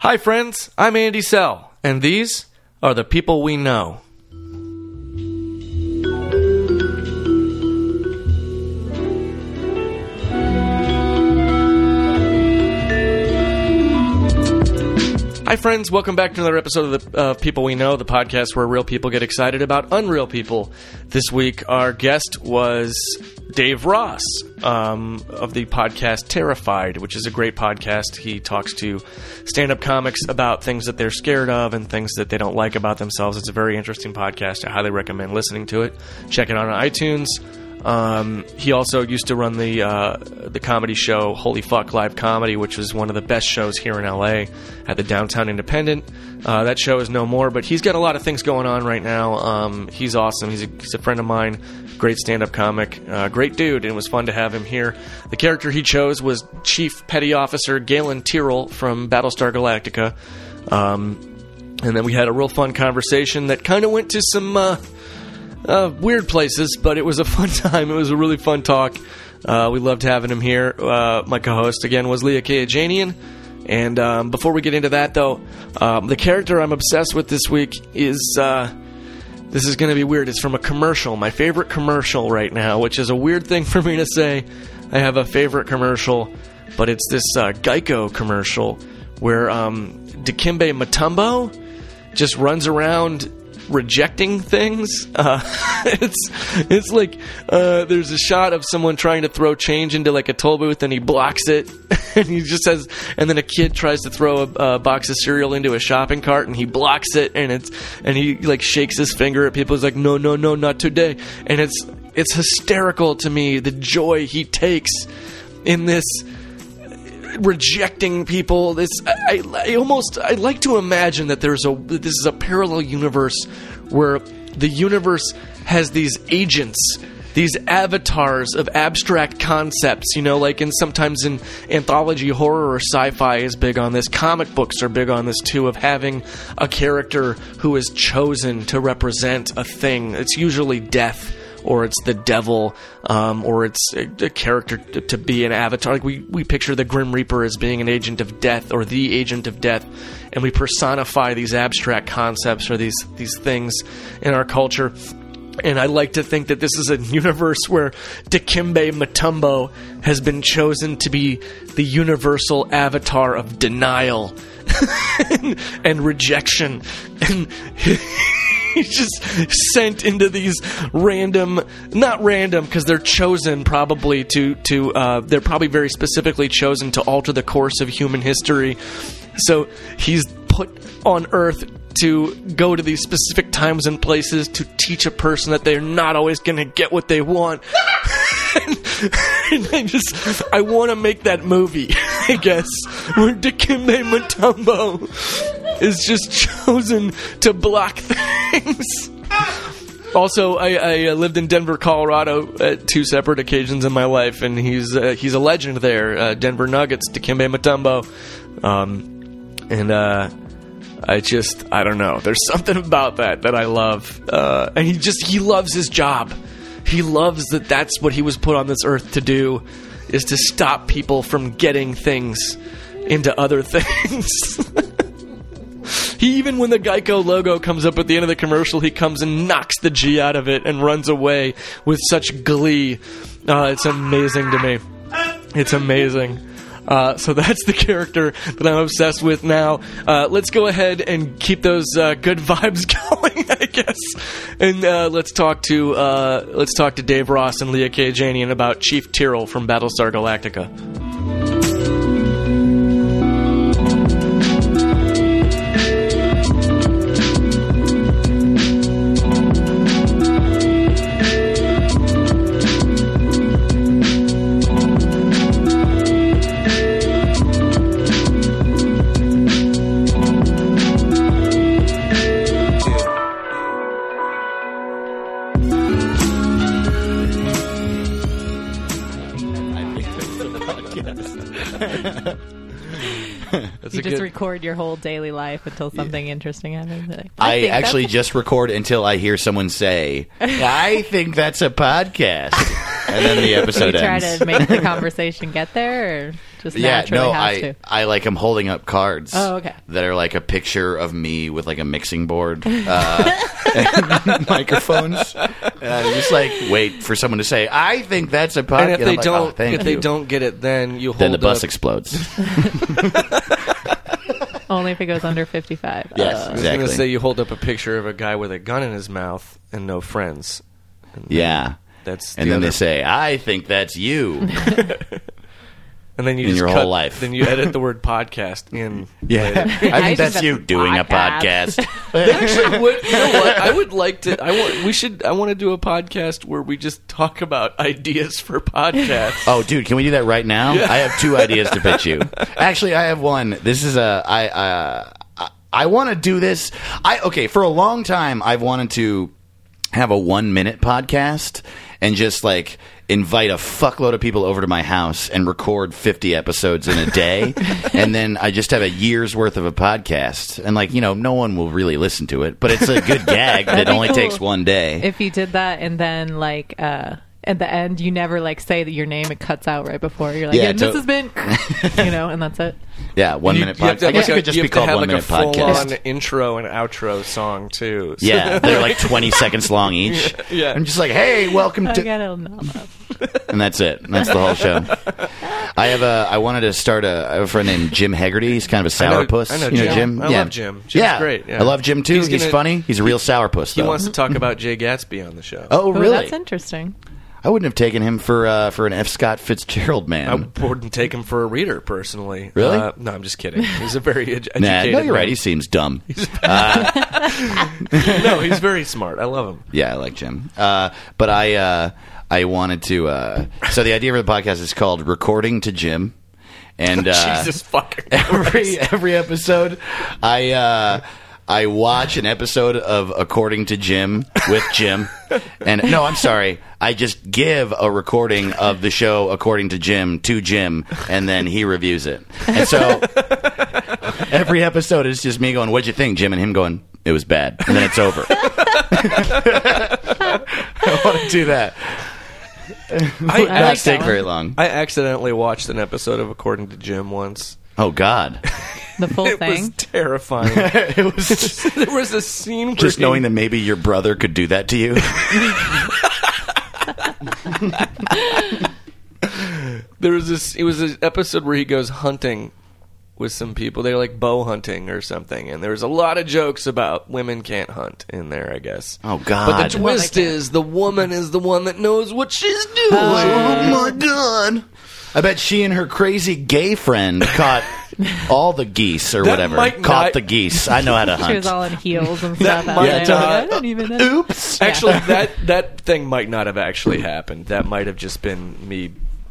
Hi, friends. I'm Andy Sell, and these are the people we know. Hi, friends. Welcome back to another episode of the uh, People We Know, the podcast where real people get excited about unreal people. This week, our guest was Dave Ross um, of the podcast Terrified, which is a great podcast. He talks to stand up comics about things that they're scared of and things that they don't like about themselves. It's a very interesting podcast. I highly recommend listening to it. Check it out on iTunes. Um, he also used to run the uh, the comedy show Holy Fuck Live Comedy, which was one of the best shows here in LA at the Downtown Independent. Uh, that show is no more, but he's got a lot of things going on right now. Um, he's awesome. He's a, he's a friend of mine, great stand up comic, uh, great dude, and it was fun to have him here. The character he chose was Chief Petty Officer Galen Tyrrell from Battlestar Galactica. Um, and then we had a real fun conversation that kind of went to some. Uh, uh, weird places, but it was a fun time. It was a really fun talk. Uh, we loved having him here. Uh, my co-host again was Leah Kajanian. And um, before we get into that, though, um, the character I'm obsessed with this week is uh, this is going to be weird. It's from a commercial, my favorite commercial right now, which is a weird thing for me to say. I have a favorite commercial, but it's this uh, Geico commercial where um, Dikembe Mutombo just runs around rejecting things. Uh, it's it's like uh, there's a shot of someone trying to throw change into like a toll booth and he blocks it, and he just says, and then a kid tries to throw a, a box of cereal into a shopping cart and he blocks it, and it's and he like shakes his finger at people. He's like, no, no, no, not today, and it's it's hysterical to me the joy he takes in this rejecting people. This I, I, I almost I like to imagine that there's a that this is a parallel universe where the universe has these agents. These avatars of abstract concepts, you know, like in sometimes in anthology horror or sci-fi is big on this. Comic books are big on this too, of having a character who is chosen to represent a thing. It's usually death or it's the devil, um, or it's a, a character t- to be an avatar. Like we, we picture the Grim Reaper as being an agent of death or the agent of death, and we personify these abstract concepts or these these things in our culture. And I like to think that this is a universe where Dikembe Mutombo has been chosen to be the universal avatar of denial and, and rejection. And he's just sent into these random, not random, because they're chosen probably to to uh, they're probably very specifically chosen to alter the course of human history. So he's put on Earth to go to these specific times and places to teach a person that they're not always going to get what they want. and, and I just, I want to make that movie, I guess, where Dikembe Mutombo is just chosen to block things. Also, I, I uh, lived in Denver, Colorado, at two separate occasions in my life, and he's uh, he's a legend there. Uh, Denver Nuggets, Dikembe Mutombo, um, and uh, I just I don't know. There's something about that that I love, uh, and he just he loves his job. He loves that that's what he was put on this earth to do, is to stop people from getting things into other things. He even when the Geico logo comes up at the end of the commercial, he comes and knocks the G out of it and runs away with such glee. Uh, it's amazing to me. It's amazing. Uh, so that's the character that I'm obsessed with now. Uh, let's go ahead and keep those uh, good vibes going, I guess. And uh, let's talk to uh, let's talk to Dave Ross and Leah Kajanian about Chief Tyrrell from Battlestar Galactica. That's you a just good- record your whole daily life until something interesting happens. Like, I think that's- actually just record until I hear someone say, "I think that's a podcast," and then the you episode try ends. to make the conversation get there. Or just yeah, naturally no, have I to. I like I'm holding up cards. Oh, okay. That are like a picture of me with like a mixing board, uh, and microphones. And I'm just like wait for someone to say, I think that's a podcast. And if I'm they like, don't, "Oh, thank if they you." don't get it, then you hold then the it bus up. explodes. Only if it goes under 55. Yes, Uh, I was exactly. gonna say you hold up a picture of a guy with a gun in his mouth and no friends. yeah. That's And the then other- they say, "I think that's you." and then you in just your cut- whole life. Then you edit the word podcast in. Yeah, I I think just that's have you a doing a podcast. podcast. Actually, would, you know what? I would like to. I want. We should. I want to do a podcast where we just talk about ideas for podcasts. Oh, dude, can we do that right now? I have two ideas to pitch you. Actually, I have one. This is a I uh, I, I want to do this. I okay for a long time. I've wanted to have a one minute podcast and just like invite a fuckload of people over to my house and record 50 episodes in a day and then i just have a year's worth of a podcast and like you know no one will really listen to it but it's a good gag that be only cool. takes one day Oh. If you did that and then, like, uh, at the end, you never, like, say that your name, it cuts out right before. You're like, Yeah, and to- this has been, you know, and that's it. yeah one minute have to podcast i have guess like a- it could just you be have to called have one like minute a full podcast on intro and outro song too. So- Yeah, they're like 20 seconds long each. Yeah. I'm just like, hey, welcome I to. got a knob up. And that's it. That's the whole show. I have a. I wanted to start a. I have a friend named Jim Hegarty. He's kind of a I know- sourpuss. I know you Jim. know Jim. I yeah. love Jim. Jim's yeah. great, yeah. I love Jim too. He's He's, gonna- funny. He's a real sourpuss. he though. wants to talk about Jay Gatsby on the show. Oh Ooh, really? That's interesting. I wouldn't have taken him for uh, for an F. Scott Fitzgerald man. I wouldn't take him for a reader personally. Oh. Really? Uh, no, I'm just kidding. He's a very ed- educated. nah, no, you're man. right. He seems dumb. no, he's very smart. I love him. Yeah, I like Jim. Uh, but I uh, I wanted to. Uh, so the idea for the podcast is called "Recording to Jim," and uh, Jesus fucking. every every episode i uh I watch an episode of According to Jim with Jim. And no, I'm sorry. I just give a recording of the show According to Jim to Jim and then he reviews it. And so every episode is just me going, What'd you think, Jim? And him going, It was bad. And then it's over. I want to do that. I, Not like that take one. very long. I accidentally watched an episode of According to Jim once. oh, God. The full It was thing. terrifying. it was there was a scene where just he- knowing that maybe your brother could do that to you. there was this. It was an episode where he goes hunting with some people. They're like bow hunting or something, and there was a lot of jokes about women can't hunt in there. I guess. Oh, God. But the Well, they twist can't. is the woman is the one that knows what she's doing. Oh my god! I bet she and her crazy gay friend caught all the geese or That whatever. might Caught not- the geese. I know how to hunt. She was all in heels and stuff. out might, there. Like, uh, I don't even know. Oops. Actually, that that thing might not have actually happened. That might have just been me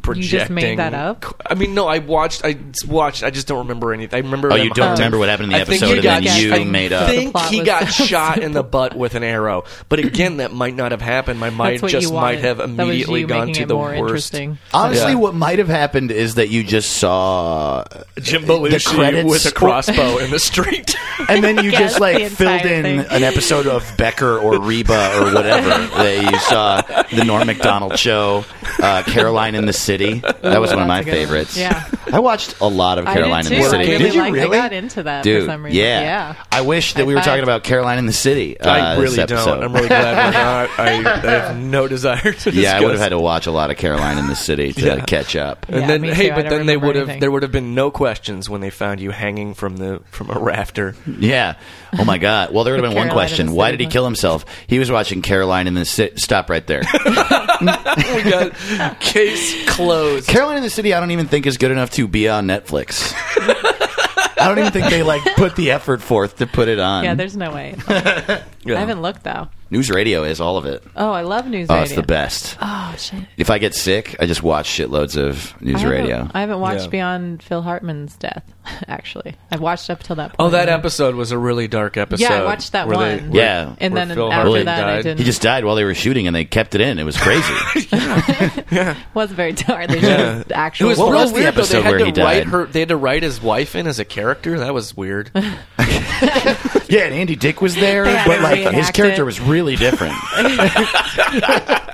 made projecting. that up? I mean, no, I watched. I watched. I just don't remember anything. I remember. Oh, them you don't hunting. remember what happened in the Um, I think episode, he and got- then you I made up. I think Uh, The plot he was- got shot in the butt with an arrow. But again, that might not have happened. My mind That's what just you might wanted. have That was immediately you gone making to it the more worst. Interesting. Honestly, Yeah. what might have happened is that you just saw Jim The Belushi credits- with a crossbow in the street. and then you Guess just the like entire filled in thing. an episode of Becker or Reba or whatever that you saw the Norm Macdonald show, uh, Caroline in the City. That was Ooh, one of that's my a good one. favorites. Yeah. I watched a lot of I Caroline did in the too. I City. really did you liked- I really? got into that for Dude, some reason. Yeah. Yeah. I wish that High we were five. talking about Caroline in the City. uh, I this really episode. don't. I'm really glad we're not. I, I have no desire to. yeah, I would have discuss had to watch a lot of Caroline in the City to Yeah. catch up. And Yeah, then, me too. hey, I but don't then they remember would have anything. there would have been no questions when they found you hanging from the from a rafter. Yeah. Oh my God. Well, there would have been one Caroline in the question. City Why did he one. kill himself? He was watching Caroline in the City. Stop right there. we got case closed. Caroline in the City, I don't even think is good enough to be on Netflix. I don't even think they like put the effort forth to put it on. Yeah, there's no way. I haven't looked though. News radio is all of it. Oh, I love news Oh, radio. it's the best. Oh shit. If I get sick, I just watch shitloads of news I haven't- radio. I haven't watched Yeah. Beyond Phil Hartman's death. Actually, I've watched up till that point. Oh, that episode was a really dark episode. Yeah, I watched that where they- one. where- Yeah. And where then Phil after Hartman that, I died. didn't. he just died while they were shooting, and they kept it in. It was crazy. was very dark. They just It actual. was What real was the weird, though. episode they had where to he write died? Her, they had to write his wife in as a character. That was weird. yeah, and Andy Dick was there, They had but to like his reenact character it. was really different. Mm-hmm.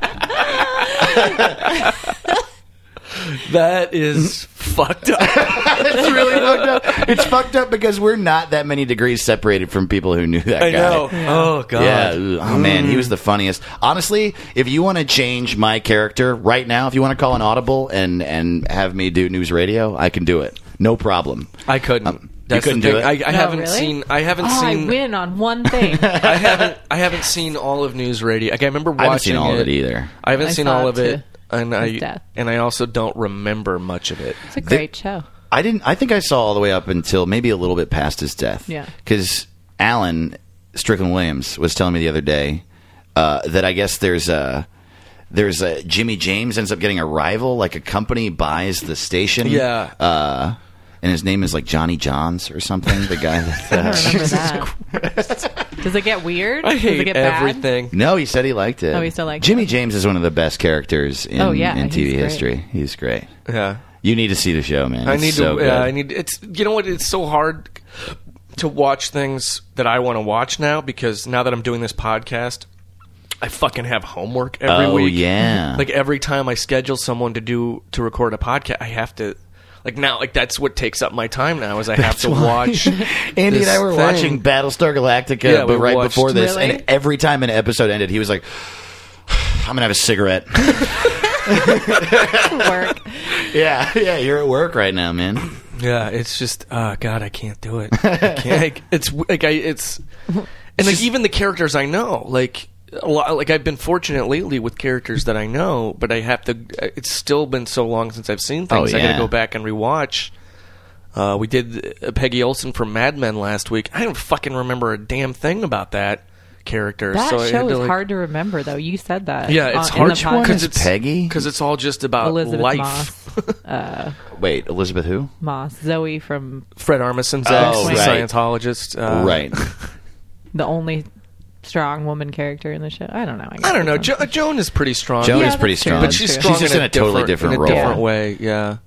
that is fucked up. it's really fucked up. It's fucked up because we're not that many degrees separated from people who knew that I guy. know. Oh god. Mm. Yeah. ooh, Oh man, he was the funniest. Honestly, if you want to change my character right now, if you want to call an audible and and have me do news radio, I can do it. No problem. I couldn't. Um, you That's couldn't the do thing. it? I, I No, haven't Oh, really? seen. I haven't Oh, I seen. win on one thing. I haven't. I haven't seen all of News Radio. Like, I remember watching I haven't seen all of it either. I haven't I seen saw all it, of it, too. and His I death. and I also don't remember much of it. It's a great show. I didn't. I think I saw all the way up until maybe a little bit past his death. Yeah. Because Alan Strickland Williams was telling me the other day uh, that I guess there's a there's a Jimmy James ends up getting a rival, like a company buys the station. Yeah. Uh, and his name is like Johnny Johns or something. The guy that. I don't Uh, remember that. Does it get weird? I Does it hate get bad? everything. No, he said he liked it. Oh, he still liked Jimmy it. James is one of the best characters in, Oh, yeah, in he's TV great. history. He's great. Yeah, You need to see the show, man. I It's need so to. good. Yeah, I need. It's you know what? It's so hard to watch things that I want to watch now because now that I'm doing this podcast, I fucking have homework every Oh, week. yeah. like every time I schedule someone to do to record a podcast, I have to. Like now, like that's what takes up my time now is I have to watch. Andy and this I were thing. watching Battlestar Galactica, Yeah, we but right watched- before this, Really? and every time an episode ended, he was like, "I'm gonna have a cigarette." Work. yeah, yeah, you're at work right now, man. Yeah, it's just uh, God, I can't do it. I can't. like, it's like I it's and like even the characters I know, like a lot, like I've been fortunate lately with characters that I know, but I have to. uh, It's still been so long since I've seen things. Oh, I got yeah. to go back and rewatch. Uh, we did uh, Peggy Olson from Mad Men last week. I don't fucking remember a damn thing about that character. That so I had show to, is like- hard to remember, though. You said that. Yeah, it's on- hard in the to- podcast. because it's Peggy. because it's all just about Elizabeth life. Moss, Wait, Elizabeth who? Moss, Zoe from Fred Armisen's ex, Oh, the right. Scientologist. Uh, right. the only strong woman character in the show. I don't know. guess I don't know. it's Jo- Joan is pretty strong. Joan Yeah, is pretty that's true, strong, that's But she's true. strong just in, a, totally different, in a role. different way. Yeah.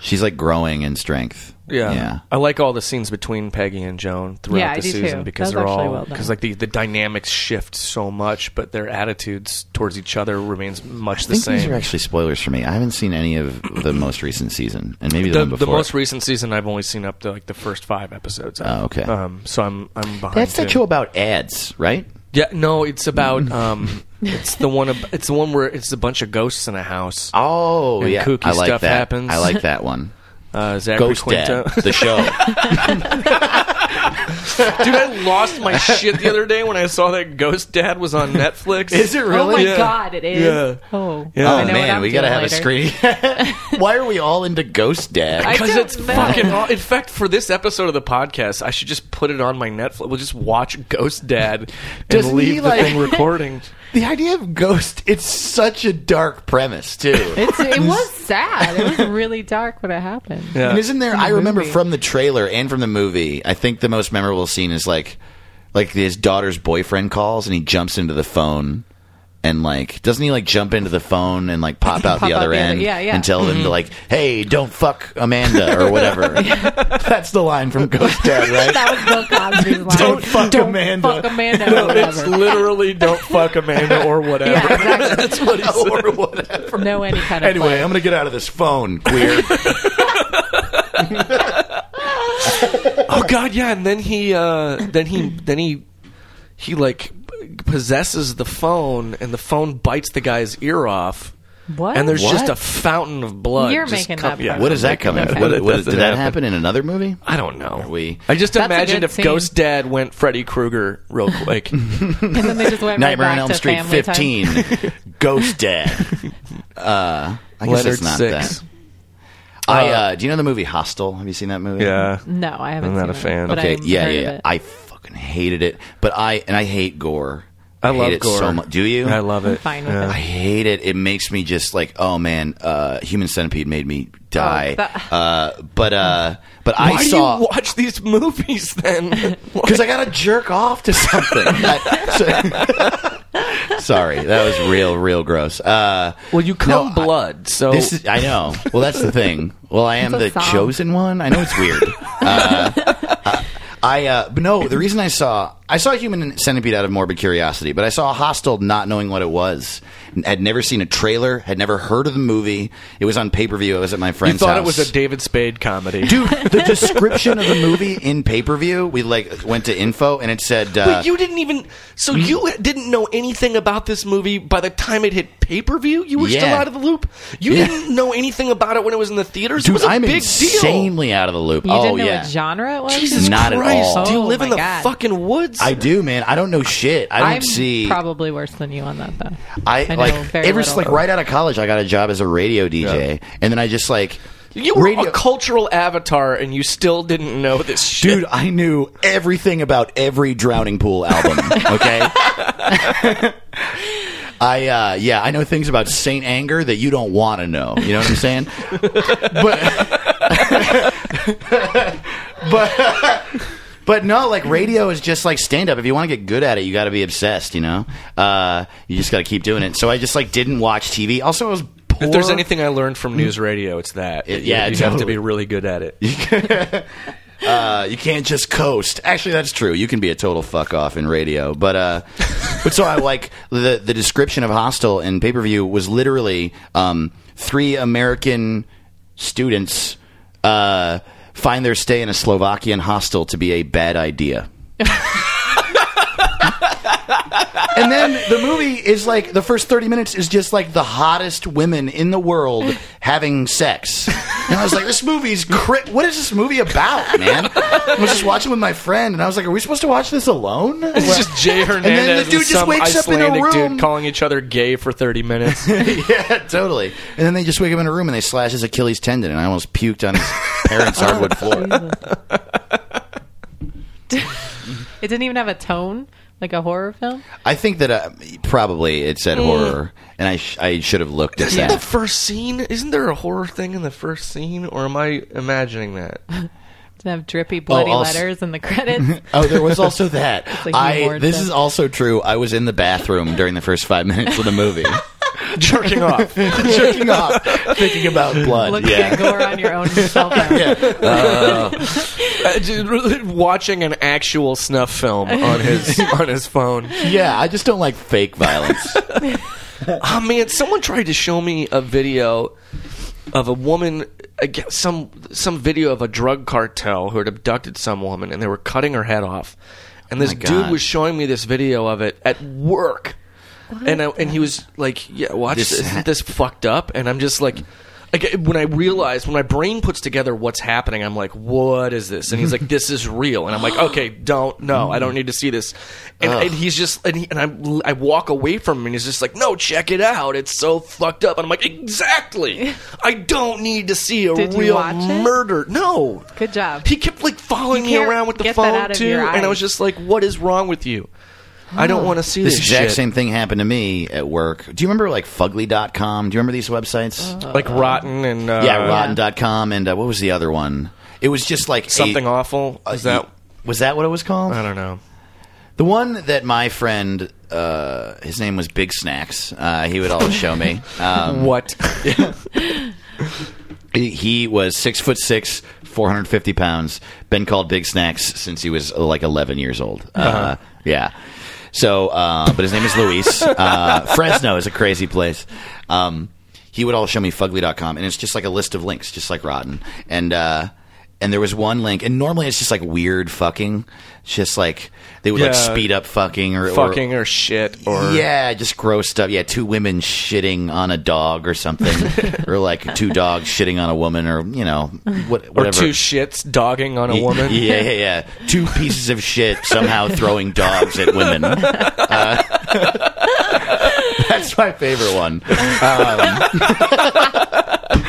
She's like growing in strength. yeah, yeah. I like all the scenes between Peggy and Joan throughout Yeah, I the do season too. because That they're was actually all well done. because like the the dynamics shift so much, but their attitudes towards each other remains much I the think these same. are actually spoilers for me. I haven't seen any of the most recent season, and maybe the, the, one the before. most recent season, I've only seen up to like the first five episodes. of. Oh, okay. Um, so I'm I'm behind. That's the too. show about ads, right? Yeah, no, it's about um, it's the one ab- it's the one where it's a bunch of ghosts in a house. Oh, And yeah. kooky I like stuff that. happens. I like that one. Uh, Zachary Ghost Quinto. Dad, the show. Oh, Dude, I lost my shit the other day when I saw that Ghost Dad was on Netflix. Is it Oh my really? Yeah. god, it is. Yeah. Oh, Yeah. I Oh know what man, I'm we gotta doing have a later. screen. Why are we all into Ghost Dad? I- Because don't it's know. fucking. aw- In fact, for this episode of the podcast, I should just put it on my Netflix. We'll just watch Ghost Dad and Doesn't he, leave the like- thing recording. the idea of Ghost—it's such a dark premise too. It's, it was sad. It was really dark when it happened. Yeah. And isn't there? I remember movie. from the trailer and from the movie. I think the most memorable scene is like, like his daughter's boyfriend calls and he jumps into the phone, and like, doesn't he like jump into the phone and like pop out Pop the out other Mm-hmm. the other- end yeah, yeah. and tell them to like, hey, don't fuck Amanda or whatever. That's the line from Ghost Dad, right? That was Bill Cosby's line. Don't fuck Amanda. Fuck Amanda. No, or it's whatever. literally don't fuck Amanda or whatever. Yeah, exactly. That's what he said. or whatever. No, any kind of. Anyway, I'm gonna get out of this phone, queer. Oh God, yeah. And then he, uh, then he, then he, he like possesses the phone, and the phone bites the guy's ear off. What? And there's just What? a fountain of blood. You're just making that part what does that come out? Okay. What, what, Doesn't did that happen. happen in another movie? I don't know. we- I just That's a imagined good if scene. Ghost Dad went Freddy Krueger real quick. And then they just went right Nightmare back on Elm to Street family time. 15, Ghost Dad. Uh, I guess Leonard it's not Six. that. I uh, do you know the movie Hostel? Have you seen that movie? No, I haven't. I'm not a seen it, fan. but Okay. I've yeah, heard yeah. of yeah. it. I fucking hated it, but I and I hate gore. I hate love it gore. so much. Do you? I love I'm it. fine with Yeah. it. I hate it. It makes me just like, oh man, uh, Human Centipede made me die. Oh, that- uh, but uh, but Why I do saw you watch these movies then? Because I got to jerk off to something. I- so- Sorry, that was real, real gross. Uh, well, you come No, I- blood, so this is, I know. Well, that's the thing. Well, I am It's a the song. chosen one. I know it's weird. Uh, uh, I uh, but no. The reason I saw I saw Human Centipede out of morbid curiosity, but I saw Hostel not knowing what it was, had never seen a trailer, had never heard of the movie. It was on pay per view. I was at my You friend's. thought it house. was a David Spade comedy. Dude, the description of the movie in pay per view, we like went to info and it said. Uh, Mm-hmm. But you didn't even. So you didn't know anything about this movie by the time it hit pay per view. You were still Yeah. out of the loop. You Yeah. didn't know anything about it when it was in the theaters. it Dude, was a I'm big deal. insanely out of the loop. You oh didn't know yeah, what genre it was? Jesus Not at Christ! all. Do you Oh, live in my the God. fucking woods? I do, man. I don't know shit. I don't I'm see. probably worse than you on that, though. I, know like very ever s- little. like right out of college, I got a job as a radio DJ, and then I just like you were radio- a cultural avatar, and you still didn't know this shit. Dude, I knew everything about every Drowning Pool album. Okay. I uh, yeah, I know things about Saint Anger that you don't want to know. You know what I'm saying? but but but no, like radio is just like stand up. If you want to get good at it, you got to be obsessed. You know, uh, you just got to keep doing it. So I just like didn't watch TV. Also, I was. Poor. If there's anything I learned from news radio, it's that. It- You- yeah, you have to totally. be really good at it. Uh, you can't just coast. Actually, that's true. You can be a total fuck off in radio. But uh, but so I like the the description of Hostel in pay per view was literally um, three American students uh, find their stay in a Slovakian hostel to be a bad idea. and then the movie is like the first 30 minutes is just like the hottest women in the world having sex and i was like this movie's cri- what is this movie about man i was just watching with my friend and i was like are we supposed to watch this alone It's just Jay Hernandez and, then the dude just some wakes up in a Icelandic room. dude calling each other gay for 30 minutes. yeah totally and then they just wake up in a room and they slash his achilles tendon and i almost puked on his parents hardwood floor it didn't even have a tone like a horror film. i think that uh, probably it said horror and i, sh- I should have looked Mm. at Isn't that the first scene? Isn't there a horror thing in the first scene, or am I imagining that? Didn't have Oh, drippy bloody I'll s- letters in the credits. Oh, there was also that. like you I warned this them. is also true. I was in the bathroom during the first five minutes of the movie, Jerking off. jerking off, thinking about blood. Looking yeah. at gore on your own cell phone. Uh, dude, really Watching an actual snuff film on his on his phone. yeah, I just don't like fake violence. Oh man, someone tried to show me a video of a woman, I guess some some video of a drug cartel who had abducted some woman, and they were cutting her head off. And this my dude God. was showing me this video of it at work, and I, and he was like, "Yeah, watch This- this. Isn't this fucked up?" And I'm just like. like, When I realized, when my brain puts together what's happening, I'm like, "What is this?" And he's like, "This is real." And I'm like, "Okay, don't, no, I don't need to see this." And, and he's just, and, he, and I, I walk away from him, and he's just like, "No, check it out. It's so fucked up." And I'm like, "Exactly. I don't need to see a Did you real watch it? murder." No. Good job. He kept like following You me can't around with the get that phone out of too, your and I was eyes. just like, "What is wrong with you? I don't want to see this, this exact shit." same thing happened to me at work. Do you remember like fugly.com? Do you remember these websites? Uh, like rotten and uh, yeah, rotten.com and uh, what was the other one? It was just like a- something Uh-huh. awful. Is that? was that what it was called? I don't know. The one that my friend, uh, his name was Big Snacks. Uh, he would always show me. Um, What? he was six foot six, four hundred fifty pounds. Been called Big Snacks since he was like eleven years old. uh Uh-huh. yeah. So, uh, but his name is Luis. uh, Fresno is a crazy place. Um, he would all show me fugly.com, and it's just like a list of links, just like Rotten. And uh, and there was one link, and normally it's just like weird fucking, It's just like they would like Yeah. speed up fucking or or- Fucking or shit or yeah, just gross stuff. Yeah, two women shitting on a dog or something, or like two dogs shitting on a woman, or you know, what, or whatever. two shits dogging on a woman. Yeah, yeah, yeah. Two pieces of shit somehow throwing dogs at women. Uh, that's my favorite one. Um,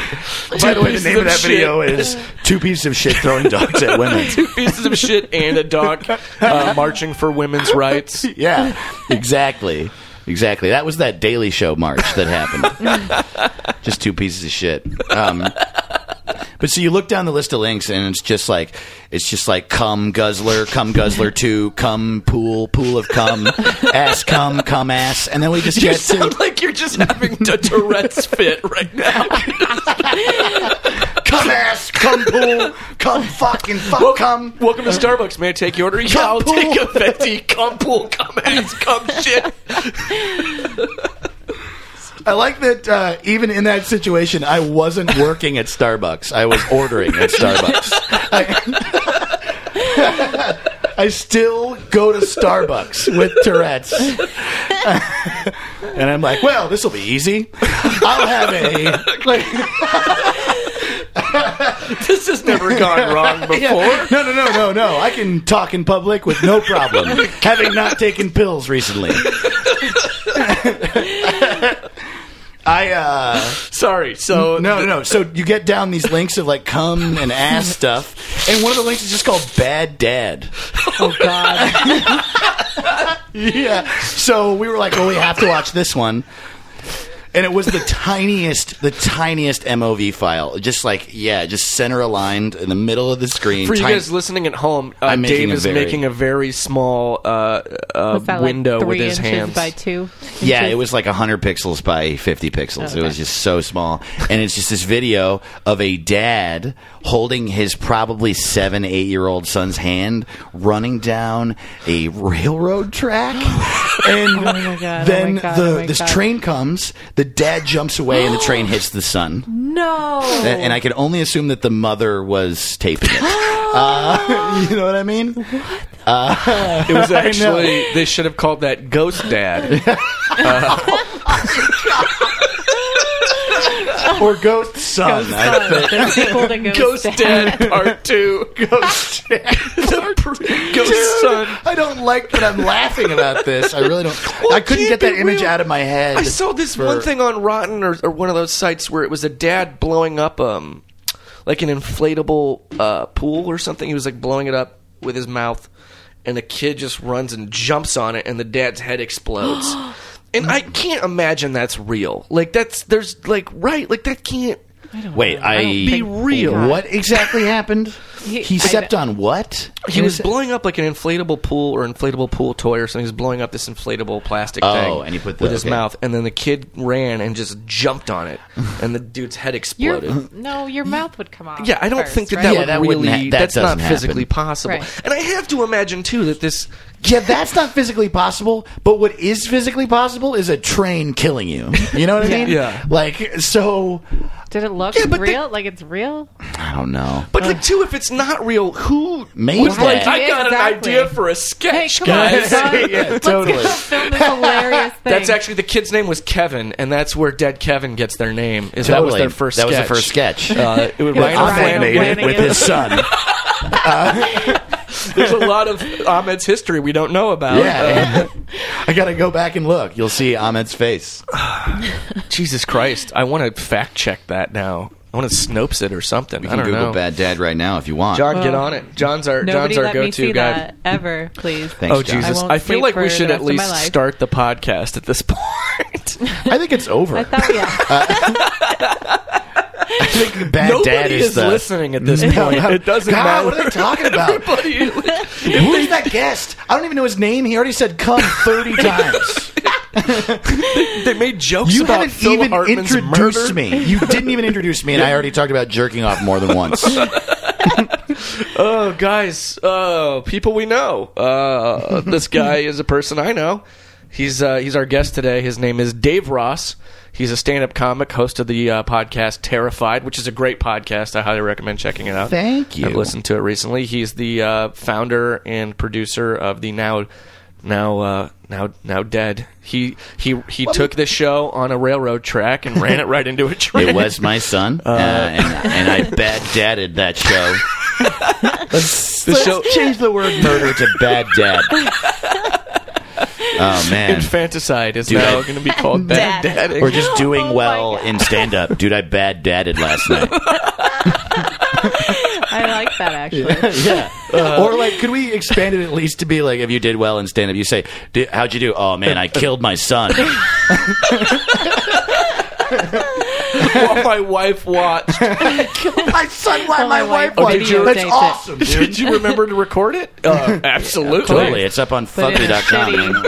by the way, pieces the name of of that shit. video is Two Pieces of Shit Throwing Dogs at Women. Two pieces of shit and a dog uh, marching for women's rights. yeah, exactly. Exactly. That was that Daily Show march that happened. just two pieces of shit. Um, but so you look down the list of links, and it's just like it's just like cum guzzler, cum guzzler two, cum pool, pool of cum, ass cum, cum ass, and then we just You get to sound like you're just having a Tourette's fit right now. cum ass, cum pool, cum fucking fuck cum. Welcome to Starbucks. May I take your order? Yeah, I'll Come take a pool. venti. Come pool. Come ass. Come shit. I like that uh, even in that situation, I wasn't working at Starbucks. I was ordering at Starbucks. I, I still go to Starbucks with Tourette's. and I'm like, well, this will be easy. I'll have a. Like, This has never gone wrong before. yeah. No, no, no, no, no. I can talk in public with no problem, having not taken pills recently. I, uh. Sorry. So No, no, no. So you get down these links of like cum and ass stuff, and one of the links is just called Bad Dad. Oh God! Yeah. So we were like, well, we have to watch this one. And it was the tiniest, the tiniest MOV file. Just like, yeah, just center aligned in the middle of the screen. For you Tiny- guys listening at home, uh, I'm making Dave a is very- making a very small uh, uh, Is that window like three with his inches hands. by two? Yeah, inches? it was like 100 pixels by 50 pixels. It Okay. was just so small. And it's just this video of a dad holding his probably seven, eight year old son's hand running down a railroad track. And my God, oh then my God, the, oh my this God. train comes, the dad jumps away, and the train hits the son. No. And, and I can only assume that the mother was taping it. Uh, you know what I mean? It was know. actually they should have called that Ghost Dad. Or ghost son. I think. There's sequel to Ghost, Ghost Dad. Dad Part Two. Ghost Dad. Ghost Son. I don't like that I'm laughing about this. I really don't. Well, I it couldn't can't get that be image real. out of my head. I saw this for- one thing on Rotten or, or one of those sites where it was a dad blowing up um like an inflatable uh, pool or something. He was like blowing it up with his mouth, and the kid just runs and jumps on it, and the dad's head explodes. and I can't imagine that's real. Like that's there's like right like that can't. Wait, I don't Be real. What exactly happened? He, He- I stepped don't- on what? He was blowing up like an inflatable pool or inflatable pool toy or something. He was blowing up this inflatable plastic Oh, thing and he put the- with his okay. mouth, and then the kid ran and just jumped on it, and the dude's head Your, exploded. no, your mouth would come off. Yeah, I don't first, think that right? that Yeah, would that wouldn't really. ha- that that's not doesn't happen. physically possible. Right. And I have to imagine too that this. Yeah, that's not physically possible. But what is physically possible is a train killing you. You know what I mean? Yeah. Like so. Did it look Yeah, but real? like it's real? I don't know. But like too, if it's not real, who Made was that? like, I got Exactly. an idea for a sketch, Hey, come on, guys. son. yeah, Let's totally. go film this hilarious thing. That's actually the kid's name was Kevin, and that's where Dead Kevin gets their name. Is that was Totally. their first? That sketch. was the first sketch. Uh, it was That Ryan Ahmed Ahmed Flanagan. made it with his son. There's a lot of Ahmed's history we don't know about. Oh, Uh, Yeah. I gotta go back and look. You'll see Ahmed's face. Uh, Jesus Christ, I want to fact check that now. I want to Snopes it or something. I You don't can Google know. Bad Dad right now if you want. John, get on it. John's our Nobody John's our let go-to me see guy. that ever, please. Thanks, Oh John. Jesus! I won't I, feel sleep like for we the should at rest of my least life. start the podcast at this point. I think it's over. I thought, Oh, yeah. I think Bad Nobody Dad is, is the- listening at this No, point. no. It doesn't God, matter. What are they talking about? Everybody, Who is that guest? I don't even know his name. He already said "come" thirty times. they made jokes You about haven't Phil even Hartman's murder. introduced me. You didn't even introduce me, and I already talked about jerking off more than once. Oh, guys, uh, people we know. Uh, this guy is a person I know. He's uh, he's our guest today. His name is Dave Ross. He's a stand-up comic, host of the uh, podcast Terrified, which is a great podcast. I highly recommend checking it out. Thank you. I've listened to it recently. He's the uh, founder and producer of the now now uh, now now dead. He he he took the show on a railroad track and ran it right into a train. It was my son, uh, and, and I bad dadded that show. let's The let's show- change the word murder to bad dad. Oh man. Infanticide is Dude, now I- going to be called bad Dad. dadding. Or just doing Oh my well God. in stand up. Dude, I bad dadded last night. I like that actually. yeah. Uh-huh. or like, could we expand it at least to be like, if you did well in stand up, you say, "D- "How'd you do?" Oh man, I killed my son. while my wife watched. my son, why my wife watched. did you- That's awesome, Did you remember to record it? Uh, absolutely. Totally, it's up on But in a fuckly.com.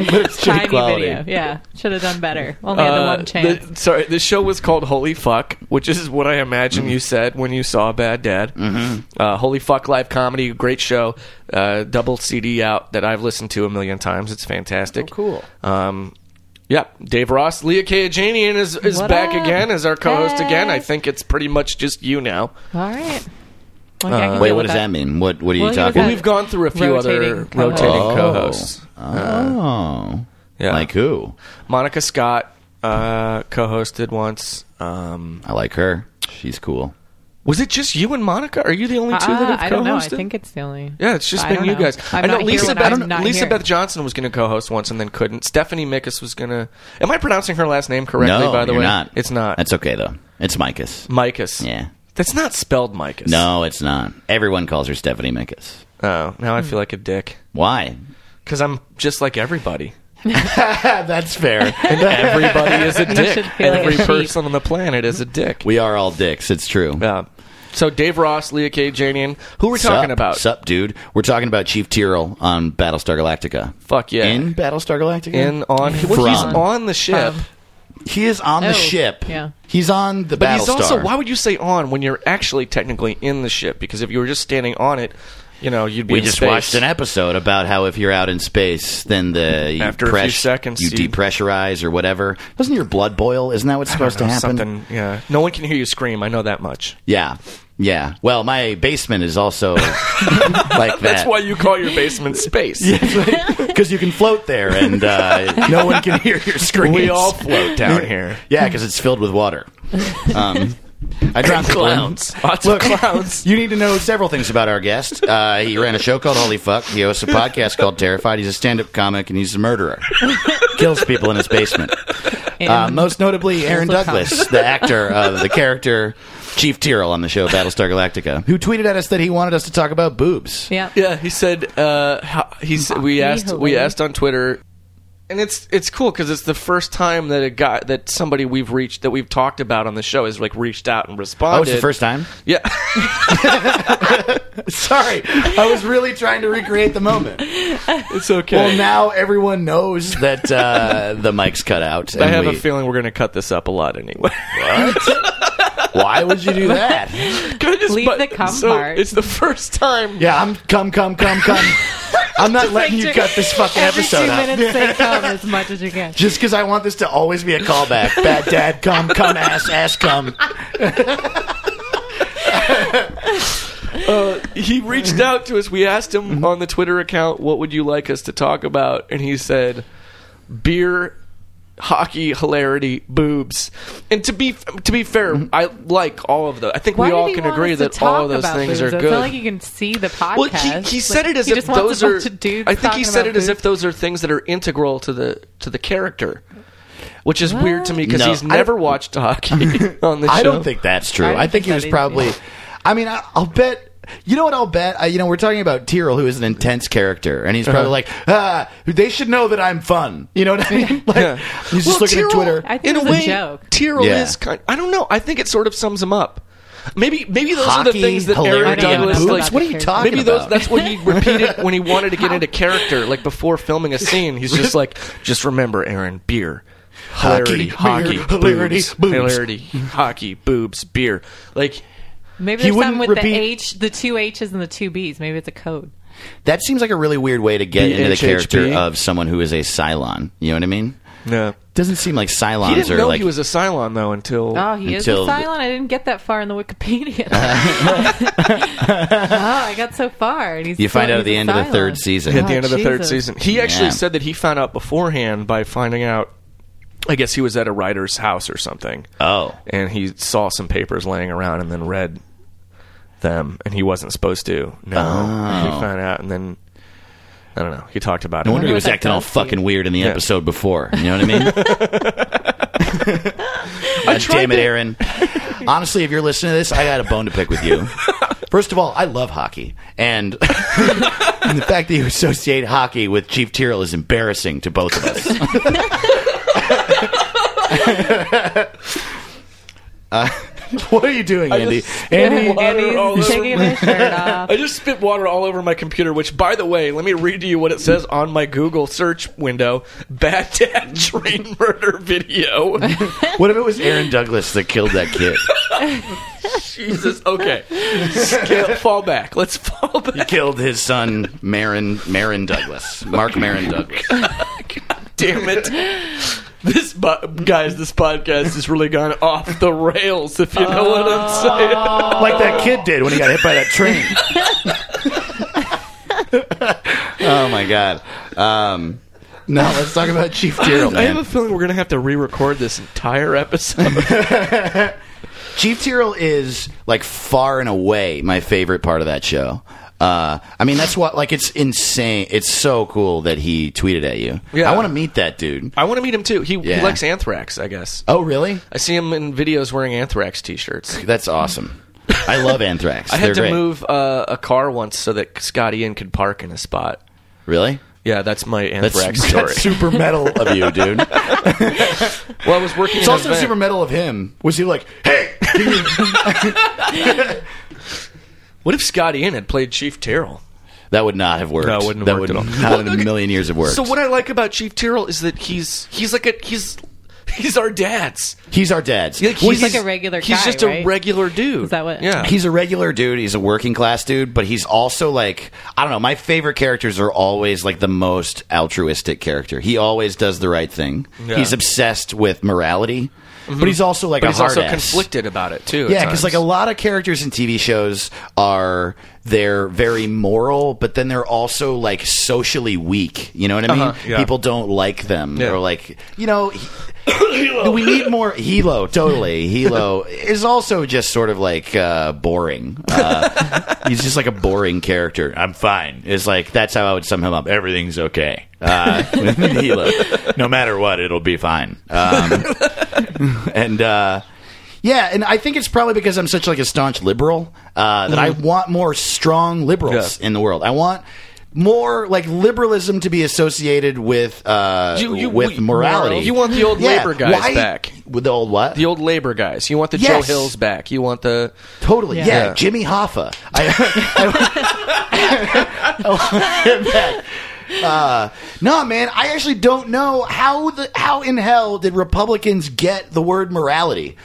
it's Tiny video. Yeah. Should have done better. Only had the Uh, one chance. the- sorry, the show was called Holy Fuck, which is what I Mm-hmm. imagine you said when you saw Bad Dad. Mm-hmm. Uh, Holy Fuck Live Comedy, great show, uh, double CD out that I've listened to a million times. It's fantastic. Oh, cool. Um, Yep, Dave Ross, Leah Kajanian is is What back up? again as our co-host Hey. again. I think it's pretty much just you now. All right. Well, I can Uh, Wait, deal what with does that mean? What What are you Well, you talking? were We've gone through a few other Rotating co-host. rotating Oh. co-hosts. Oh, Yeah. like who? Monica Scott uh, co-hosted once. Um, I like her. She's cool. was it just you and Monica? Are you the only two Uh, that have co-hosted? I don't know. I think it's the only. Yeah, it's just I been don't you know. guys. I'm I know not here Lisa when Beth. I'm not Lisa here. Beth Johnson was going to co-host once and then couldn't. Stephanie Mickus was going to. Am I pronouncing her last name correctly? no, by the you're way, not. it's not. That's okay though. It's Micus. Micus. Yeah. that's not spelled Micus. No, it's not. Everyone calls her Stephanie Micus. Oh, now I Hmm. feel like a dick Why? because I'm just like everybody. That's fair. Everybody is a dick. should feel like a Every sheep. person on the planet is a dick. we are all dicks. It's true. Yeah. So Dave Ross, Leah K. Janian, who we're talking Sup, about? Sup, dude. We're talking about Chief Tyrrell on Battlestar Galactica. Fuck yeah. In Battlestar Galactica? in on well, he's From. on the ship, From. He is on the Oh, ship. yeah. He's on the but Battlestar. he's also. Why would you say on when you're actually technically in the ship? Because if you were just standing on it, you know you'd be. we in just space. watched an episode about how if you're out in space, then the you After a few seconds, you you- depressurize or whatever. Doesn't your blood boil? Isn't that what's supposed to Or happen? Something. Yeah. No one can hear you scream. I know that much. Yeah, yeah. Well, my basement is also like that. That's why you call your basement space. because you can float there and uh, no one can hear your screams. We all float down here. yeah, because it's filled with water. Um, I drowned people in- Clowns. Lots Look, of clowns. You need to know several things about our guest. Uh, he ran a show called Holy Fuck. He hosts a podcast called Terrified. He's a stand-up comic and he's a murderer. Kills people in his basement. Uh, And- most notably, Aaron Also Douglas, the actor, uh, the character Chief Tyrrell on the show Battlestar Galactica, who tweeted at us that he wanted us to talk about boobs. Yeah. Yeah, he said. Uh, how, he said we asked we asked on Twitter, and it's it's cool because it's the first time that a guy that somebody we've reached that we've talked about on the show has like reached out and responded. Oh, it's the first time. Yeah, Sorry, I was really trying to recreate the moment. it's okay. Well, now everyone knows that uh, the mic's cut out. I and have a we- feeling we're going to cut this up a lot anyway. Why would you do that? Can I just- Leave but- the cum so part. It's the first time. Yeah, I'm come, come, come, come. I'm not letting you Like, cut this fucking every episode two up. minutes, say come as much as you can. Just because I want this to always be a callback. Bad dad, come, come, ass, ass, come. Uh, He reached out to us. We asked Mm-hmm. him on the Twitter account, "What would you like us to talk about?" And he said, "Beer." Hockey hilarity boobs, and to be to be Mm-hmm. fair, I like all of those. I think Why we did all he can want agree us to that all of talk those about things boobs? are It's not like good. you can see the podcast. Well, he, he said Like, it as he if just wants those a are. bunch of dudes I think he talking said about it as if boobs. those are things that are integral to the to the character, which is weird to me because No, he's I- never watched hockey on the show. I don't think that's true. I I, don't think think he was that is probably. I mean, I, I'll bet. You know what? I'll bet. Uh, you know, we're talking about Tyrell, who is an intense character, and he's probably like, ah, they should know that I'm fun. You know what I mean? Like, Yeah. he's Well, just looking Tyrell- at Twitter. I think in it a was way, a joke. Tyrell Yeah. is kind. I don't know. I think it sort of sums him up. Maybe maybe those are Hockey, the things that Aaron hilarity, I don't know Douglas about like. that what are you character. talking Maybe those, about? that's what he repeated when he wanted to get into character, like before filming a scene. He's just like, just remember, Aaron, beer, hilarity, hockey, Hockey, beer, hilarity, boobs, boobs." hilarity, hockey, boobs, beer. Like Maybe He there's something wouldn't with the repeat- H, the two H's and the two B's. Maybe it's a code. that seems like a really weird way to get into the BHHP. character of someone who is a Cylon. You know what I mean? no. Doesn't seem like He Cylons didn't are know like. he was a Cylon though until Oh, he Until is a the- silent. I didn't get that far in the Wikipedia. oh, I got so far. and he's you find still- out at the he's a end of the Cylon. third season. at the Oh, end of the third Jesus. season. He actually Yeah. said that he found out beforehand by finding out. I guess he was at a writer's house or something, Oh, and he saw some papers laying around and then read them, and he wasn't supposed to. No, he found out, and then I don't know. He talked about Oh. no it. wonder he what was that acting all does to you. fucking weird in the episode before. You know what I mean? God tried damn it, to- Aaron. Honestly, if you're listening to this, I got a bone to pick with you. First of all, I love hockey, and, and the fact that you associate hockey with Chief Tyrrell is embarrassing to both of us. Uh, what are you doing, Andy? Andy, Water all Andy's over taking his shirt off. I just spit water all over my computer, which, by the way, let me read to you what it says on my Google search window Bad Dad Train Murder Video. what if it was Aaron Douglas that killed that kid? Jesus. Okay. Skip, fall back. Let's fall back. killed his son, Marin Marin Douglas, Mark Marin Douglas. Damn it. This po- guys, this podcast has really gone off the rails. If you know what I'm saying. like that kid did when he got hit by that train. oh my god. Um, now let's talk about Chief Tyrrell. I have a man. feeling we're gonna have to re-record this entire episode. Chief Tyrrell is like far and away my favorite part of that show. Uh, I mean, that's what like it's insane. It's so cool that he tweeted at you. Yeah. I want to meet that dude. I want to meet him too. He, he Yeah. likes Anthrax, I guess. Oh, really? I see him in videos wearing Anthrax T-shirts. That's awesome. I love Anthrax. I They're had to great. move uh, a car once so that Scott Ian could park in a spot. Really? Yeah, that's my That's, Anthrax story. that's super metal of you, dude. well, I was working. It's an also event. super metal of him. Was he like, hey? What if Scott Ian had played Chief Terrell? That would not have worked. No, it wouldn't have that worked would at all. Not Well, in a okay. million years have worked. So what I like about Chief Tyrrell is that he's he's like a he's he's our dad's. He's our dad's. Like, Well, he's like a regular He's guy, just right? a regular dude. Is that what- Yeah. He's a regular dude. He's a working class dude, but he's also like I don't know. My favorite characters are always like the most altruistic character. He always does the right thing. Yeah. He's obsessed with morality, but he's also like but a he's also hard-ass. conflicted about it too. at Yeah, because times. like a lot of characters in TV shows are they're very moral, but then they're also like socially weak. You know what I mean? Uh-huh, yeah. People don't like them Yeah. or like you know. he- we need more Hilo. Totally, Hilo is also just sort of like uh, boring. Uh, he's just like a boring character. I'm fine. It's like that's how I would sum him up. Everything's okay. Uh, with Hilo, no matter what, it'll be fine. Um, and uh, yeah, and I think it's probably because I'm such like a staunch liberal uh, that I want more strong liberals Mm-hmm. Yeah. in the world. I want more like liberalism to be associated with uh, You- you- with we- morality. You want the old labor guys back. with the old what? the old labor guys. You want the Yes. Joe Hills back. You want the totally, yeah. Yeah. Yeah. Jimmy Hoffa. I, I, I want him back. Uh, no, man, I actually don't know how the how in hell did Republicans get the word morality?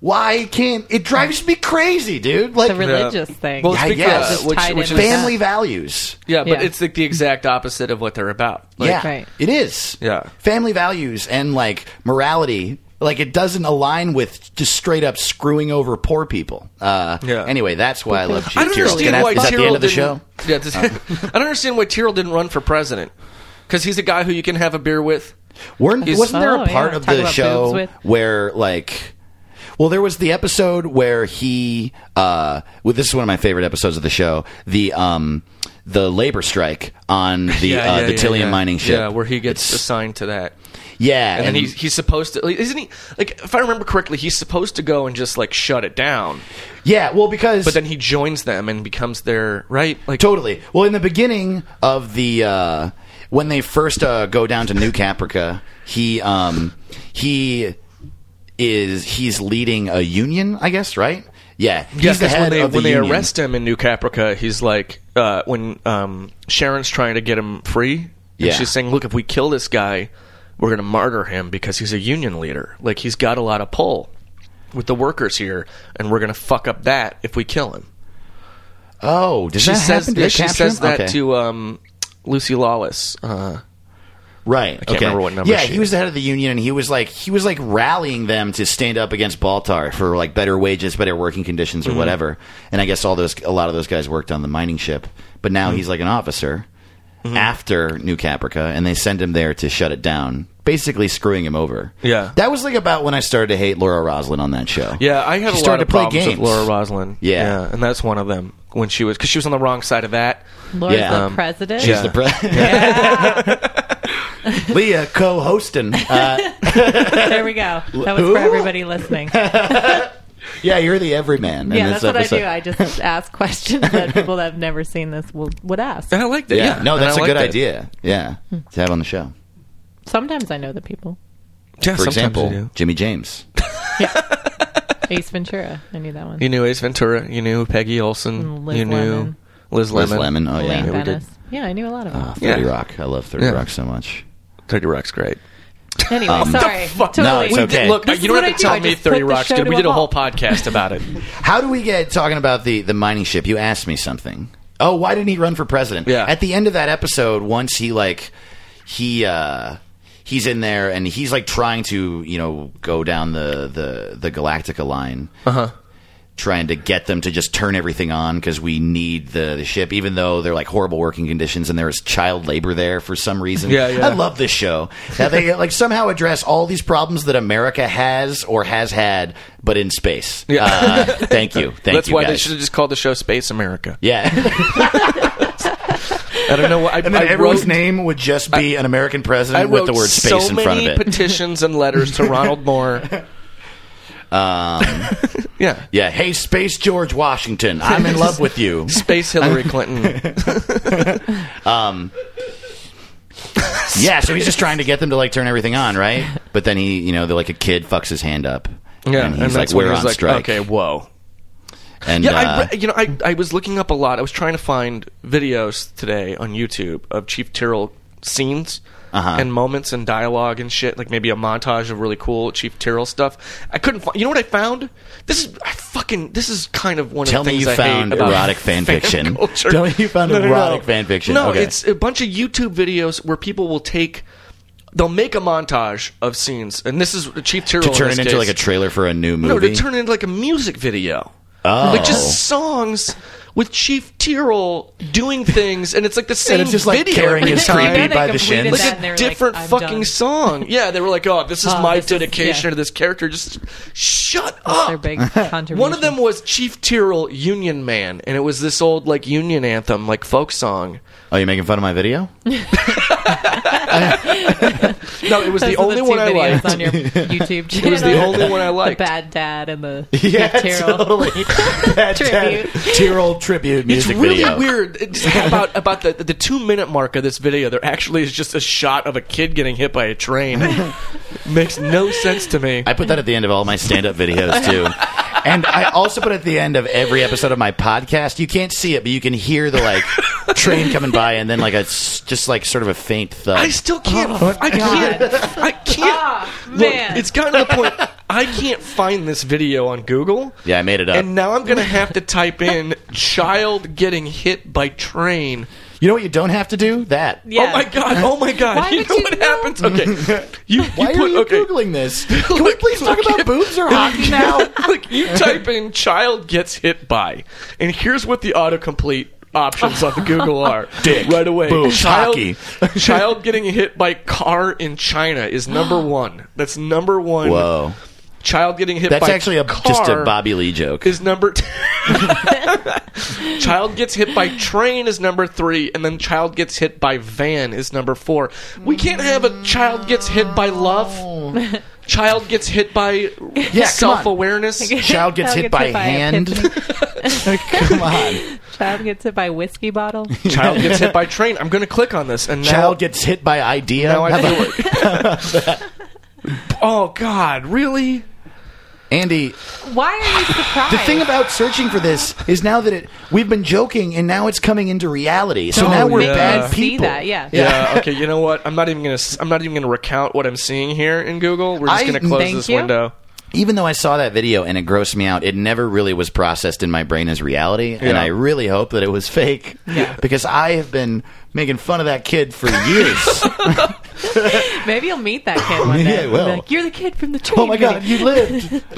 Why can't it drives me crazy, dude? Like The religious thing. Well, it's Yeah, I because guess. It's which, tied which in with is, that. family values. yeah, but Yeah. it's like the exact opposite of what they're about. Like, yeah, Right. it is. Yeah. family values and like morality, like it doesn't align with just straight up screwing over poor people. Uh, Yeah. Anyway, that's why I love. Chief I don't Tyrrell. understand Can I- why is that Tyrrell the end of the didn't- show? Yeah, this- I don't understand why Tyrrell didn't run for president because he's a guy who you can have a beer with. Weren't, Is- wasn't there Oh, a part yeah. of Talk the about show boobs with- where like well there was the episode where he uh well, this is one of my favorite episodes of the show the um the labor strike on the uh, the Tillian mining ship Yeah, where he gets It's- assigned to that. yeah And, then he's, he's supposed to, like, isn't he? Like, if I remember correctly, he's supposed to go and just like shut it down. yeah well because But then he joins them and becomes their right. Like, Totally. Well, in the beginning of the uh, when they first uh, go down to New Caprica, he um, he is he's leading a union, I guess, right? Yeah, he's yes, the that's when head they of the when they union. arrest him in New Caprica, he's like, uh, when um, Sharon's trying to get him free, and Yeah. she's saying, "Look, if we kill this guy, we're going to martyr him because he's a union leader. Like, he's got a lot of pull with the workers here, and we're going to fuck up that if we kill him." Oh, does She that says, happen? Did yeah, they she capture says him? that Okay. to um, Lucy Lawless. Uh, Right. I can't remember what number Yeah, she he was the head of the union, and he was like he was like rallying them to stand up against Baltar for like better wages, better working conditions, or Mm-hmm. whatever. And I guess all those a lot of those guys worked on the mining ship, but now Mm-hmm. he's like an officer after New Caprica, and they send him there to shut it down, basically screwing him over. Yeah. that was like about when I started to hate Laura Roslin on that show. Yeah, I had a She lot started of to play problems with games. Laura Roslin. Yeah. and that's one of them when she was because she was on the wrong side of that. Laura's Yeah. the Um, president. She's yeah. the pre- Leah co-hosting. Uh, there we go. That was Who? for everybody listening. yeah, you're the everyman. in yeah, this that's what episode. I do. I just ask questions that people that have never seen this will, would ask. And I liked it. Yeah, no, And that's I a good liked it. idea. Yeah, Hmm. to have on the show. Sometimes I know the people. Yeah, For sometimes example, you do. Jimmy James. Ace Ventura. I knew that one. You knew Ace Ventura. You knew Peggy Olson. And Liz you knew Lemon. Liz Liz Lemon. Lemon. Oh Elaine we yeah. did. Bennis. Yeah, I knew a lot of them. Oh, Thirty Yeah. Rock. I love Thirty Yeah. Rock so much. Thirty Rock's great. anyway, sorry. fuck? Totally. No, it's okay. Hey, Look, this you is don't what have to I do. tell I me just put Thirty the Rock's show good. to We did a whole halt. podcast about it. How do we get talking about the the mining ship? You asked me something. Oh, why didn't he run for president? Yeah. At the end of that episode, once he like he uh he's in there and he's like trying to you know go down the the the Galactica line. Trying to get them to just turn everything on because we need the, the ship, even though they're like horrible working conditions and there is child labor there for some reason. Yeah, yeah. I love this show. Now they like somehow address all these problems that America has or has had, but in space. Yeah. Uh, thank you. Thank That's you. why they guys. should have just called the show Space America. Yeah. I don't know. why- I, And then I everyone's wrote, name would just be an American president I with wrote the word space so in many front of it. petitions and letters to Ronald Moore. um, Yeah, yeah, hey, space George Washington, I'm in love with you. Space Hillary Clinton. Yeah, so he's just trying to get them to like turn everything on, right? But then he, you know, they're like a kid fucks his hand up. Yeah, and he's like, that's when we're he was on like, strike. Okay, whoa. And Yeah, uh, I, re- you know, I, I was looking up a lot. I was trying to find videos today on YouTube of Chief Tyrrell scenes Uh-huh. and moments and dialogue and shit, like maybe a montage of really cool Chief Tyrrell stuff. I couldn't find. You know what I found? This is I fucking. This is kind of one Tell of the me things you I found hate about erotic fan fiction. culture. Tell me you found erotic fan fiction. No, Okay. it's a bunch of YouTube videos where people will take. They'll make a montage of scenes, and this is Chief Tyrrell to in turn this it into case. like a trailer for a new movie. No, to turn it into like a music video. Oh. Like just songs with Chief Tyrrell doing things, and it's like the same And it's just, like, video carrying every his time. creepy Then they by the completed shins. Like that a and they were like, different "I'm fucking done." song. Yeah, they were like, "Oh, this is Oh, my this is- dedication yeah. to this character." Just shut Their up. big contribution. One of them was Chief Tyrrell Union Man, and it was this old like Union anthem, like folk song. oh, you making fun of my video? No, it was Those the are only two one I videos liked. on your YouTube channel. It was the only one I liked. The bad dad and the Yeah, material. totally. That- that Tyrrell tribute It's music really video. weird. It's about about the the two minute mark of this video, there actually is just a shot of a kid getting hit by a train. Makes no sense to me. I put that at the end of all my stand-up videos too. And I also put it at the end of every episode of my podcast. You can't see it, but you can hear the like train coming by, and then like a s- just like sort of a faint thud. I still can't. Oh, I can't. I can't. man. Look, it's gotten to the point. I can't find this video on Google. yeah, I made it up. And now I'm gonna have to type in "child getting hit by train." you know what? You don't have to do that. Yeah. Oh my god! Oh my god! Why you would know you what know? happens? Okay, you, you Why put are you okay. googling this? Can we Look, please talk look, about boobs or hockey now? Look, you type in child gets hit by, and here's what the autocomplete options on the Google are. Dick, Right away. boobs, child, hockey. child getting hit by car in China is number one. That's number one. Whoa, Child getting hit that's by actually a, car just a Bobby Lee joke. is number two. child gets hit by train is number three, and then child gets hit by van is number four. We can't have a child gets hit by love. Child gets hit by on. self awareness. Child gets Child hit gets by hit by a hand. Come on. Child gets hit by a whiskey bottle. Child gets hit by train. I'm going to click on this, and now, Child gets hit by idea. now How I about- feel it. oh God, really? Andy, Why are you surprised? The thing about searching for this is now that it we've been joking and now it's coming into reality. So Don't now we're make bad me see people. that, yeah. Yeah. okay. You know what? I'm not even gonna. s- I'm not even gonna recount what I'm seeing here in Google. We're just I- gonna close Thank this you. window. Even though I saw that video and it grossed me out, it never really was processed in my brain as reality, and Yeah. I really hope that it was fake. Yeah. Because I have been making fun of that kid for years. Maybe you'll meet that kid one Yeah, day. I You'll will. be like, You're the kid from the train. oh my god, video." you lived.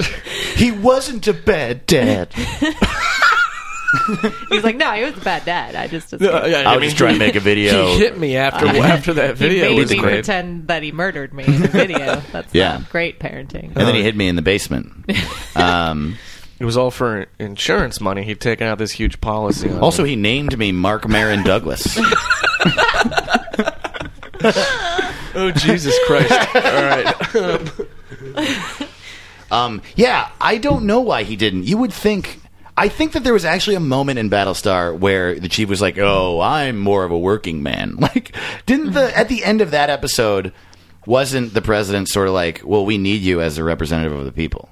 He wasn't a bad dad. He's like, no, he was a bad dad. I just. Yeah, yeah, I mean, to make a He hit me after after that He video made was me made. pretend that he murdered me in the video. That's Yeah. not great parenting. And then he hit me in the basement. Um, It was all for insurance money. He'd taken out this huge policy. On also, me. he named me Mark Marin Douglas. oh Jesus Christ! all right, Um, yeah, I don't know why he didn't. You would think. I think that there was actually a moment in Battlestar where the chief was like, "Oh, I'm more of a working man." Like, didn't the at the end of that episode wasn't the president sort of like, "Well, we need you as a representative of the people,"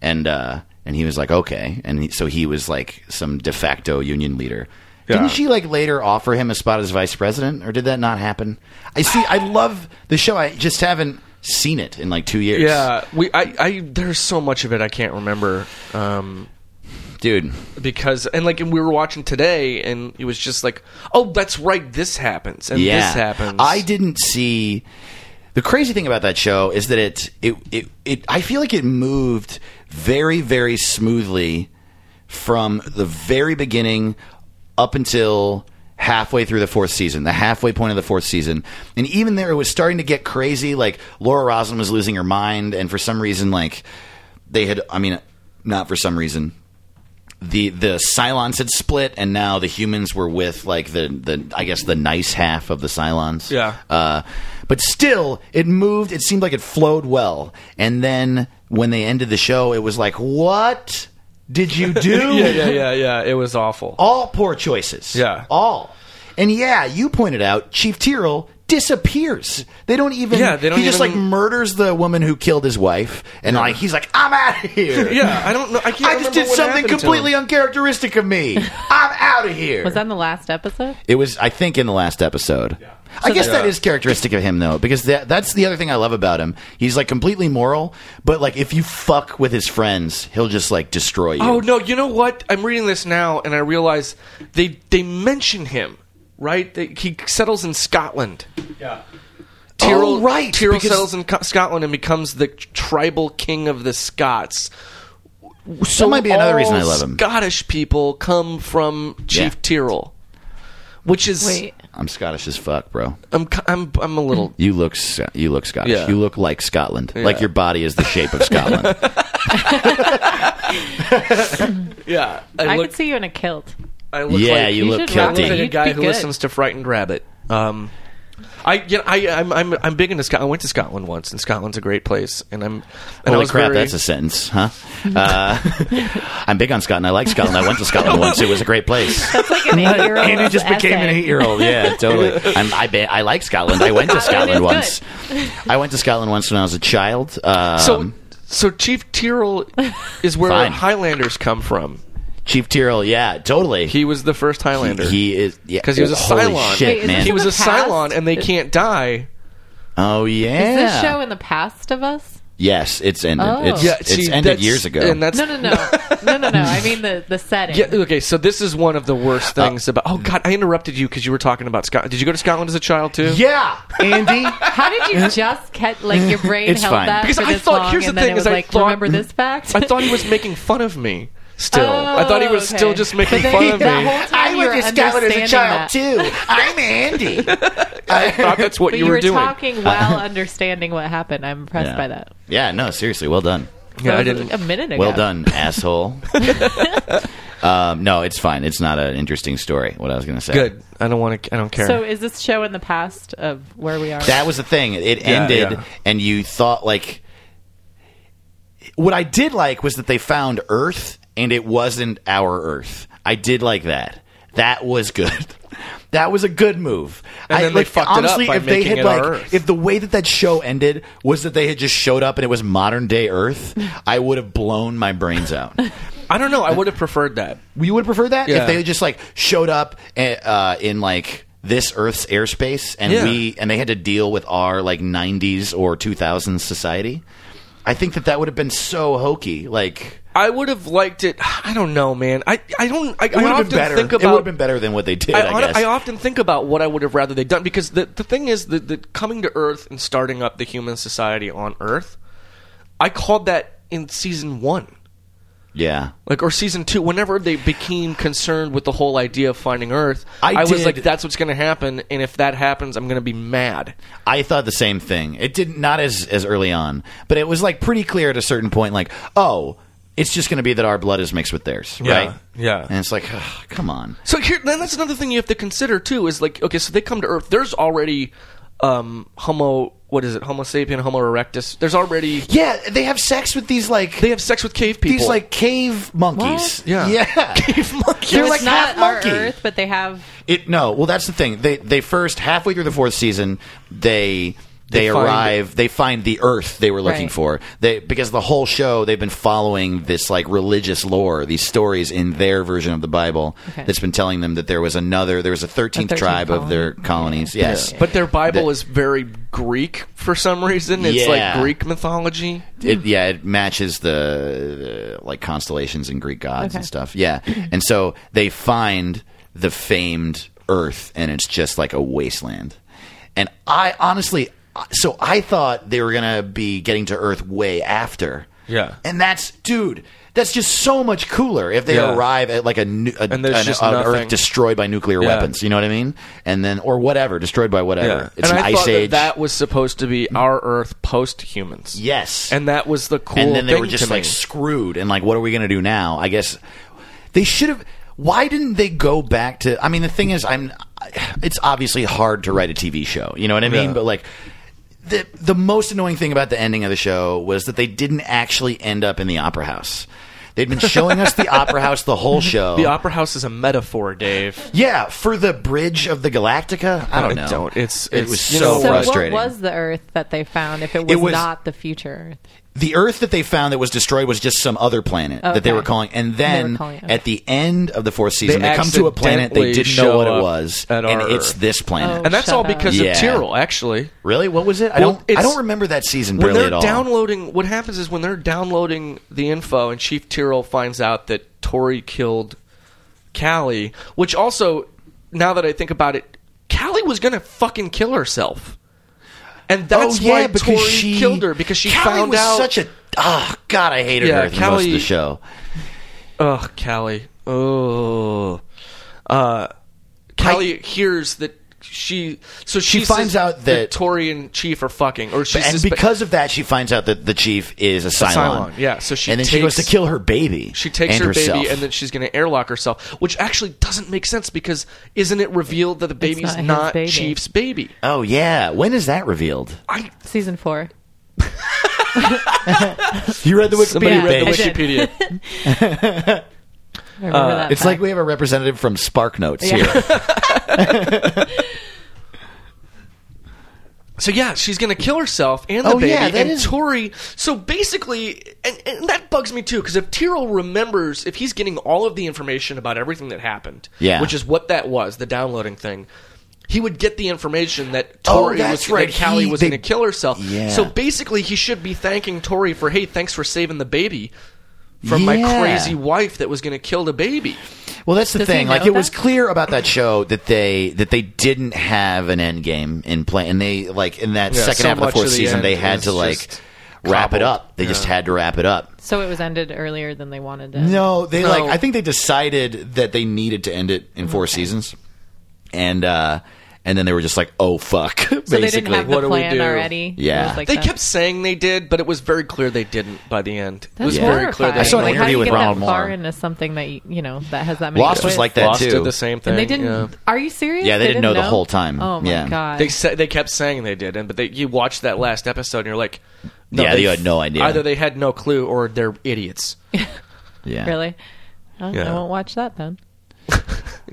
and uh, and he was like, "Okay," and he, so he was like some de facto union leader. Yeah. Didn't she like later offer him a spot as vice president, or did that not happen? I see. I love the show. I just haven't seen it in like two years. yeah. We I, I there's so much of it I can't remember. Um, dude. because and like and we were watching today and it was just like oh that's right this happens and this happens I didn't see the crazy thing about that show is that it, it it it I feel like it moved very very smoothly from the very beginning up until halfway through the fourth season, the halfway point of the fourth season. And even there it was starting to get crazy like Laura Roslin was losing her mind and for some reason like they had I mean not for some reason the the Cylons had split, and now the humans were with like the the I guess the nice half of the Cylons. Yeah. Uh, but still, it moved. It seemed like it flowed well. And then when they ended the show, it was like, what did you do? yeah, yeah, yeah, yeah. It was awful. All poor choices. Yeah. All. And yeah, you pointed out Chief Tyrrell disappears. They don't even. Yeah, they don't He just even- like murders the woman who killed his wife, and like he's like, I'm out of here. yeah, I don't know. I can't. I just remember did what something happened to him. completely uncharacteristic of me. I'm out of here. Was that in the last episode? it was, I think, in the last episode. I guess that is characteristic of him, though, because that, that's the other thing I love about him. He's like completely moral, but like if you fuck with his friends, he'll just like destroy you. Oh no! You know what? I'm reading this now, and I realize they they mention him. Right? They, he settles in Scotland. Yeah. Tyrrell, Oh, right, Tyrrell because- settles in Co- Scotland and becomes the tribal king of the Scots. So might be another all reason I love him. Scottish people come from Chief Yeah. Tyrrell, which is Wait. I'm Scottish as fuck, bro. I'm c- I'm I'm a little You look Sc- you look Scottish. Yeah. You look like Scotland. Like your body is the shape of Scotland. yeah. I, I, look could see you in a kilt. I look yeah, like you, You look should I rock look You'd like kilty. a guy be who good. listens to Frightened Rabbit. Um, I, you know, I, I'm, I'm, I'm big into Scotland. I went to Scotland once, and Scotland's a great place. And I'm, and I Holy was crap, very- that's a sentence, huh? Uh, I'm big on Scotland. I like Scotland. I went to Scotland once. It was a great place. Like an eight-year-old. And it just became an eight-year-old. Yeah, totally. I'm, I ba- I like Scotland. I went to Scotland Scotland is once. I went to Scotland once when I was a child. Um, so, so Chief Tyrrell is where Fine. Highlanders come from. Chief Tyrrell, yeah, totally. He was the first Highlander he is yeah. 'Cause he was a holy Cylon. Shit, Wait, is man. this He was a In the past? Cylon, and they can't die. oh yeah. Is this show in the past of us? yes, it's ended. Oh. It's, Yeah, it's see, ended that's- years ago. and that's No, no, no, no, no, no. I mean the the setting. yeah. Okay, so this is one of the worst Uh, things about. hmm. Oh God, I interrupted you because you were talking about Scotland. Did you go to Scotland as a child too? yeah, Andy. How did you just catch like your brain It's held fine. that Because for I this thought- long, here's the and then thing it was is I like, thought- remember this fact? I thought he was making fun of me. Still, I thought he was Oh, still okay. just making But fun then of that me. whole time you were understanding that. too. I'm Andy. I thought that's what But you, were, doing. talking while understanding what happened. I'm impressed Uh-huh. Yeah. by that. Yeah, no, seriously, well done. Yeah, That I was didn't. A minute ago. Well done, asshole. um, no, it's fine. It's not an interesting story. What I was going to say. Good. I don't want to. I don't care. So is this show in the past of where we are? That was the thing. It ended, yeah. and you thought like. What I did like was that they found Earth, and it wasn't our Earth. I did like that. That was good. That was a good move. And I, then they like, fucked it up honestly, by if they making had it like, our Earth. if the way that that show ended was that they had just showed up and it was modern day Earth, I would have blown my brains out. I don't know. I would have preferred that. We would prefer that Yeah. if they had just like showed up uh, in like this Earth's airspace, and Yeah. we and they had to deal with our like '90s or 2000s society. I think that that would have been so hokey. Like I would have liked it. I don't know, man. I I don't. I, it would I have often been better. think it would about. have been better than what they did. I, I, on- guess. I often think about what I would have rather they done because the the thing is that the coming to Earth and starting up the human society on Earth. I called that in season one. yeah. Like or season two, whenever they became concerned with the whole idea of finding Earth, I was did- like, "That's what's going to happen," and if that happens, I'm going to be mad. I thought the same thing. It did not as as early on, but it was like pretty clear at a certain point. Like, oh, it's just going to be that our blood is mixed with theirs, right? yeah. And it's like, ugh, come on. So here, then that's another thing you have to consider too is like, okay, so they come to Earth. There's already um, Homo, what is it? Homo sapien, Homo erectus. There's already Yeah, they have sex with these like they have sex with cave people. These like cave monkeys. What? Yeah. Cave monkeys. So They're it's like not half our monkey. Earth, but they have. It no, well that's the thing. They they first halfway through the fourth season, they they, find- arrive, they find the earth they were looking Right. for. They because the whole show they've been following this like religious lore, these stories in their version of the Bible Okay. that's been telling them that there was another there was a 13th, 13th tribe of colony. their colonies. Yes. but their Bible The- is very Greek for some reason. It's Yeah. like Greek mythology. it, yeah, it matches the, the like constellations and Greek gods and Okay. stuff. Yeah, and so they find the famed Earth, and it's just like a wasteland. And I honestly, so I thought they were gonna be getting to Earth way after. Yeah. and that's dude. That's just so much cooler if they Yeah. arrive at like a, nu- a And there's an- just an nothing. Earth destroyed by nuclear Yeah. weapons. You know what I mean? And then or whatever, destroyed by whatever. It's and an I ice thought age. That, that was supposed to be our Earth post humans. yes, and that was the cool. and then they thing were just to me. like screwed and like what are we going to do now i guess they should have why didn't they go back to i mean the thing is i'm it's obviously hard to write a tv show you know what i mean Yeah. but like the the most annoying thing about the ending of the show was that they didn't actually end up in the opera house they'd been showing us the opera house the whole show the opera house is a metaphor, Dave. yeah for the bridge of the galactica i don't I know don't. It's- it it's was you so, know- so frustrating what was the Earth that they found if it was, It was- not the future? Earth? the Earth that they found that was destroyed was just some other planet that they Okay. were calling. And They then were calling it, okay. at the end of the fourth season, They they, come to a planet they didn't accidentally know what show it up was, at and our it's Earth. this planet. Oh. And that's Shut all up. because Yeah. of Tyrell, actually. Really, what was it? I Well, don't. I it's- don't remember that season When barely they're at all. downloading, what happens is when they're downloading the info, and Chief Tyrell finds out that Tori killed Callie. Which also, now that I think about it, Callie was going to fucking kill herself, and oh that's yeah, why because Tori she killed her because she Callie found was out. Such a oh god, I hated Yeah, her through most of Callie- the show. Ugh, Callie. Oh. Uh, Callie hears that she. So she, She finds sus- out that- Tori and Chief are fucking, or she And suspe- because of that, she finds out that the chief is a Cylon. Cylon, yeah, so she and then she goes to takes- kill her baby. she takes and her herself. baby and then she's going to airlock herself, which actually doesn't make sense because isn't it revealed that the baby's not his baby. Chief's baby? oh yeah, when is that revealed? I, Season four. You read the Wikipedia somebody Yeah, read the I did. Wikipedia. I remember that Uh, It's fact. like we have a representative from Spark Notes here. Yeah. So yeah, she's gonna kill herself and the Oh, baby yeah, that and is- Tori. So basically, and, and that bugs me too because if Tyrell remembers, if he's getting all of the information about everything that happened, Yeah. which is what that was, the downloading thing, he would get the information that Tori Oh, that's was right. that Callie He- was they- gonna kill herself. Yeah. So basically, he should be thanking Tori for hey, thanks for saving the baby from my Yeah. crazy wife that was gonna kill the baby. Well, that's the Does he thing. Like, know it was that? clear about that show that they that they didn't have an end game in play, and they like in that Yeah, second so half of the much fourth of the season, they end had is to like just wrap it cobbled. up. They just had to wrap it up. so it was ended earlier than they wanted to. No, they No. like. I think they decided that they needed to end it in four seasons, and uh and then they were just like, "Oh fuck!" so basically, they didn't have What the do we plan do? already. Yeah. It was like They that. kept saying they did, but it was very clear they didn't by the end. it That's was Yeah. very clear. horrifying. They I saw an Like, interview how do you with get that Ronald Far Moore. into something that you, you know that has that many. Lost was twists? like that Lost too. did the same thing. And they didn't. yeah. Are you serious? Yeah, they didn't know the whole time. Oh my Yeah. god. They said they kept saying they did, and but they, you watched that last episode, and you're like, Yeah, they you had no idea. Either they had no clue, or they're idiots. yeah, really. Oh, Yeah. I won't watch that then.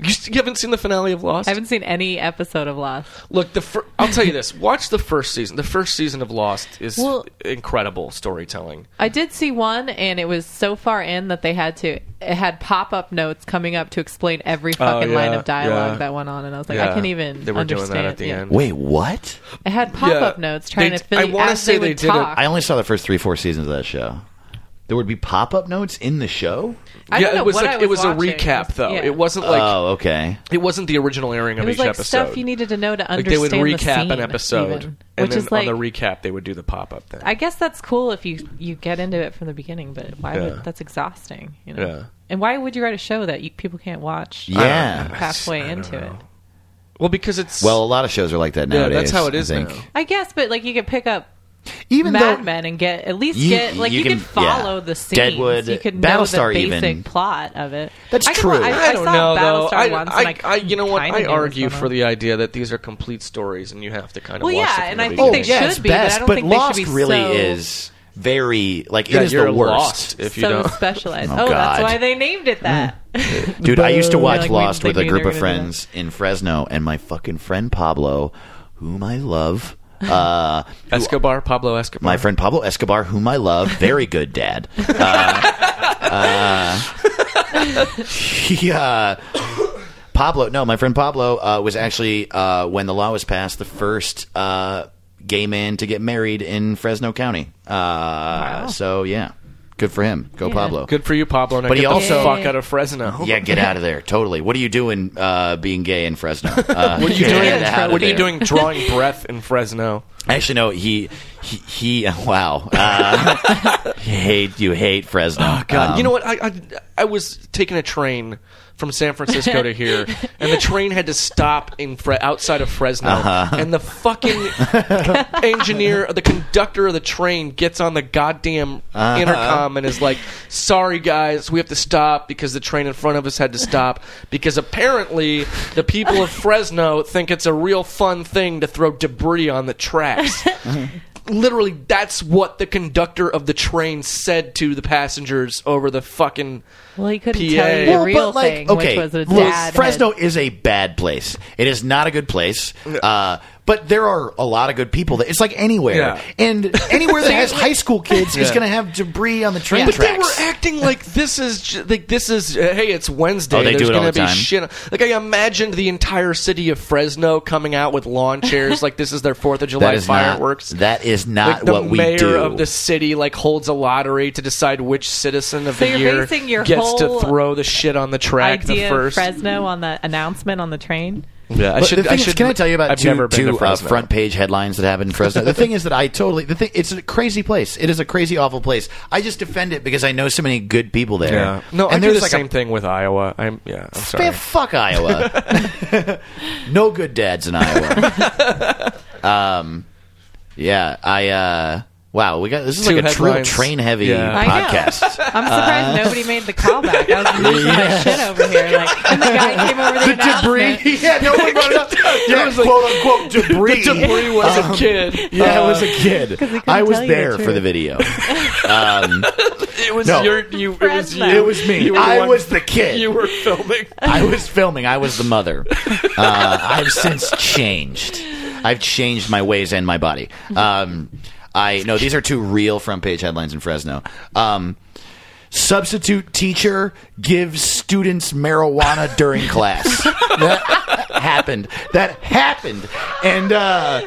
You, s- you haven't seen the finale of Lost. I haven't seen any episode of Lost. Look, the fir- I'll tell you this: watch the first season. The first season of Lost is Well- incredible storytelling. I did see one, and it was so far in that they had to. It had pop up notes coming up to explain every fucking Oh, yeah, line of dialogue yeah. that went on, and I was like, Yeah. I can't even. They were understand. doing that at the Yeah. end. Wait, what? It had pop up Yeah. notes trying They- to fill. I you- wanna as say they would did it- talk. I only saw the first three, four seasons of that show. There would be pop-up notes in the show. I yeah, don't know it was what like I it was watching. a recap, though. Yeah. It wasn't like oh, okay. it wasn't the original airing It of was each like episode. stuff you needed to know to like understand. they would recap the scene, an episode, even, and which then is like on the recap they would do the pop up thing. I guess that's cool if you you get into it from the beginning, but why Yeah. would that's exhausting? You know. Yeah. And why would you write a show that you, people can't watch? Yeah. I don't know. Halfway I don't into it. know. Well, because it's Well, a lot of shows are like that yeah, nowadays. that's how it I is think. now. I guess, but like you could pick up Even Mad though Men and get at least You- get like you you, can- could follow yeah. the scenes. Deadwood, you could Battlestar know the basic even. plot of it. That's I could- true. I, I, don't saw know Battlestar though. I, once, I, and I, I, you know what? kinda I knew what was argue going for on. the idea that these are complete stories, and you have to kind of Well, watch yeah, it from and the I think beginning. they yeah, should it's be, but I Oh, best, don't but think they should Lost be really so- is very like Yeah, it is you're the worst. lost if you so don't. specialized. Oh, Oh, that's God. why they named it that. Dude, I used to They're watch like, we- Lost they with a knew group they of were gonna do friends in Fresno, and my fucking friend Pablo, whom I love, uh, who- Escobar, Pablo Escobar. my friend Pablo Escobar, whom I love, very good dad. Uh, uh, he, uh, Pablo, no, my friend Pablo uh, was actually uh, when the law was passed, the first uh, gay man to get married in Fresno County. Uh, So yeah, Good for him. Go Yeah. Pablo. Good for you, Pablo. Now But get he also- the fuck out of Fresno. Yeah, get out of there. Totally. What are you doing uh, being gay in Fresno? Uh, What are you get doing? out of What are you there. doing? Drawing breath in Fresno. Actually, no. He he. he wow. Uh, you hate you hate Fresno. God, Um, you know what? I, I I was taking a train from San Francisco to here, and the train had to stop in Fre- outside of Fresno, and the fucking engineer, the conductor of the train, gets on the goddamn intercom and is like, "Sorry guys, we have to stop because the train in front of us had to stop because apparently the people of Fresno think it's a real fun thing to throw debris on the tracks." literally that's what the conductor of the train said to the passengers over the fucking Well, he couldn't PA. tell you the Well, real thing, which was a look, dad. Fresno is a bad place. It is not a good place. Uh, but there are a lot of good people. That, it's like anywhere, Yeah. and anywhere that has high school kids is going to have debris on the train but they were tracks. acting like this is j- like this is uh, hey it's Wednesday Oh, they do there's it all gonna the be time. shit on- like I imagined the entire city of Fresno coming out with lawn chairs like this is their Fourth of that July is fireworks Not, that is not like the what we mayor do. of the city like holds a lottery to decide which citizen of So the you're year basing your gets to whole throw the shit on the track idea the first. of Fresno on the announcement on the train. Yeah, I But should. the thing I is, should. can I tell you about I've two, never been two, to uh, Fresno. front page headlines that happened in Fresno? the thing is that I totally the thing. It's a crazy place. It is a crazy awful place. I just defend it because I know so many good people there. Yeah. No, and I do there's the like same a thing with Iowa. I'm yeah. I'm sorry. Man, fuck Iowa. no good dads in Iowa. um, yeah, I. Uh, wow, we got this is Two like a true headlines. train heavy Yeah. I know. podcast. I'm surprised nobody made the callback. I was losing my shit over here. Like, and the guy came over the, announcement. yeah, no one brought it up. Yeah, was like- quote unquote debris. The debris was a kid. Yeah, I Uh, was a kid. couldn't I was tell you the there for truth. the video. It was No. your. You, it was you. Fresno. It was me. You were I one- was the kid. You were filming. I was filming. I was the mother. Uh, I've since changed. I've changed my ways and my body. Um, I no. These are two real front page headlines in Fresno. Um, substitute teacher gives students marijuana during class. that happened. That happened. And uh,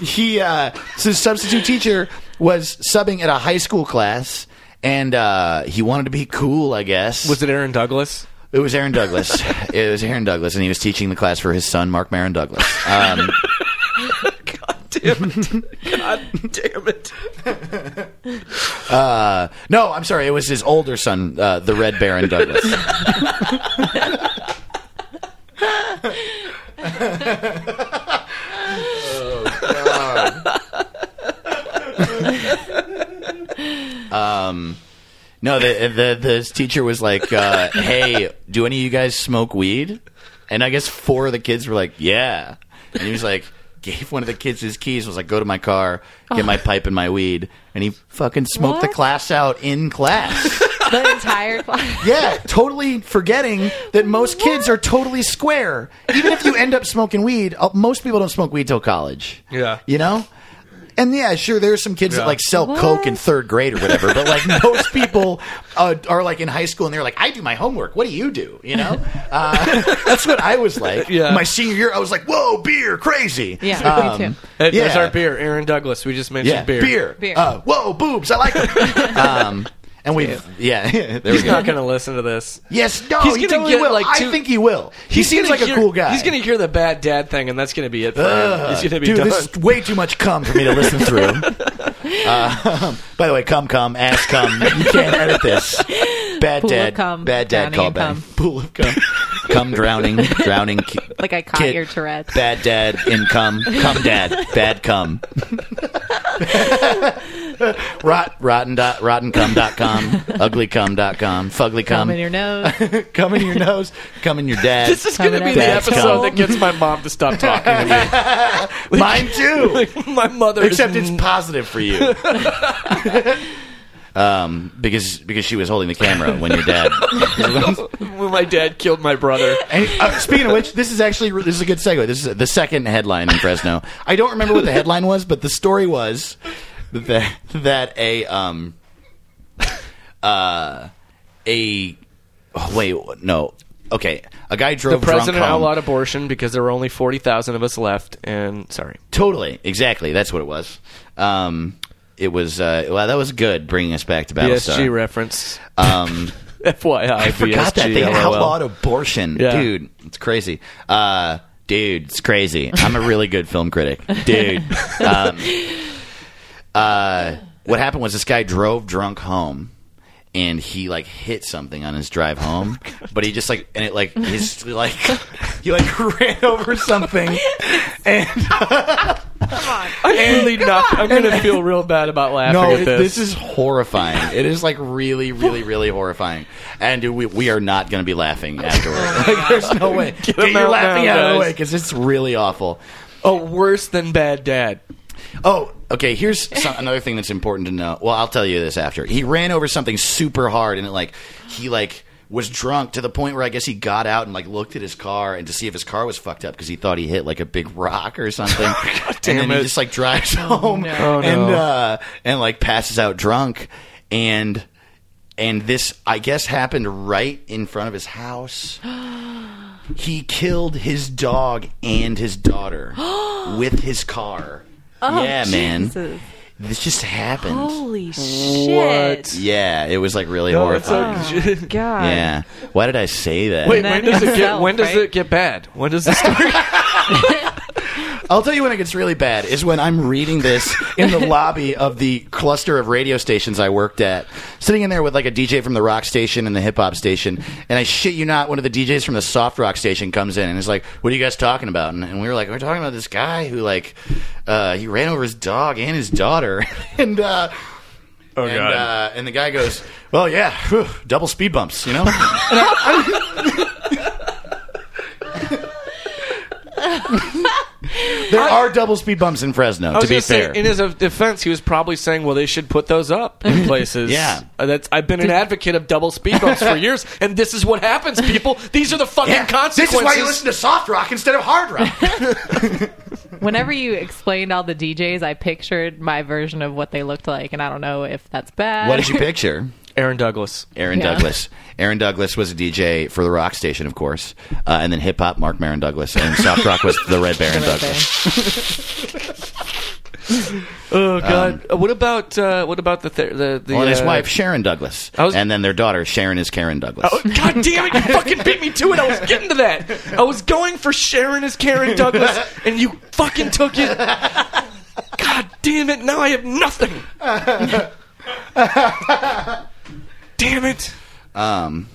he, uh, so substitute teacher was subbing at a high school class. And uh, he wanted to be cool, I guess. Was it Aaron Douglas? It was Aaron Douglas. it was Aaron Douglas, and he was teaching the class for his son, Mark Maron Douglas. Um, Damn it! God damn it! uh, no, I'm sorry. It was his older son, uh, the Red Baron Douglas. um, no, the, the the teacher was like, uh, "Hey, do any of you guys smoke weed?" And I guess four of the kids were like, "Yeah," and he was like. Gave one of the kids his keys. Was like, go to my car, get my pipe and my weed, and he fucking smoked the What? class out in class. The entire class. yeah, totally forgetting that most kids are totally square. Even if you end up smoking weed, uh, most people don't smoke weed till college. Yeah. you know. And yeah, sure, there's some kids that Yeah. like sell What? coke in third grade or whatever, but like most people uh, are like in high school and they're like, I do my homework. What do you do? You know, uh, that's what I was like. Yeah. My senior year, I was like, whoa, beer, crazy. Yeah, me too. Hey, There's yeah. our beer, Aaron Douglas. We just mentioned Yeah, beer. beer, Beer. Uh, whoa, boobs, I like them. um, and we, have yeah, there we He's go. not gonna listen to this. Yes, no, He's he gonna totally get, will. like, I two- think he will. He He's seems gonna like a hear- cool guy. He's gonna hear the bad dad thing, and that's gonna be it for him. He's gonna be Dude, done. this is way too much cum for me to listen through. Uh, by the way, cum, cum, ass, cum. You can't edit this. Bad Pool of dad, cum, bad dad drowning in cum. callback. Pool of cum, cum drowning, drowning. ki- Like I caught kid. your Tourette's. Bad dad in cum, cum dad, bad cum. Rot, rotten dot, rottencum.com, uglycum.com, fuglycum. Thumb in your nose. Cum in your nose, cum in your dad. This is gonna Coming be up the next. episode Cool. that gets my mom to stop talking to me. Mine too. Like, my mother, is Except it's positive for you. um, because because she was holding the camera when your dad. when my dad killed my brother. And, uh, speaking of which, this is actually this is a good segue. This is the second headline in Fresno. I don't remember what the headline was, but the story was that that a um uh a oh, wait no okay a guy The drove drunk president home. outlawed abortion because there were only forty thousand of us left, and sorry. Totally, exactly. That's what it was. Um, it was uh, well, that was good bringing us back to Battlestar. BSG reference. Um, FYI, I forgot that BSG, they LOL. outlawed abortion, Yeah. dude. It's crazy. Uh, dude, it's crazy. I'm a really good film critic, dude. Um, uh, what happened was this guy drove drunk home. And he like hit something on his drive home, but he just like and it like his like he like ran over something, and I really not. I'm gonna feel real bad about laughing no, at this. this is horrifying. It is like really, really, really horrifying. And dude, we we are not going to be laughing afterward. Oh like, there's no way. Get, him your out laughing now, out of the guys. way because it's really awful. oh, worse than bad dad. Oh, okay. Here's some, another thing that's important to know. Well, I'll tell you this after. He ran over something super hard, and it like he like was drunk to the point where I guess he got out and like looked at his car and to see if his car was fucked up because he thought he hit like a big rock or something. damn and then it. he just like drives home no. Oh, no. and uh, and like passes out drunk and. And this, I guess, happened right in front of his house. He killed his dog and his daughter with his car. Oh, yeah, man. Oh, Jesus. This just happened. Holy shit. Yeah, it was like really No, Oh, it's horrifying. a- God. yeah. Why did I say that? Wait, Not when does it get? yourself, When does right? it get bad? When does the story? I'll tell you when it gets really bad is when I'm reading this in the lobby of the cluster of radio stations I worked at, sitting in there with like a DJ from the rock station and the hip hop station, and I shit you not, one of the DJs from the soft rock station comes in and is like, "What are you guys talking about?" And, and we were like, "We're talking about this guy who like uh, he ran over his dog and his daughter," and. uh Oh, and, God. Uh, and the guy goes, "Well, yeah, whew, double speed bumps, you know." And I- there are double speed bumps in Fresno. I To was be gonna say, fair, in his defense, he was probably saying, "Well, they should put those up in places." Yeah. Uh, that's. I've been an advocate of double speed bumps for years, and this is what happens, people. These are the fucking Yeah, consequences. This is why you listen to soft rock instead of hard rock. Whenever you explained all the DJs, I pictured my version of what they looked like, and I don't know if that's bad. what did you picture? Aaron Douglas. Aaron Yeah. Douglas. Aaron Douglas was a DJ for the rock station, of course, uh, and then hip hop. Mark Maron Douglas and soft rock was the Red Baron Right Douglas. Oh God. Uh, what about uh, what about the th- the the Well, and his uh, wife Sharon Douglas, I was- and then their daughter Sharon is Karen Douglas. Oh, God damn it! You fucking beat me to it. I was getting to that. I was going for Sharon as Karen Douglas, and you fucking took it. God damn it! Now I have nothing. damn it! Um,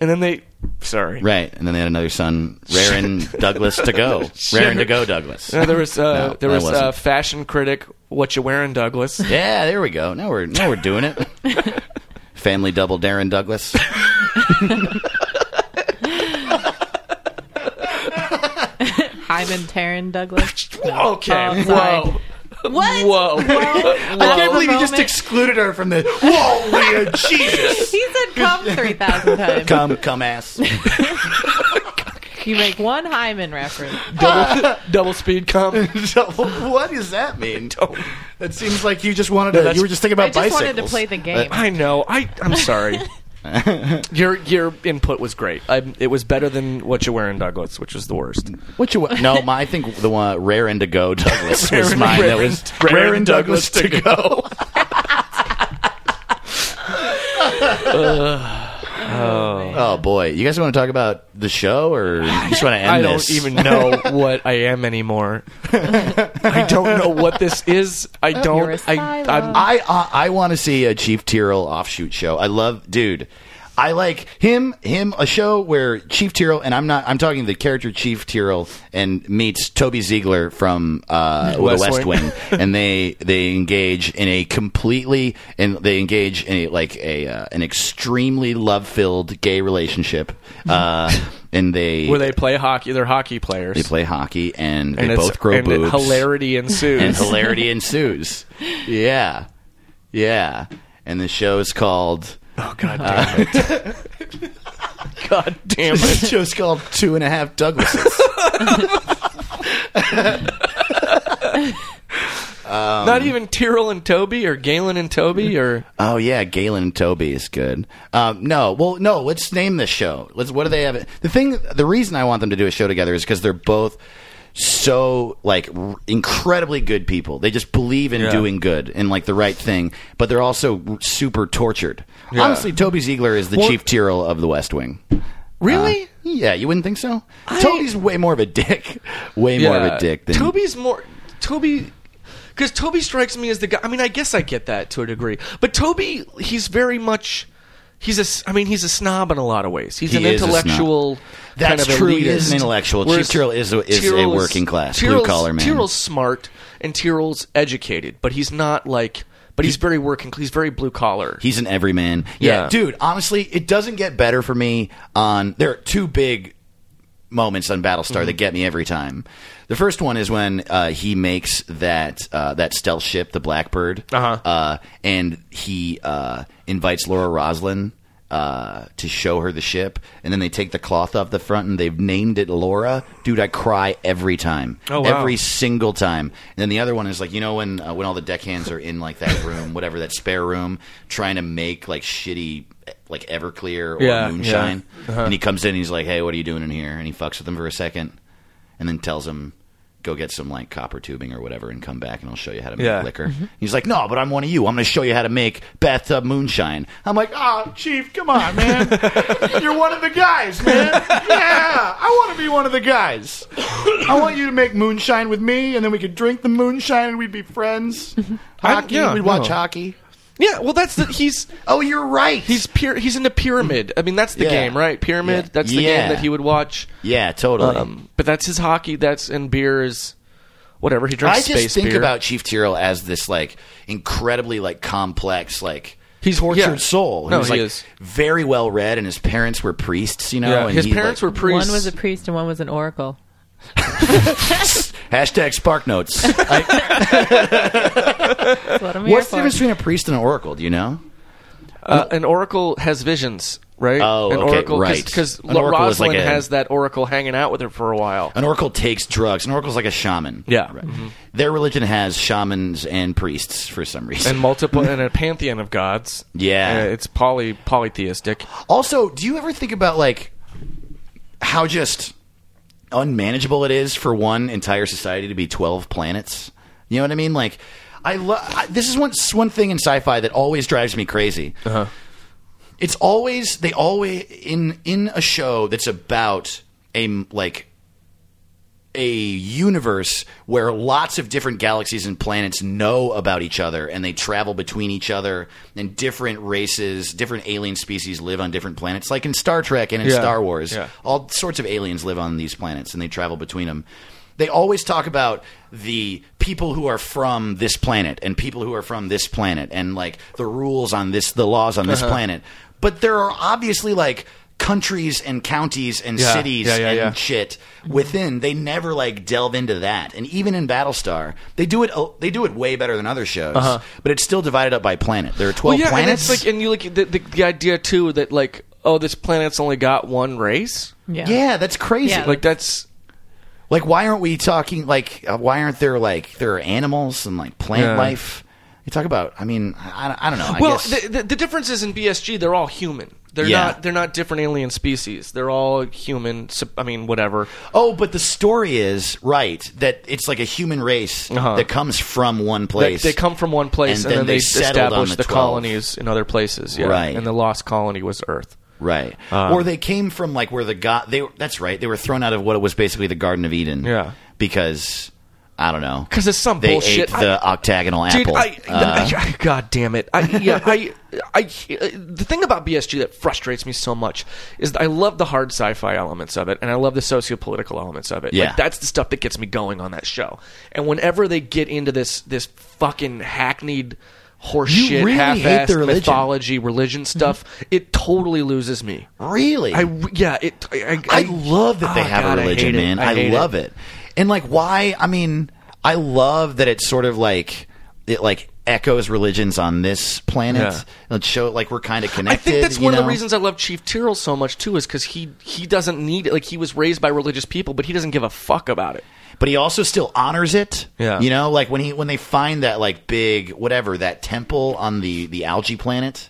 And then they. Sorry. Right, and then they had another son, Raren Douglas to go, Raren to go Douglas. No, there was uh, No, there I was uh, wasn't. fashion critic. What you wearing, Douglas? Yeah, there we go. Now we're now we're doing it. Family double Darren Douglas. Hyman Taryn Douglas. okay. Oh, sorry. whoa. What? Whoa. I can't Whoa. believe you just Moment. excluded her from the. Whoa, Leah, Jesus! He said come 3,000 times. Come, come, ass. You make one Hyman reference. double, double speed comp. what does that mean? That seems like you just wanted to. that's- you were just thinking about I just bicycles. wanted to play the game. I know. I I'm sorry. your your input was great. I, it was better than what you're wearing, Douglas, which was the worst. What you want? No, my, I think the one Raren to go Douglas was Raren- mine. that Raren- was Raren Douglas to go. oh boy, you guys want to talk about the show, or you just want to end I don't this? even know what I am anymore. I don't know what this is. I You're a don't. I, silo. I'm, I I, I want to see a Chief Tyrrell offshoot show. I love, dude. I like him him a show where Chief Tyrrell and I'm not I'm talking the character Chief Tyrrell and meets Toby Ziegler from uh, the West West Wing. Wing, and they they engage in a completely and they engage in a like a uh, an extremely love filled gay relationship, uh, and they where they play hockey. They're hockey players. they play hockey and, and they it's- both grow and boobs Hilarity ensues. and hilarity ensues. Yeah, yeah. And the show is called. oh god damn it! god damn The it! show's called Two and a Half Douglases. Um, Not even Tyrrell and Toby or Galen and Toby or oh yeah, Galen and Toby is good. Um, no, well, no. Let's name this show. Let's. What do they have? The thing. The reason I want them to do a show together is because they're both. so like r- incredibly good people. They just believe in Yeah. doing good and like the right thing, but they're also r- super tortured. Honestly, Toby Ziegler is the chief Tyrrell of The West Wing. Really? Uh, yeah, you wouldn't think so. Toby's way more of a dick. Way more of a dick than Toby's more Toby because Toby strikes me as the guy. I mean, I guess I get that to a degree, but Toby, he's very much. He's a. s- I mean, he's a snob in a lot of ways. He's He an is a snob. intellectual. That's kind of true. Elitist. He is an intellectual. Chief Whereas Tyrrell is a- is a Tyrrell working-class, Tyrrell's- blue-collar man. Tyrrell's smart and Tyrrell's educated, but he's not like. But he's very working. He's very blue collar. He's an everyman. Yeah. Yeah. Dude, honestly, it doesn't get better for me on there are two big moments on Battlestar Mm-hmm. that get me every time. The first one is when uh, he makes that uh, that stealth ship, the Blackbird, Uh-huh. uh, and he uh, invites Laura Roslin uh, to show her the ship, and then they take the cloth off the front and they've named it Laura. Dude, I cry every time, Oh, wow. every single time. And then the other one is like, you know, when uh, when all the deckhands are in like that room, whatever that spare room, trying to make like shitty like Everclear or Yeah, moonshine, yeah. Uh-huh. and he comes in and he's like, hey, what are you doing in here? And he fucks with him for a second, and then tells him. Go get some like copper tubing or whatever, and come back, and I'll show you how to make Yeah. Mm-hmm. liquor. He's like, "No, but I'm one of you. I'm going to show you how to make bathtub moonshine." I'm like, "Oh, chief, come on, man! You're one of the guys, man. Yeah, I want to be one of the guys. I want you to make moonshine with me, and then we could drink the moonshine and we'd be friends. Hockey, Mm-hmm. yeah, we'd watch no. hockey. yeah. Well, that's the. He's Oh, you're right. he's pyra- He's in the pyramid. I mean, that's the Yeah. game, right? Pyramid. Yeah. That's the Yeah. game that he would watch. yeah, totally. Um, but that's his hockey. That's and beer is whatever he drinks. I just space think beer. about Chief Tyrrell as this like incredibly like complex like. He's- tortured yeah. soul. No, was, he like, is. very well read, and his parents were priests. You know, yeah. and his he, parents like- were priests. One was a priest and one was an oracle. hashtag Spark Notes. I- That's what I'm here what's the for. difference between a priest and an oracle? Do you know? Uh, an oracle has visions, right? Oh, an okay, oracle, right. Because An oracle is Rosalind like a- has that oracle hanging out with her for a while. An oracle takes drugs. An oracle's like a shaman. Yeah. Right. Their religion has shamans and priests for some reason. And multiple, and a pantheon of gods. Yeah. Uh, it's poly polytheistic. also, do you ever think about like how just unmanageable it is for one entire society to be 12 planets? You know what I mean? Like I love this is one one thing in sci-fi that always drives me crazy. Uh-huh. It's always they always in in a show that's about a like a universe where lots of different galaxies and planets know about each other and they travel between each other and different races different alien species live on different planets like in star trek and in Yeah. star wars Yeah. all sorts of aliens live on these planets and they travel between them they always talk about the people who are from this planet and people who are from this planet and like the rules on this the laws on Uh-huh. this planet but there are obviously like countries and counties and Yeah. cities Yeah, yeah, and yeah. shit within. They never like delve into that, and even in Battlestar, they do it. They do it way better than other shows, but it's still divided up by planet. There are twelve Uh-huh. yeah, and planets. it's like, and you like the, the, the idea too that like, oh, this planet's only got one race. Yeah. yeah, that's crazy. Yeah. Like that's Like, why aren't we talking? Like, uh, why aren't there like there are animals and like plant Yeah. life? You talk about. I mean, I, I don't know. I well, guess, the, the, the difference is in BSG, they're all human. They're Yeah. not. They're not different alien species. They're all human. sup- I mean, whatever. Oh, but the story is right that it's like a human race Uh-huh. that comes from one They, place. they come from one place, And and, then then, they they, settled on establish the the, 12. colonies in other places. Yeah, Right. and the lost colony was Earth. Right. Um, or they came from like where the god they that's right. They were thrown out of what was basically the Garden of Eden. Yeah. Because I don't know. 'Cause it's some they bullshit. Ate the octagonal Dude, apple. I, Uh, I- God damn it! I, yeah, I, I, the thing about BSG that frustrates me so much is that I love the hard sci-fi elements of it, and I love the socio-political elements of it. Yeah. like, that's the stuff that gets me going on that show. And whenever they get into this, this fucking hackneyed You horseshit, really hate half-assed their religion. mythology, religion stuff, it totally loses me. really? I, yeah, it. I, Oh. I love that they oh, have God, a I hate religion, it. man. I, hate love it. And like why I mean, I love that it's sort of like it like echoes religions on this planet. Yeah. Let's show like we're kind of I connected. think that's you one of know? the reasons I love Chief Tyrrell so much too, is because he he doesn't need it. Like he was raised by religious people, but he doesn't give a fuck about it. but he also still honors it. Yeah. You know, like when he when they find that like big whatever that temple on the the algae planet,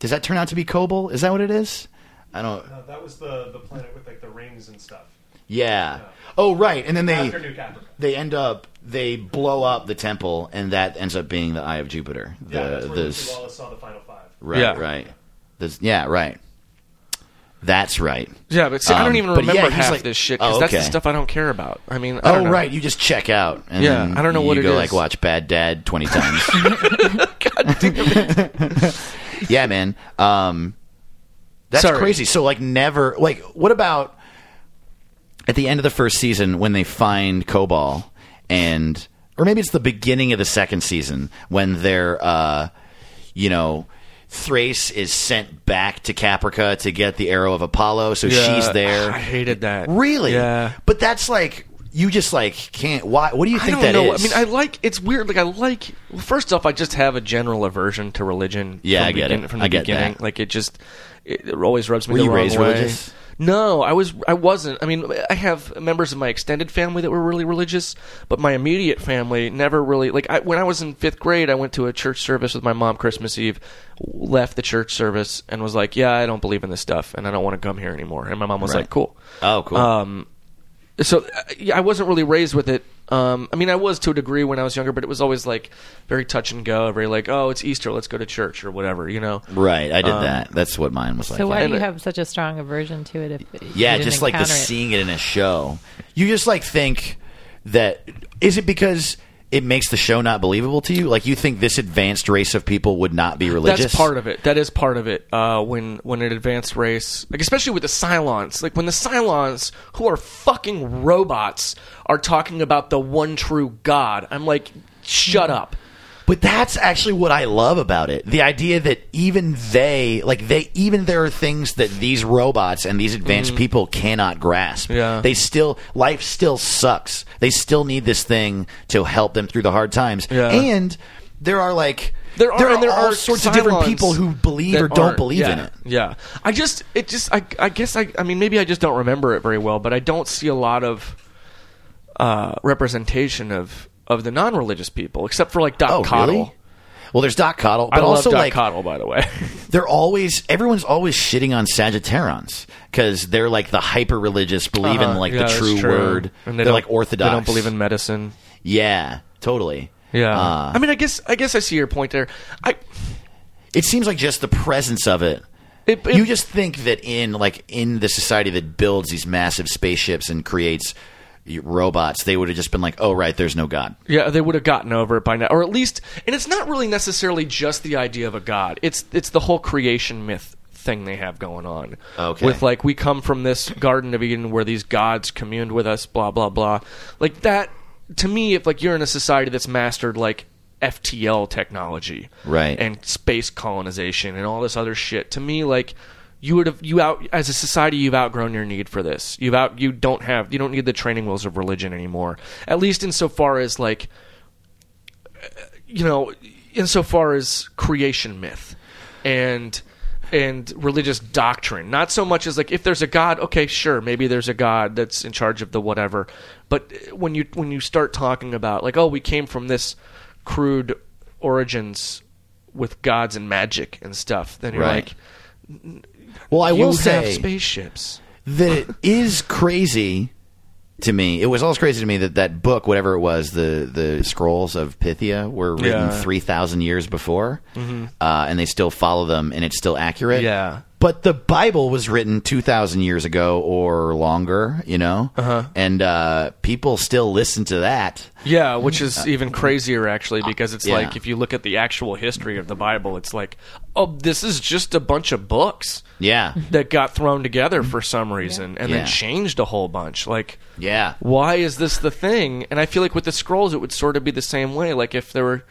does that turn out to be Kobol? Is that what it is? I don't. Uh, No, that was the the planet with like the rings and stuff. Yeah. Oh, right. And then they After New Caprica. they end up they blow up the temple, and that ends up being the Eye of Jupiter. The, Yeah, that's where this Lucy Wallace saw the final five. right, Yeah. right. This, yeah, right. That's right. Yeah, but see, I Um, don't even but yeah, remember he's half like- this shit because oh, that's the okay. stuff I don't care about. I mean, I Oh, don't know. right. You just check out. And Yeah, then I don't know you what it go is. like watch Bad Dad twenty times. yeah, man. Um, that's Sorry. crazy. So like never like what about at the end of the first season when they find Cobol and or maybe it's the beginning of the second season when they're uh you know Thrace is sent back to Caprica to get the arrow of Apollo, so Yeah, she's there. I hated that. Really? Yeah. But that's like you just like can't. Why? What do you I think don't that know. is? I mean, I like. It's weird. Like, I like. Well, first off, I just have a general aversion to religion. Yeah, from I get begin- it. From the I get beginning, that. like it just it, it always rubs me Were the you wrong raised way. religious? No, I was. I wasn't. I mean, I have members of my extended family that were really religious, but my immediate family never really. Like, I, when I was in fifth grade, I went to a church service with my mom Christmas Eve. Left the church service and was like, "Yeah, I don't believe in this stuff, and I don't want to come here anymore." And my mom was Right. like, "Cool." oh, cool. Um, so uh, yeah, I wasn't really raised with it. Um, I mean, I was to a degree when I was younger, but it was always like very touch and go. Very like, oh, it's Easter, let's go to church or whatever, you know. right. I did um, that. That's what mine was like. So why yeah. do you have such a strong aversion to it? If you yeah, didn't just like the encounter it? seeing it in a show. You just like think that is it because it makes the show not believable to you? Like you think this advanced race of people would not be religious? That's part of it. That is part of it. Uh, when when an advanced race, like especially with the Cylons, like when the Cylons, who are fucking robots, are talking about the one true God, I'm like, shut up. But that's actually what I love about it. The idea that even they, like they, even there are things that these robots and these advanced people cannot grasp. Mm. Yeah. They still, life still sucks. They still need this thing to help them through the hard times. Yeah. And there are like, there are, and there all are sorts of different Cylons people who believe that or don't aren't. believe Yeah, in it. Yeah, I just it just I I guess I I mean maybe I just don't remember it very well, but I don't see a lot of uh, representation of of the non-religious people except for like Doc Oh, Cottle. really? Well, there's Doc Cottle, I but love also Doc like Cottle, by the way. they're always everyone's always shitting on Sagittarians because they're like the hyper religious, believe in like Uh-huh. Yeah, the that's true, word. and they they are don't- like orthodox. They don't believe in medicine. Yeah, totally. Yeah, Uh, I mean, I guess I guess I see your point there. I it seems like just the presence of it. It- it- you just think that in like in the society that builds these massive spaceships and creates robots, they would have just been like, "Oh right, there's no god." Yeah, they would have gotten over it by now, or at least. And it's not really necessarily just the idea of a god. It's it's the whole creation myth thing they have going on. Okay. With like we come from this Garden of Eden where these gods communed with us, blah blah blah. Like that to me, if like you're in a society that's mastered like FTL technology, Right. and space colonization and all this other shit, to me like. You would have you out as a society. You've outgrown your need for this. You've out you don't have you don't need the training wheels of religion anymore. At least insofar as like you know, insofar as creation myth and and religious doctrine, not so much as like if there's a god, okay, sure, maybe there's a god that's in charge of the whatever. But when you when you start talking about like, oh, we came from this crude origins with gods and magic and stuff, then you're Right. like, Well, I you will have say spaceships. that it is crazy to me. It was always crazy to me that that book, whatever it was, the the scrolls of Pythia were written Yeah. Mm-hmm. three thousand years before, uh, and they still follow them, and it's still accurate. Yeah. But the Bible was written two thousand years ago or longer, you know, uh-huh. and uh, people still listen to that. Yeah, which is even crazier actually, because it's Uh, yeah. like if you look at the actual history of the Bible, it's like, oh, this is just a bunch of books Yeah, that got thrown together for some reason and Mm-hmm. Yeah. then changed a whole bunch. Like, yeah. why is this the thing? And I feel like with the scrolls, it would sort of be the same way. Like if there were,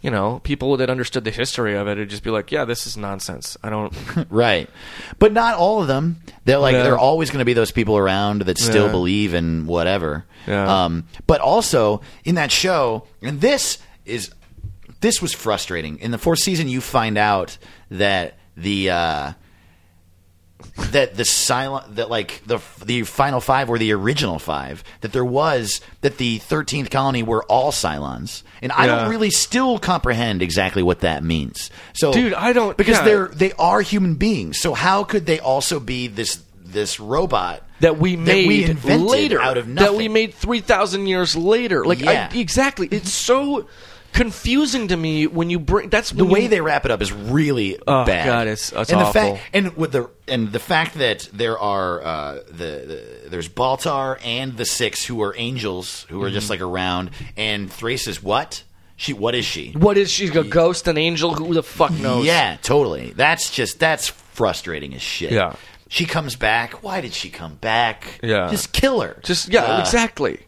you know, people that understood the history of it, it'd just be like, yeah, this is nonsense. I don't. Right. But not all of them. They're like Yeah. there are always going to be those people around that still Yeah. believe in whatever. Yeah. Um but also in that show and this is this was frustrating. In the fourth season you find out that the uh that the silent that like the the final five were the original five that there was that the 13th colony were all Cylons and I Yeah. don't really still comprehend exactly what that means so Dude, I don't- because yeah. they're they are human beings. So how could they also be this this robot that we made we invented later out of that we nothing. made 3000 years later like I- Yeah. Mm-hmm. exactly it's so confusing to me when you bring that's the way they wrap it up is really Oh, bad. God, it's- it's and the awful. fact and with the and the fact that there are uh, the, the there's Baltar and the six who are angels who are just Mm-hmm. like around and Thrace is what she what is she what is she a ghost an angel who the fuck knows yeah totally that's just that's frustrating as shit Yeah. she comes back why did she come back Yeah. just kill her just yeah Uh, exactly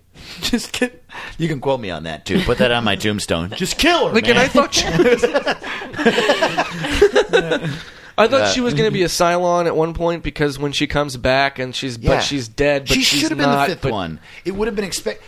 just kill you can quote me on that too put that on my tombstone just kill her Like, man. and I thought she was. I thought she was going to be a Cylon at one point because when she comes back and she's Yeah. but she's dead. But she she's should have been not, the fifth but- one. It would have been expect.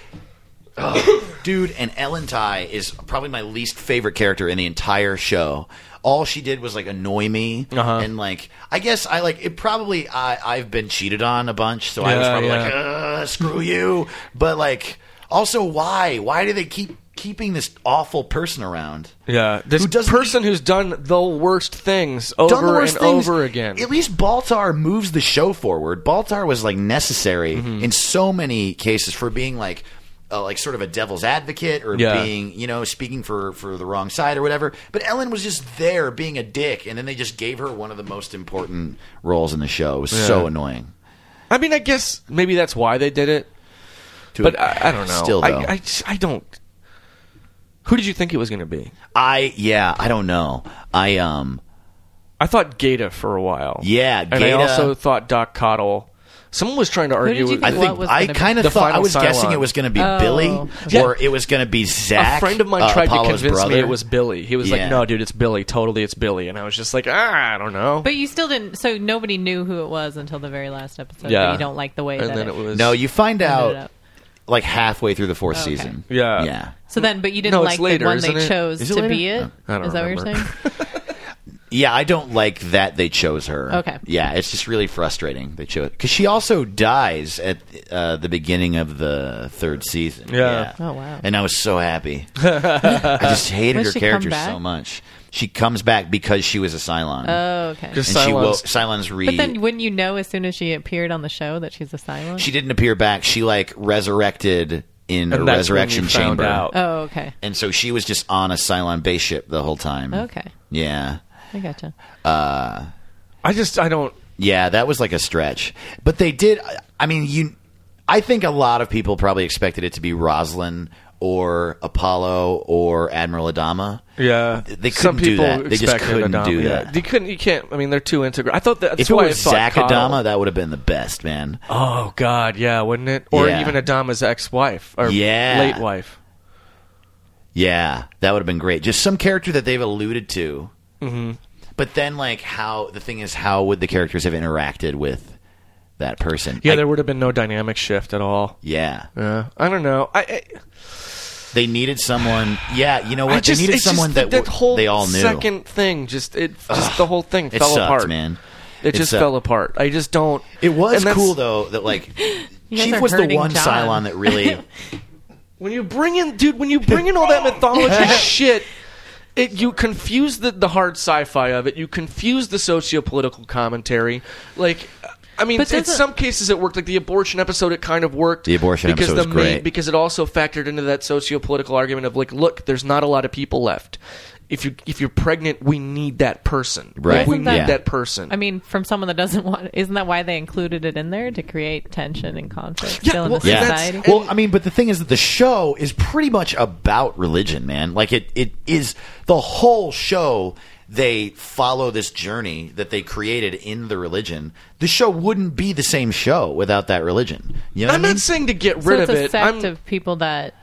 dude, and Ellen Ty is probably my least favorite character in the entire show. All she did was like annoy me, Uh-huh. and like I guess I like it. Probably I, I've been cheated on a bunch, so I was Yeah, probably yeah. like, Ugh, "Screw you!" But like, also why? Why do they keep keeping this awful person around? Yeah, this Who doesn't- person who's done the worst things over done the worst and things. over again. At least Baltar moves the show forward. Baltar was like necessary Mm-hmm. in so many cases for being like. Uh, like sort of a devil's advocate or Yeah. being you know speaking for for the wrong side or whatever but ellen was just there being a dick and then they just gave her one of the most important roles in the show it was so annoying I mean, I guess maybe that's why they did it. To But a- I, I don't know. still though I, I, just- I don't. Who did you think it was going to be? I yeah i don't know i um I thought Gata for a while. Yeah, and I Gaeta. also thought Doc Cottle. Someone was trying to argue. you with- think I What think was I gonna be- kind The of thought I final was guessing Cylon. it was going to be Oh. Billy, Yeah. or it was going to be Zach. a friend of mine uh, tried Apollo's to convince brother. me it was Billy. He was Yeah. like, "No, dude, it's Billy. Totally, it's Billy." And I was just like, "Ah, I don't know." But you still didn't. So nobody knew who it was until the very last episode. Yeah. But you don't like the way and that then it, it was No, you find ended out up. like halfway through the fourth Okay. season. Yeah. yeah, So then, but you didn't No, it's like later, the one isn't they it? chose Is it to later? be it. I don't Is that what you're remember. saying? yeah. I don't like that they chose her. Okay. Yeah, it's just really frustrating they chose because she also dies at uh, the beginning of the third season. Yeah. Oh, wow. And I was so happy. I just hated her Does she come character back? so much. She comes back because she was a Cylon. Oh, okay. Just- and she will Cylons. Cylon's re. but E. then, wouldn't you know as soon as she appeared on the show that she's a Cylon? she didn't appear back. She like resurrected in a And that's when you resurrection found chamber. out. oh, okay. And so she was just on a Cylon base ship the whole time. Okay. Yeah. I gotcha. I just I don't. Yeah, that was like a stretch. But they did. I- I mean, you. I think a lot of people probably expected it to be Roslyn or Apollo or Admiral Adama. Yeah, They Some couldn't do people that. They just expected couldn't Adama, do yeah. that. You couldn't. You can't. I mean, they're too integral. I thought that. That's if it why was I thought Zach Cottle- Adama, that would have been the best, man. Oh God, yeah, wouldn't it? Or Yeah. even Adama's ex-wife or Yeah. late wife. Yeah, that would have been great. Just some character that they've alluded to. Mm-hmm. But then, like, how the thing is, how would the characters have interacted with that person? Yeah, Like, there would have been no dynamic shift at all. yeah. Yeah, I don't know. I, I They needed someone. Yeah, you know I what? just they needed it's just someone that, that w- whole they all knew. second thing just it just the whole thing it fell sucked, apart, man. It It just sucked. fell apart. I just don't. It was and that's- cool though that like guys Chief are was the hurting one John. Cylon that really. When you bring in, dude, when you bring in all that mythology shit, it you confuse the, the hard sci-fi of it. You confuse the socio-political commentary. Like, I mean, But in doesn't- some cases it worked. Like the abortion episode, it kind of worked. The abortion because episode the was main- great. because it also factored into that socio-political argument of like, look, there's not a lot of people left. If you if you're pregnant, we need that person. Right. Like, we Isn't need that- that person. I mean, from someone that doesn't want, isn't that why they included it in there to create tension and conflict Yeah, still in well, the yeah. society? that's- Well, I mean, but the thing is that the show is pretty much about religion, man. Like it, it is the whole show. They follow this journey that they created in the religion. The show wouldn't be the same show without that religion. You know I'm what I mean? not saying to get so rid it's of a it. sect I'm, of people that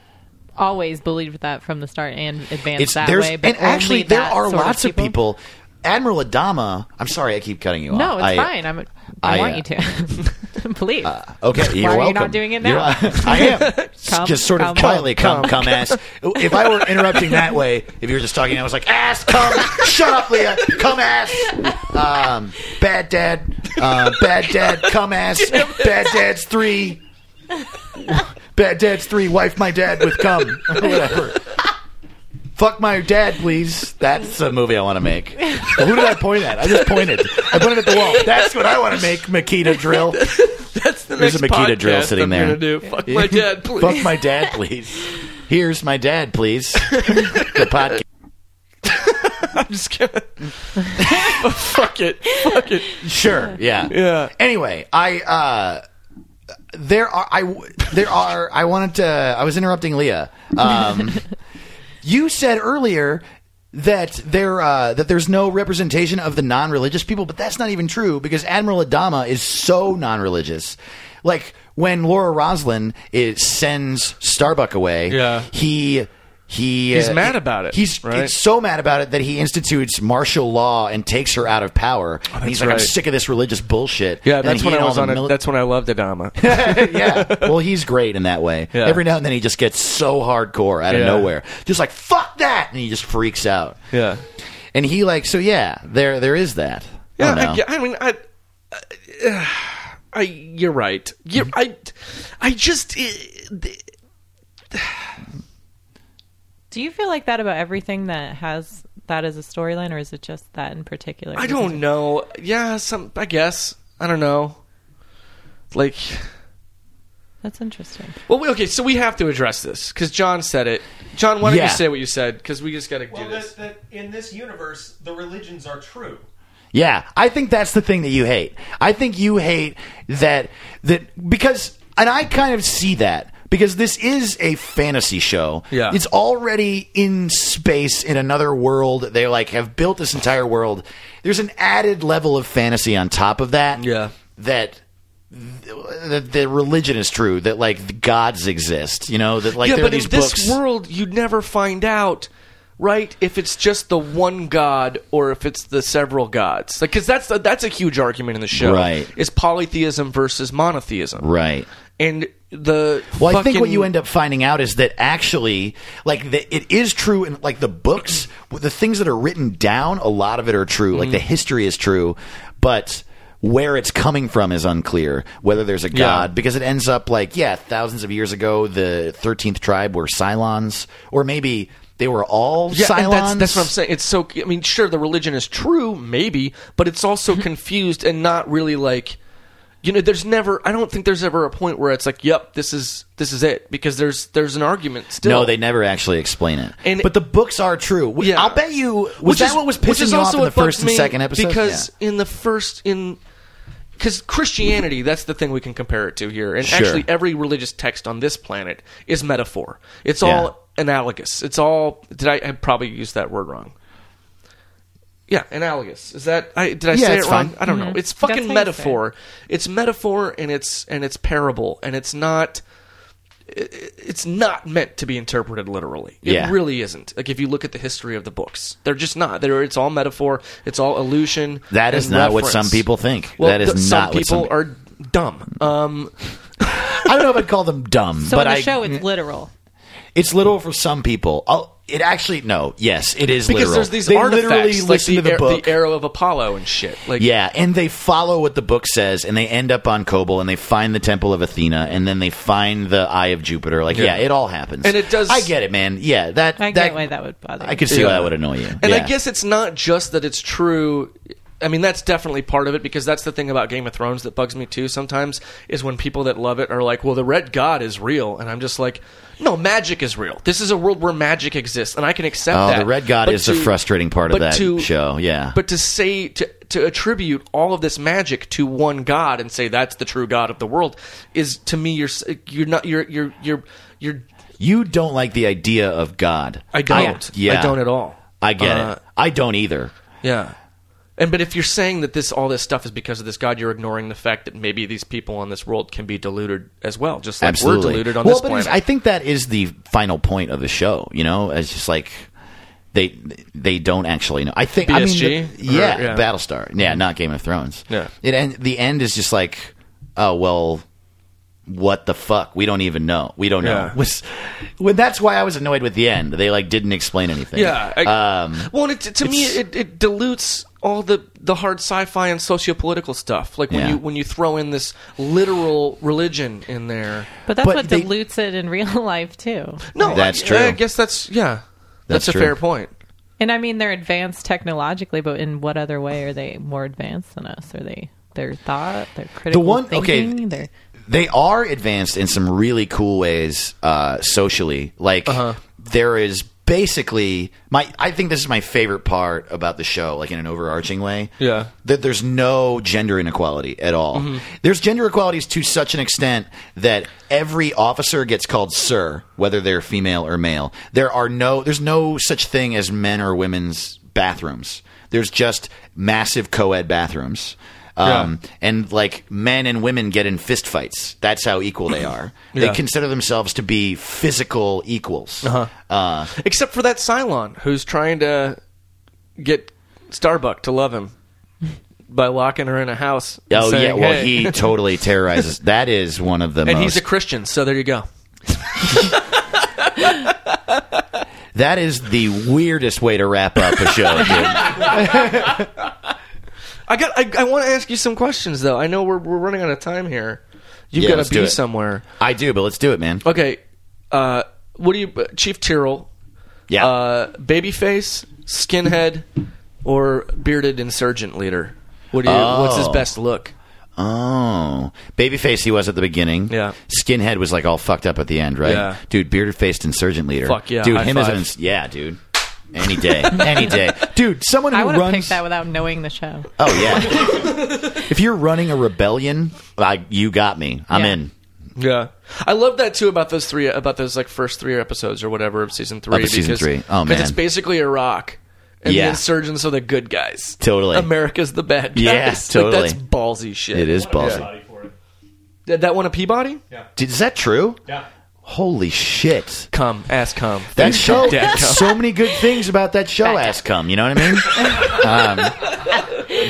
always believed that from the start and advanced it's that there's way. But and actually only there that are sort lots of people. Admiral Adama, I'm sorry, I keep cutting you off. No, it's I- fine. I'm, I, I, want uh, you to. Please. Okay, you're Why are you welcome. not doing it now? You're- I am S- Come, just sort of come, quietly come, come, come, ass. If I were interrupting that way, if you were just talking, I was like ass, come, shut up, Leah, come ass, um, bad dad, uh, bad dad, come ass, bad dad's three, bad dad's three, wife my dad with cum or whatever. Fuck my dad, please. That's a movie I want to make. Who did I point at? I just pointed. I pointed at the wall. That's what I want to make, Makita Drill. That's the There's next a Makita podcast drill sitting I'm there. gonna do. Fuck my dad, please. Fuck my dad, please. Here's my dad, please. the podcast. I'm just gonna. fuck it. Fuck it. Sure. Yeah. Yeah. Anyway, I uh there are I w- there are I wanted to I was interrupting Leah. Um you said earlier that there uh, that there's no representation of the non-religious people, but that's not even true because Admiral Adama is so non-religious. Like when Laura Roslin is, sends Starbuck away, Yeah. he he He's mad about it, He's right? it's so mad about it that he institutes martial law and takes her out of power. and he's like, I'm Oh, right. sick of this religious bullshit. Yeah, And that's he when and I all was the on it. mili- that's when I loved Adama. yeah. Well, he's great in that way. Yeah. Every now and then he just gets so hardcore out of Yeah. nowhere. Just like fuck that and he just freaks out. yeah. And he like so yeah, there there is that. Oh, I Yeah, don't know. I, ge- I mean, I, I, you're right. You're, I, I just, Do you feel like that about everything that has that as a storyline, or is it just that in particular? I don't know. Yeah, some, I guess. I don't know. Like, That's interesting. well, we- okay, so we have to address this because John said it. John, why don't Yeah. you say what you said? Because we just got to Well, do this. that, that in this universe, the religions are true. Yeah, I think that's the thing that you hate. I think you hate that that because and I kind of see that because this is a fantasy show. Yeah. It's already in space in another world. They like have built this entire world. There's an added level of fantasy on top of that. Yeah. That that the religion is true that like the gods exist you know that like yeah, there are but in these books this world, you'd never find out, right? If it's just the one god or if it's the several gods, like because that's that's a huge argument in the show, Right. Is polytheism versus monotheism, right And the Well, I think fucking- what you end up finding out is that actually, like, the, it is true, and like the books, the things that are written down, a lot of it are true. Mm. Like the history is true, but where it's coming from is unclear. Whether there's a god, because it ends up like, yeah, thousands of years ago, the thirteenth tribe were Cylons, or maybe they were all Yeah, Cylons. and that's, that's what I'm saying. It's so. I mean, sure, the religion is true, maybe, but it's also Mm-hmm. confused and not really like, you know, there's never. I don't think there's ever a point where it's like, yep, this is this is it, because there's there's an argument still. No, they never actually explain it. And- but the books are true. We- Yeah. I'll bet you. Was which that is- what was which pissing is you off also in the what bugged first and me second episode? Because Yeah. in the first in because Christianity, that's the thing we can compare it to here, and Sure. actually every religious text on this planet is metaphor. It's Yeah. all analogous. It's all. Did I, I probably used that word wrong? Yeah, analogous. Is that I did I Yeah, say it's it wrong? fine. I don't know. It's fucking Mm-hmm. That's how you say it. metaphor. It's metaphor and it's and it's parable and it's not it- it's not meant to be interpreted literally. It Yeah. really isn't. Like if you look at the history of the books, they're just not. They're it's all metaphor. It's all illusion. That is and not what reference. some people think. Well, that is th- not some what people some are dumb. Um, I don't know if I'd call them dumb, So but in the I, show, it's literal. it's literal for some people. I'll, it actually no, yes, it is because literal. there's these they artifacts literally like listen the, to the ar- book. the arrow of Apollo and shit. Like yeah, and they follow what the book says, and they end up on Kobol, and they find the Temple of Athena, and then they find the Eye of Jupiter. Like, yeah, Yeah. it all happens, And it does- I get it, man. Yeah, that. I that, get why that would bother. I you. could see why Yeah. that would annoy you. And I Yeah. guess it's not just that it's true. I mean, that's definitely part of it because that's the thing about Game of Thrones that bugs me too sometimes is when people that love it are like, well, the Red God is real. And I'm just like, no, magic is real. This is a world where magic exists, and I can accept Oh, that. the Red God But is the frustrating part of but that show, yeah. But to say, to, to attribute all of this magic to one God and say that's the true God of the world is, to me, you're, s- you're not, you're, you're, you're, you're, you don't like the idea of God. I don't. yeah, I don't at all. I get Uh, it. I don't either. Yeah. And but if you're saying that this all this stuff is because of this god, you're ignoring the fact that maybe these people on this world can be deluded as well, just like we're deluded on well, this but it's- planet. I think that is the final point of the show. You know, it's just like they they don't actually know. I think I BSG? mean, the- yeah, Or- yeah. Battlestar, yeah, not Game of Thrones. Yeah. it end, the end is just like, oh well, what the fuck? We don't even know. We don't know. Yeah. Was when that's why I was annoyed with the end. They like didn't explain anything. yeah. I- um, well, and it, to me, it's- it, it dilutes all the, the hard sci-fi and sociopolitical stuff. Like when Yeah. you when you throw in this literal religion in there. But that's But what they- dilutes it in real life too. No, That's I, true. I guess that's yeah. That's That's, a true. fair point. And I mean, they're advanced technologically, but in what other way are they more advanced than us? Are they their thought, their critical one- okay. thinking, their they are advanced in some really cool ways uh, socially. Like there is basically my I think this is my favorite part about the show, like in an overarching way. Yeah. That there's no gender inequality at all. There's gender equalities to such an extent that every officer gets called sir, whether they're female or male. There are no there's no such thing as men or women's bathrooms. There's just massive co ed bathrooms. Um, and like men and women get in fist fights. That's how equal they Yeah. are. Uh-huh. They consider themselves to be physical equals. Uh, Except for that Cylon who's trying to get Starbuck to love him by locking her in a house. and oh yeah, saying, well "Hey." he totally terrorizes. That is one of the and most. he's a Christian, so there you go. that is the weirdest way to wrap up a show. dude. I got. I, I want to ask you some questions though. I know we're we're running out of time here. You've Yeah, got let's to do be it. somewhere. I do, but let's do it, man. Okay. Uh, what do you, Chief Tyrrell? Yeah. Uh, babyface, skinhead, or bearded insurgent leader? What do you? What's his Oh. best look? Oh, babyface he was at the beginning. Yeah. Skinhead was like all fucked up at the end, right? Yeah. Dude, bearded faced insurgent leader. Fuck yeah, Dude, high him five. as an yeah, dude. Any day, any day, dude. Someone who I would have runs. picked that without knowing the show. Oh yeah. if you're running a rebellion, like you got me. I'm Yeah. in. Yeah, I love that too about those three about those like first three episodes or whatever of season three. Of season three. Oh, because it's man. basically Iraq, and the Yeah. insurgents are the good guys. Totally. America's the bad guys. Yeah, Like, that's totally. ballsy shit. It is ballsy. Body for it. Did that one a Peabody? Dude, is that true? Yeah. Holy shit. Come, ass come. That show, Dad cum. so many good things about that show, ass cum. You know what I mean? um,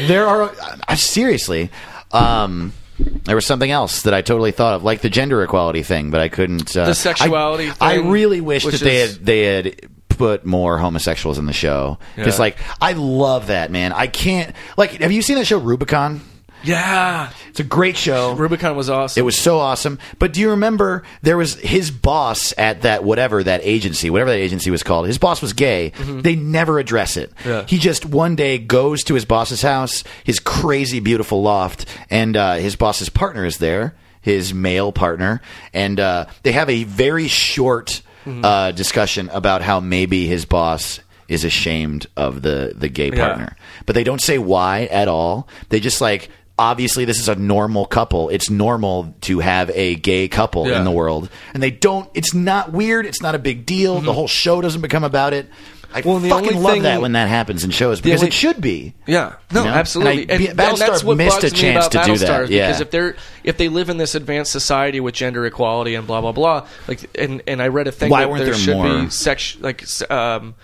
there are uh, seriously. Um, there was something else that I totally thought of, like the gender equality thing, but I couldn't. Uh, The sexuality I, thing, I really wish which that they had is- they had put more homosexuals in the show because, Yeah. like, I love that man. I can't like. Have you seen that show Rubicon? Yeah, It's a great show. Rubicon was awesome. It was so awesome. But do you remember there was his boss at that whatever that agency, whatever that agency was called. His boss was gay. They never address it. Mm-hmm. Yeah. He just one day goes to his boss's house, his crazy beautiful loft, and uh, his boss's partner is there, his male partner, and uh, they have a very short Mm-hmm. uh, discussion about how maybe his boss. Is ashamed of the the gay Yeah. partner, but they don't say why at all. They just like obviously this is a normal couple. It's normal to have a gay couple Yeah. in the world, and they don't. It's not weird. It's not a big deal. The whole show doesn't become about it. I Mm-hmm. Well, and the fucking only love thing- that when that happens in shows because only- it should be. Yeah, no, You know? absolutely. And I- B- Battlestar missed a chance to do that, yeah. because if they're if they live in this advanced society with gender equality and blah blah blah, like and and I read a thing Why that weren't there, there should be more? sex like s- um,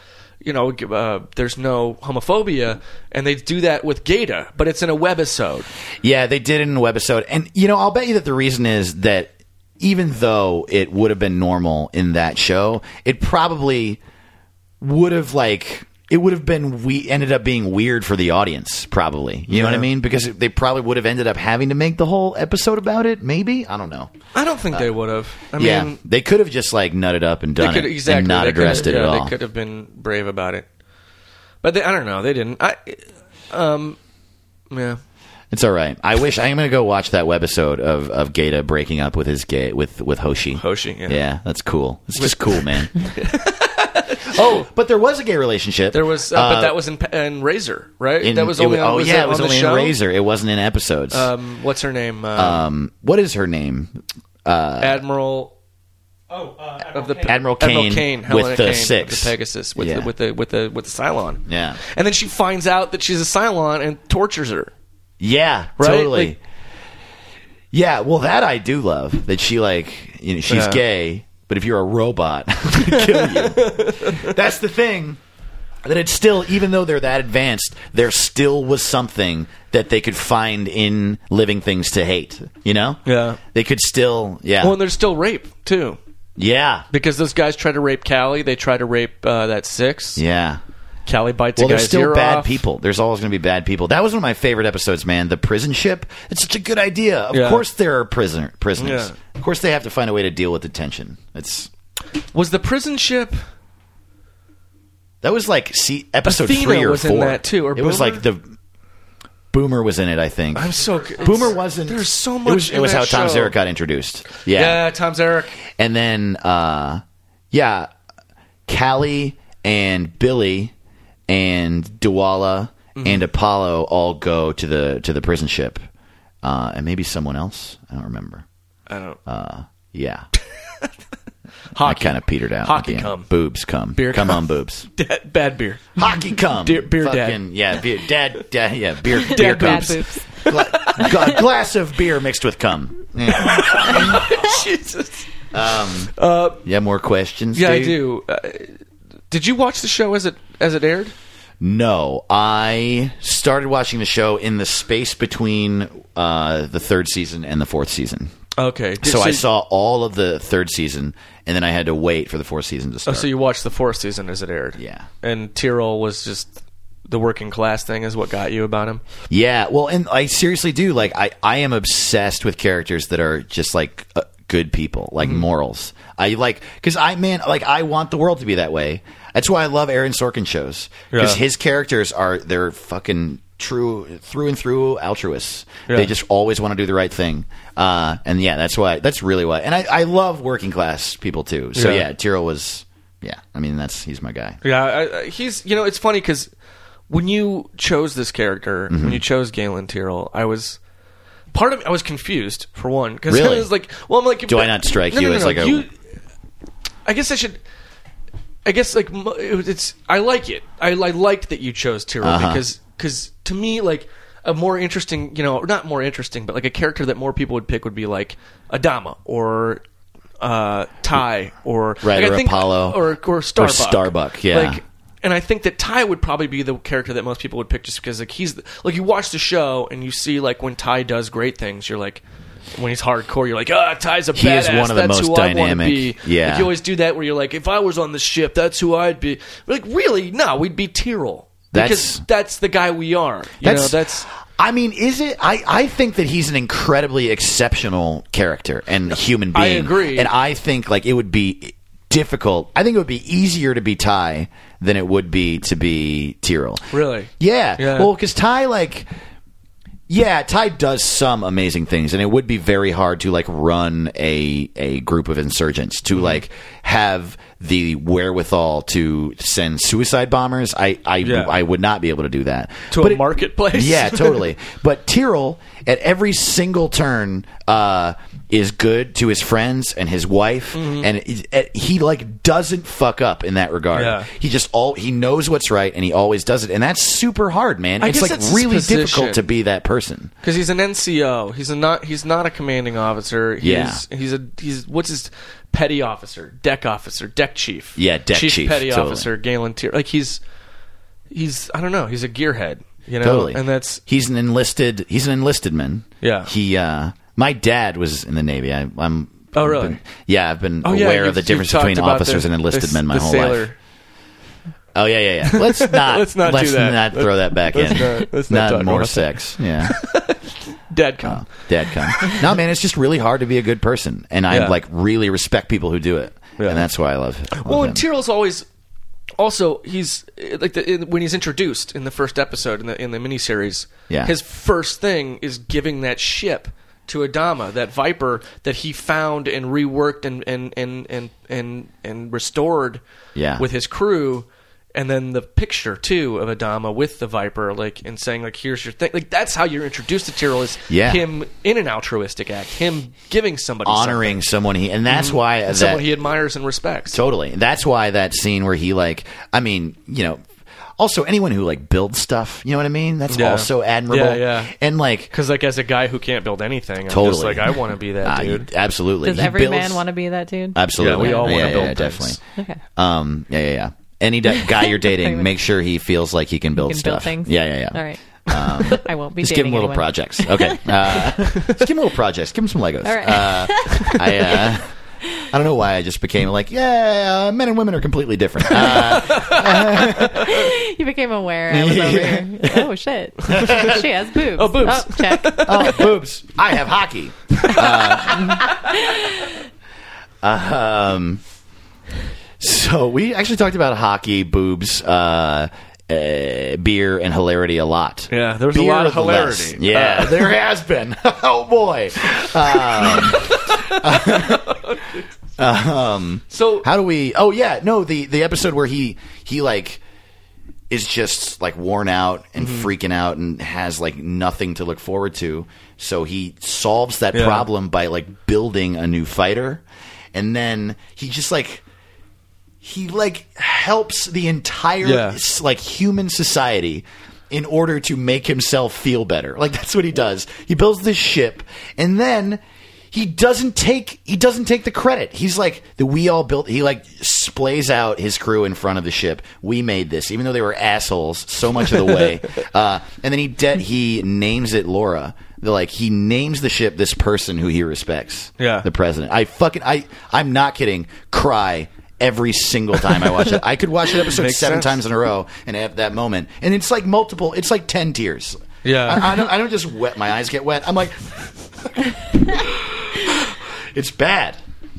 you know uh, there's no homophobia, and they do that with Gata, but it's in a webisode. Yeah, they did it in a webisode, and you know I'll bet you that the reason is that even though it would have been normal in that show, it probably would have like it would have been we ended up being weird for the audience probably you know what i mean because they probably would have ended up having to make the whole episode about it maybe i don't know I don't think they would have. I yeah mean, they could have just like nutted up and they done could it exactly and not they could- addressed it yeah, at all They could have been brave about it, but they, I don't know. They didn't. I um yeah. it's all right i wish i'm gonna go watch that webisode of of gata breaking up with his gay with with hoshi Hoshi, yeah. yeah that's cool it's just cool man oh but there was a gay relationship There was, uh, but that was in, in Razor, right? in- that was it only. wa- on, oh was yeah that it was on only the in show? razor it wasn't in episodes Um, what's her name? Uh, um, what is her name? Admiral Oh, uh, of the Uh, Admiral Admiral Kane Kane with Helena the Kane, six. with the Pegasus, with Yeah. the with the with the with the Cylon. Yeah. and then she finds out that she's a Cylon and tortures her. Yeah, Right? totally. Like- yeah, well, that I do love that she like you know she's Yeah. gay, but if you're a robot, I'm gonna kill you. That's the thing. That it's still, even though they're that advanced, there still was something that they could find in living things to hate. You know? Yeah. They could still, yeah, Well, and there's still rape too, yeah, because those guys try to rape Callie. They try to rape uh, that six. yeah. Callie bites Well, a guy's there's still ear bad off. people. There's always going to be bad people. That was one of my favorite episodes, man. The prison ship. It's such a good idea. Of Yeah. course, there are prisoner prisoners. Yeah. Of course, they have to find a way to deal with the tension. It's Was the prison ship? that was like see, episode Athena three or was in four. that too, or it was Boomer? like the Boomer was in it, I think. I'm so c- Boomer it's- wasn't. There's so It much. was, it in was that how Tom show. Zarek got introduced. Yeah. Yeah. Tom Zarek. And then, uh, yeah, Callie and Billy and Dwala Mm-hmm. and Apollo all go to the to the prison ship, uh, and maybe someone else. I don't remember. Uh, I don't. Yeah, hockey. I kind of petered out. Hockey again. cum. boobs come, Beer come cum. on, boobs, Dad- bad beer. hockey come, Dear- beer dad. yeah, beer dad, dad, yeah, beer, beer Bad cums. boobs. Gla- gla- glass of beer mixed with cum. Yeah, Um, Jesus. Uh, You have more questions? Yeah, I dude? do. Uh, did you watch the show as it as it aired? No, I started watching the show in the space between uh, the third season and the fourth season. Okay. So, I saw all of the third season, and then I had to wait for the fourth season to Oh, start. so you watched the fourth season as it aired? Yeah. And Tyrell was just the working class thing is what got you about him. yeah, well, and I seriously do like I I am obsessed with characters that are just like uh, good people, Mm-hmm. like morals. I like because I man, like I want the world to be that way. That's why I love Aaron Sorkin shows because Yeah. his characters are they're fucking true through and through altruists. Yeah. They just always want to do the right thing. Uh, and yeah, that's why that's really why. And I, I love working class people too. So Yeah. yeah, Tyrell was yeah. I mean that's he's my guy. Yeah, I, I, he's you know it's funny because when you chose this character, Mm-hmm. when you chose Galen Tyrrell, I was part of I was confused for one because Really? was like, well, I'm like, Do I not strike No, no, you no, as no, like a- you- I guess I should. I guess like mo- it was- it's I like it. I, I liked that you chose Tyrrell Uh-huh. because because to me like a more interesting you know or not more interesting but like a character that more people would pick would be like Adama or. Uh, Ty or Right, like, I or think- Apollo. or or Starbuck Starbuck, yeah. Like, and I think that Ty would probably be the character that most people would pick just because like he's the, like you watch the show and you see like when Ty does great things, you're like when he's hardcore, you're like, ah, Ty's a He badass. is one of the that's most who I want to dynamic. be. Yeah. like, you always do that where you're like, if I was on the ship, that's who I'd be. Like, really? No, we'd be Tyrell because that's That's- the guy we are. You know, that's I mean, is it? I, I think that he's an incredibly exceptional character and human being. I agree. And I think like it would be difficult. I think it would be easier to be Ty than it would be to be Tyrell. Really? Yeah. Yeah. Well, because Ty like. Yeah, Ty does some amazing things, and it would be very hard to like run a a group of insurgents Mm-hmm. to like have the wherewithal to send suicide bombers. I I, Yeah. I would not be able to do that to But a it- marketplace. yeah, totally. But Tyrell, at every single turn, uh, is good to his friends and his wife, Mm-hmm. and it- it- he like doesn't fuck up in that regard. Yeah. He just all he knows what's right, and he always does it, and that's super hard, man. I it's guess like that's his really position. difficult to be that person. Because he's an NCO. He's a not. He's not a commanding officer. He's, Yeah. He's a. He's what's his petty officer, deck officer, deck chief. Yeah, deck chief, petty totally. officer Galen Tier. Like he's. He's. I don't know. He's a gearhead. You know. Totally, Oh, And that's. he's an enlisted. He's an enlisted man. Yeah. he. uh My dad was in the Navy. I, I'm. Oh, I've really? been- yeah, I've been Oh, yeah, aware you've- of the you've difference talked between about officers the- and enlisted the- men my the whole sailor. life. Oh yeah, yeah, yeah. Let's not Let's not do that. not throw that back Let's in. not- let's not talk more about sex. Yeah, Dead con. dad, come. no, man, it's just really hard to be a good person, and I Yeah. like really respect people who do it, Yeah. and that's why I love. love Well, him. and Tyrell's always. Also, he's eh, like the, in, when he's introduced in the first episode in the in the miniseries. Yeah. His first thing is giving that ship to Adama, that Viper that he found and reworked and and and and and, and restored. Yeah. With his crew, and then the picture too of Adama with the Viper, like and saying like, "Here's your thing." Like that's how you're introduced to Tyrell is Yeah. him in an altruistic act, him giving somebody honoring someone he, and that's why something, that someone he admires and respects. Totally. And that's why that scene where he like I mean, you know, also anyone who like builds stuff, you know what I mean? That's Yeah. also admirable. Yeah, yeah. And like Because like as a guy who can't build anything, I'm totally just like I want to be that Uh, dude. absolutely. Does He every builds- man want to be that dude? Absolutely. Yeah, we all wanna yeah, build yeah, things. definitely. Okay. Um yeah, yeah, yeah. Any d- guy you're dating, Anyone. make sure he feels like he can build Can stuff. build things. Yeah, yeah, yeah. All right. I won't be Just give dating him little anyone. projects. Okay. Uh, just give him little projects. Give him some Legos. All right. Uh, I, uh, I don't know why I just became like, yeah, uh, men and women are completely different. Uh, You became aware. I was over here. Oh shit! she has boobs. Oh, boobs. Oh, check. oh, boobs. I have hockey. Uh, um, so we actually talked about hockey, boobs, uh, uh, beer and hilarity a lot. Yeah, there's a Beer lot of less. hilarity. Yeah, there has been. oh boy. So How do we? Oh yeah, no the the episode where he he like is just like worn out and Mm-hmm. freaking out and has like nothing to look forward to. So he solves that Yeah. problem by like building a new fighter, and then he just like he like helps the entire Yeah. s- like human society in order to make himself feel better. Like that's what he does. He builds this ship and then he doesn't take he doesn't take the credit. He's like the we all built he like splays out his crew in front of the ship. We made this even though they were assholes so much of the way. uh, and then he de- he names it Laura. Like he names the ship this person who he respects. Yeah. The president. I fucking I I'm not kidding. Cry every single time I watch it. I could watch an episode Makes seven sense. times in a row and have that moment. And it's like multiple. It's like ten tears. Yeah. I, I don't. I don't just wet. My eyes get wet. I'm like, it's bad.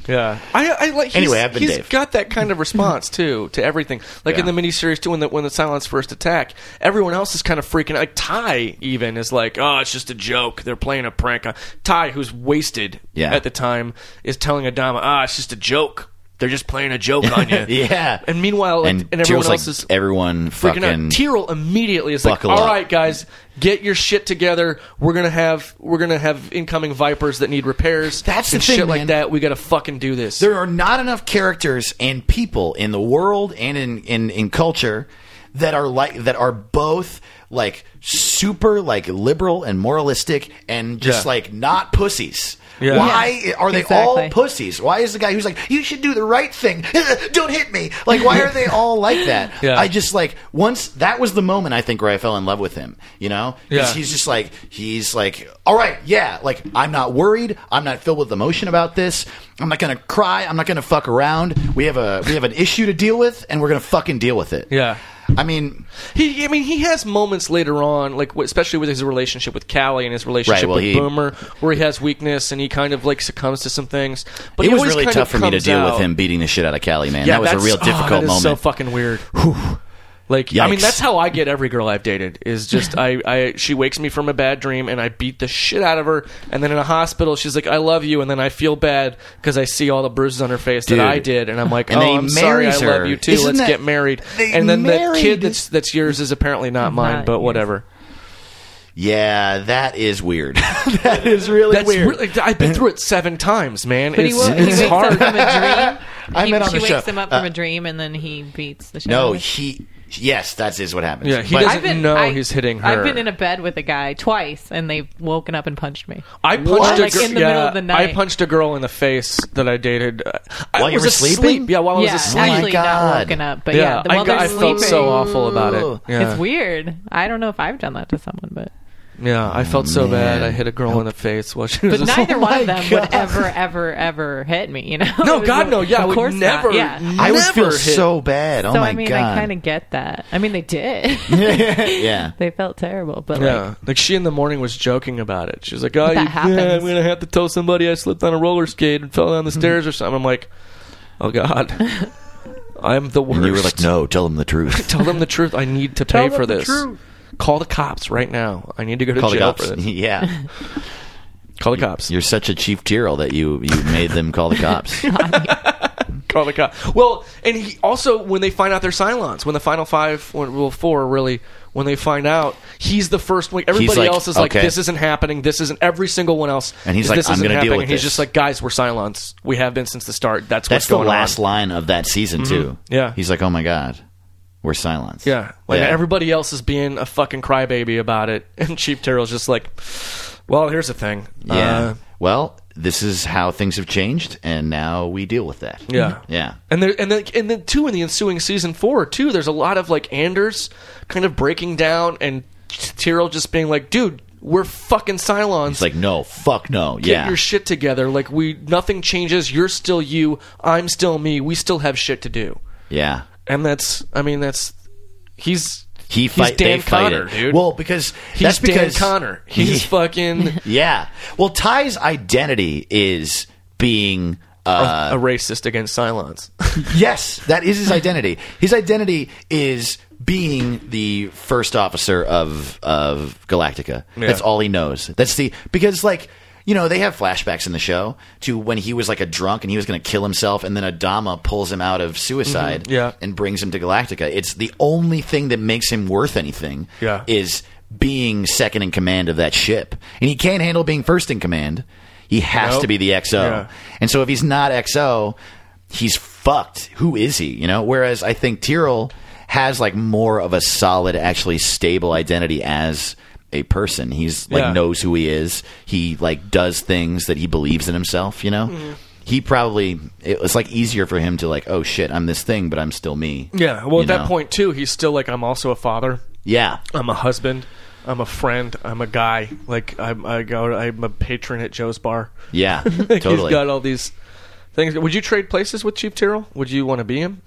Yeah, I, I like. He's, Anyway, I've been he's Dave. got that kind of response too to everything. Like in Yeah. the miniseries too, when the when the Silence first attack, everyone else is kind of freaking. Like Ty even is like, "Oh, it's just a joke. They're playing a prank." on Ty, who's wasted Yeah. at the time, is telling Adama, "Ah, it's just a joke. They're just playing a joke on you." Yeah. And meanwhile, like, and and, everyone Tyrell's like, else is everyone freaking fucking. out. Tyrell immediately is like, buckle "All right, up." guys, get your shit together. We're gonna have we're gonna have incoming vipers that need repairs. That's the and thing, shit like man. that. We gotta fucking do this." there are not enough characters and people in the world and in, in, in culture that are like that are both like super like liberal and moralistic and just Yeah. like not pussies. Yeah. Why are they all exactly. pussies? Why is the guy who's like, you should do the right thing? Don't hit me. Like, why are they all like that? Yeah. I just like once that was the moment I think where I fell in love with him. You know, 'Cause Yeah. he's just like he's like all right yeah like i'm not worried i'm not filled with emotion about this i'm not gonna cry i'm not gonna fuck around we have a we have an issue to deal with and we're gonna fucking deal with it Yeah. i mean He, I mean, he has moments later on, like w- especially with his relationship with Callie and his relationship Right, well, with he- Boomer, where he has weakness and he kind of like succumbs to some things. But it he was always really kind tough of for me to comes deal out- with him beating the shit out of callie man Yeah, that was a that's- real oh, difficult that is moment So fucking weird. Like I mean, Yikes. that's how I get every girl I've dated. Is just I, I she wakes me from a bad dream and I beat the shit out of her, and then in a hospital she's like, "I love you," and then I feel bad because I see all the bruises on her face Dude. that I did, and I'm like, And then "Oh, he I'm sorry, I marries her. love you too. Isn't Let's that- get married." they And then the married. kid that's that's yours is apparently not mine, Not but yours. whatever. yeah that is weird that is really That's weird really, I've been through it seven times, man. But it's he, wo- he it's wakes hard. up from a dream. I He- met on she the wakes show. him up from a dream, and then he beats the shit. out Uh, no of him. he yes that is what happens Yeah, he But- doesn't- know he's hitting her. I've been in a bed with a guy twice, and they've woken up and punched me. I punched What? a Like, gir- in the yeah, middle of the night. I punched a girl in the face that I dated uh, I While you was were asleep. Oh, sleeping? Yeah, while I was yeah, asleep. actually God. not woken up, but yeah, yeah, the I, while got- they're I sleeping, felt so awful about it. Yeah, It's weird. I don't know if I've done that to someone, but yeah, I felt so bad. I hit a girl in the face while she was. but asleep. neither one of my them God. would ever, ever, ever hit me. You know? No, It was God, a- no, yeah, I of would course never- Not. Yeah. I would feel Never hit- so bad. Oh so my I mean, god! I kind of get that. I mean, they did. yeah. they felt terrible, but like, Yeah, like she in the morning was joking about it. She was like, "Oh, you, That yeah, I'm happens. Mm-hmm. gonna have to tell somebody I slipped on a roller skate and fell down the stairs or something." I'm like, "Oh God, I'm the worst." And you were like, "No, tell them the truth." Tell them the truth. I need to pay for this. Call the cops right now. I need to go to Call the jail cops. for this. yeah. Call the cops. You're such a chief Tyrell that you you made them call the cops. Call the cops. Well, and he also when they find out they're Cylons, when the final five, when, well, four really, when they find out, he's the first one. Everybody like, else is like, "Okay." "This isn't happening. This isn't." Every single one else, And he's is, like, "This "I'm isn't gonna deal happening." with and he's this. just like, "Guys, we're Cylons. We have been since the start. That's, That's what's the going last on." line of that season too. Mm-hmm. Yeah. He's like, "Oh my god, we're silence." Yeah, like Yeah. everybody else is being a fucking crybaby about it, and Chief Tyrell's just like, "Well, here's the thing. Yeah. Uh, well, this is how things have changed, and now we deal with that. yeah, Yeah. And there, and then, and then too in the ensuing season four too. There's a lot of like Anders kind of breaking down and Tyrell just being like, "Dude, we're fucking Cylons. It's like, no, fuck no. Get yeah. your shit together. Like we, nothing changes. You're still you. I'm still me. We still have shit to do." yeah. And that's, I mean, that's he's He he's fight. Dan they fight Connor, it. dude. Well, because he's that's Dan because Connor. He's fucking Yeah. Well, Ty's identity is being. Uh, a racist against Cylons. Yes, that is his identity. His identity is being the first officer of of Galactica. That's all he knows. That's the because like you know they have flashbacks in the show to when he was like a drunk and he was going to kill himself, and then Adama pulls him out of suicide Mm-hmm. Yeah. and brings him to Galactica. It's the only thing that makes him worth anything. Yeah. is being second in command of that ship, and he can't handle being first in command. He has Nope. to be the XO. Yeah. And so if he's not XO, he's fucked. Who is he? You know. Whereas I think Tyrell has like more of a solid, actually stable identity as a person. He's like Yeah. knows who he is. He like does things that he believes in himself. You know. Mm-hmm. He probably it was like easier for him to like, oh shit, I'm this thing, but I'm still me. Yeah. Well, You at that know? point too, he's still like, I'm also a father. yeah, I'm a husband. I'm a friend. I'm a guy. Like I'm, I go. I'm a patron at Joe's Bar. yeah, Like, totally. He's got all these things. Would you trade places with Chief Tyrrell? Would you want to be him?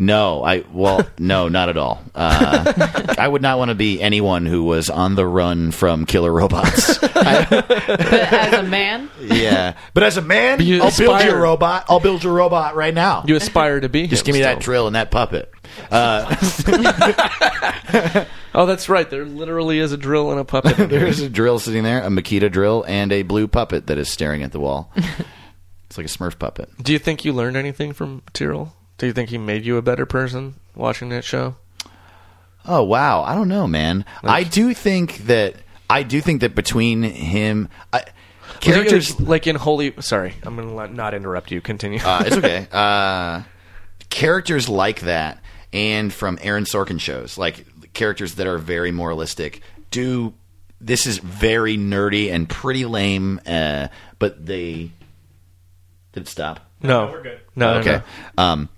No, I well, no, not at all. Uh, I would not want to be anyone who was on the run from killer robots. But as a man, yeah, but as a man, you I'll build aspire- your robot. I'll build your robot right now. You aspire to be. Just give me that drill and that puppet. Uh, oh, that's right. There literally is a drill and a puppet. in here. there's a drill sitting there, a Makita drill, and a blue puppet that is staring at the wall. It's like a Smurf puppet. Do you think you learned anything from Tyrrell? Do you think he made you a better person watching that show? Oh wow, I don't know, man. I do think that I do think that between him, I, Was there characters any, like in Holy. Sorry, I'm gonna let- not interrupt you. Continue. Uh, it's okay. Uh, characters like that, and from Aaron Sorkin shows, like characters that are very moralistic, do this is very nerdy and pretty lame, uh, but they did it stop. no, we're good. No, no, okay. no. Um,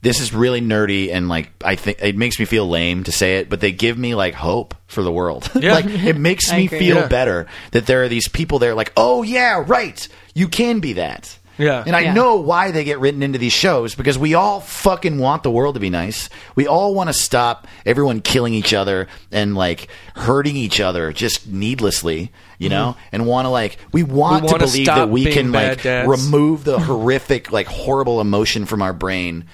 this is really nerdy and like I think it makes me feel lame to say it, but they give me like hope for the world. Yeah. like it makes I me agree. feel Yeah. better that there are these people there like, "Oh yeah, right. You can be that." Yeah. And I Yeah. know why they get written into these shows because we all fucking want the world to be nice. We all want to stop everyone killing each other and like hurting each other just needlessly, you know? And want to like we want to Mm-hmm. wanna believe stop that we being can bad like dads. remove remove the horrific, like horrible emotion from our brain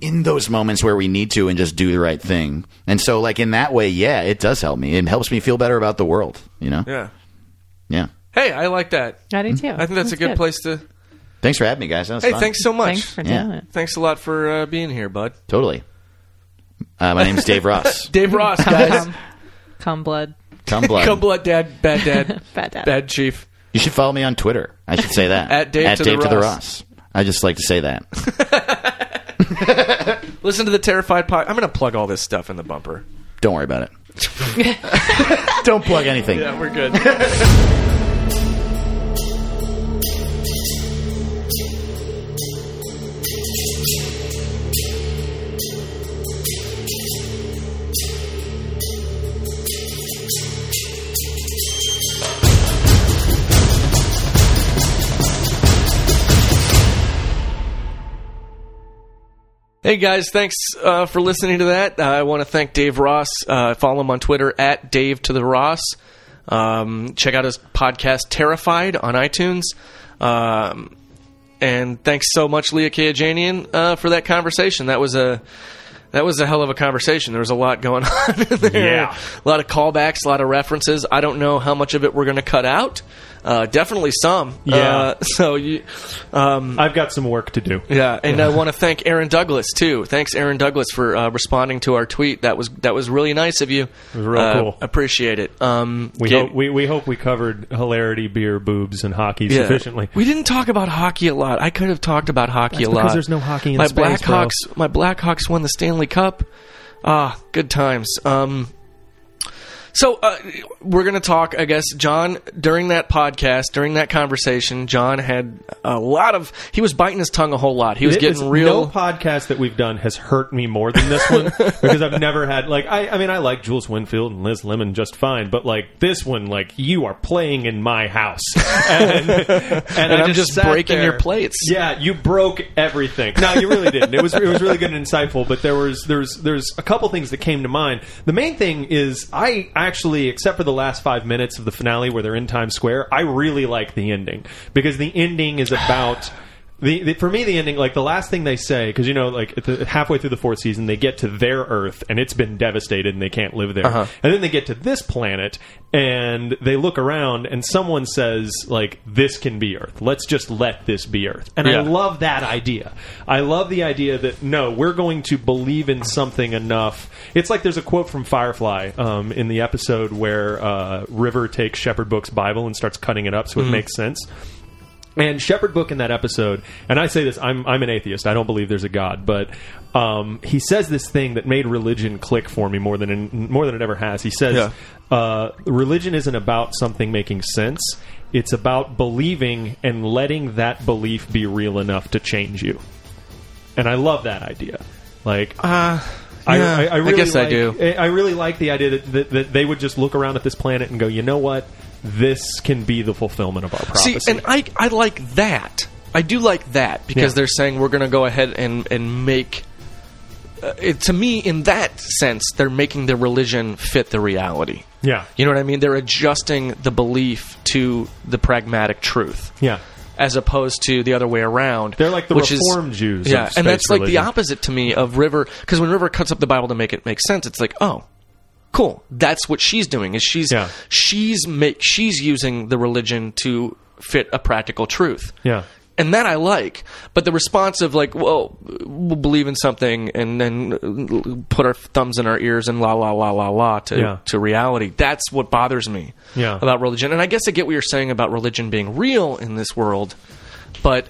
in those moments where we need to and just do the right thing. And so, like, in that way, yeah, it does help me. It helps me feel better about the world, you know? Yeah. Yeah. Hey, I like that. I Mm-hmm. do too. I think that's, a good, place to. Thanks for having me, guys. That was Hey, fun. thanks so much. Thanks for Yeah. doing it. Thanks a lot for uh, being here, bud. Totally. Uh, my name's Dave Ross. Dave Ross, Come, guys. come, come, blood, Come blood. Come blood dad, bad dad, fat dad. bad chief. You should follow me on Twitter. I should say that. At Dave to the the Ross. Ross. I just like to say that. Listen to the terrified pod. I'm going to plug all this stuff in the bumper. Don't worry about it. Don't plug anything. Yeah, we're good. Hey guys, thanks uh, for listening to that. Uh, I want to thank Dave Ross. Uh, follow him on Twitter at Dave to the Ross. Um, check out his podcast Terrified on iTunes. Um, and thanks so much, Leah Kajanian, uh, for that conversation. That was a that was a hell of a conversation. There was a lot going on. in there. Yeah. a lot of callbacks, a lot of references. I don't know how much of it we're going to cut out. Uh, definitely some. Yeah. Uh, so you. Um, I've got some work to do. yeah, and I want to thank Aaron Douglas too. Thanks, Aaron Douglas, for uh, responding to our tweet. That was that was really nice of you. It was real cool. Appreciate it. Um, We, gave- hope, we, we hope we covered hilarity, beer, boobs, and hockey yeah. sufficiently. We didn't talk about hockey a lot. I could have talked about hockey a That's lot. because there's no hockey in my space, bro. Blackhawks. My Blackhawks won the Stanley Cup. Ah, good times. Um, so uh, we're going to talk, I guess, John. During that podcast, during that conversation, John had a lot of. He was biting his tongue a whole lot. He was It getting is- real. No podcast that we've done has hurt me more than this one because I've never had like I, I mean I like Jules Winfield and Liz Lemon just fine, but like this one, like you are playing in my house, and, and, I I'm just sat breaking there. your plates. Yeah, you broke everything. No, you really didn't. It was it was really good and insightful, but there was there's there's a couple things that came to mind. The main thing is I actually, except for the last five minutes of the finale where they're in Times Square, I really like the ending because the ending is about The, the, for me, the ending, like the last thing they say, because you know, like at the, halfway through the fourth season, they get to their Earth and it's been devastated and they can't live there. And then they get to this planet and they look around and someone says, like, this can be Earth. Let's just let this be Earth. And Yeah. I love that idea. I love the idea that no, we're going to believe in something enough. It's like there's a quote from Firefly um, in the episode where uh, River takes Shepherd Book's Bible and starts cutting it up so it makes sense. And Shepherd Book in that episode, and I say this, I'm I'm an atheist. I don't believe there's a god, but um, he says this thing that made religion click for me more than in, more than it ever has. He says, uh, "Religion isn't about something making sense. It's about believing and letting that belief be real enough to change you." And I love that idea. Like Uh, Yeah, I, I, I, I really guess I like- do. I I really like the idea that, that, that they would just look around at this planet and go, you know what? This can be the fulfillment of our prophecy. See, and I I like that. I do like that because Yeah. they're saying we're going to go ahead and and make. Uh, it, to me, in that sense, they're making the religion fit the reality. yeah, You know what I mean? They're adjusting the belief to the pragmatic truth. yeah, As opposed to the other way around. They're like the which is- Reformed Jews of Yeah, space and that's like the religion. opposite to me of River. Because when River cuts up the Bible to make it make sense, it's like, oh, cool. That's what she's doing. Is she's Yeah. she's make she's using the religion to fit a practical truth. yeah. And that I like, but the response of like, "Well, we'll believe in something and then put our thumbs in our ears and la la la la la to Yeah. to reality." That's what bothers me Yeah. about religion. And I guess I get what you're saying about religion being real in this world, but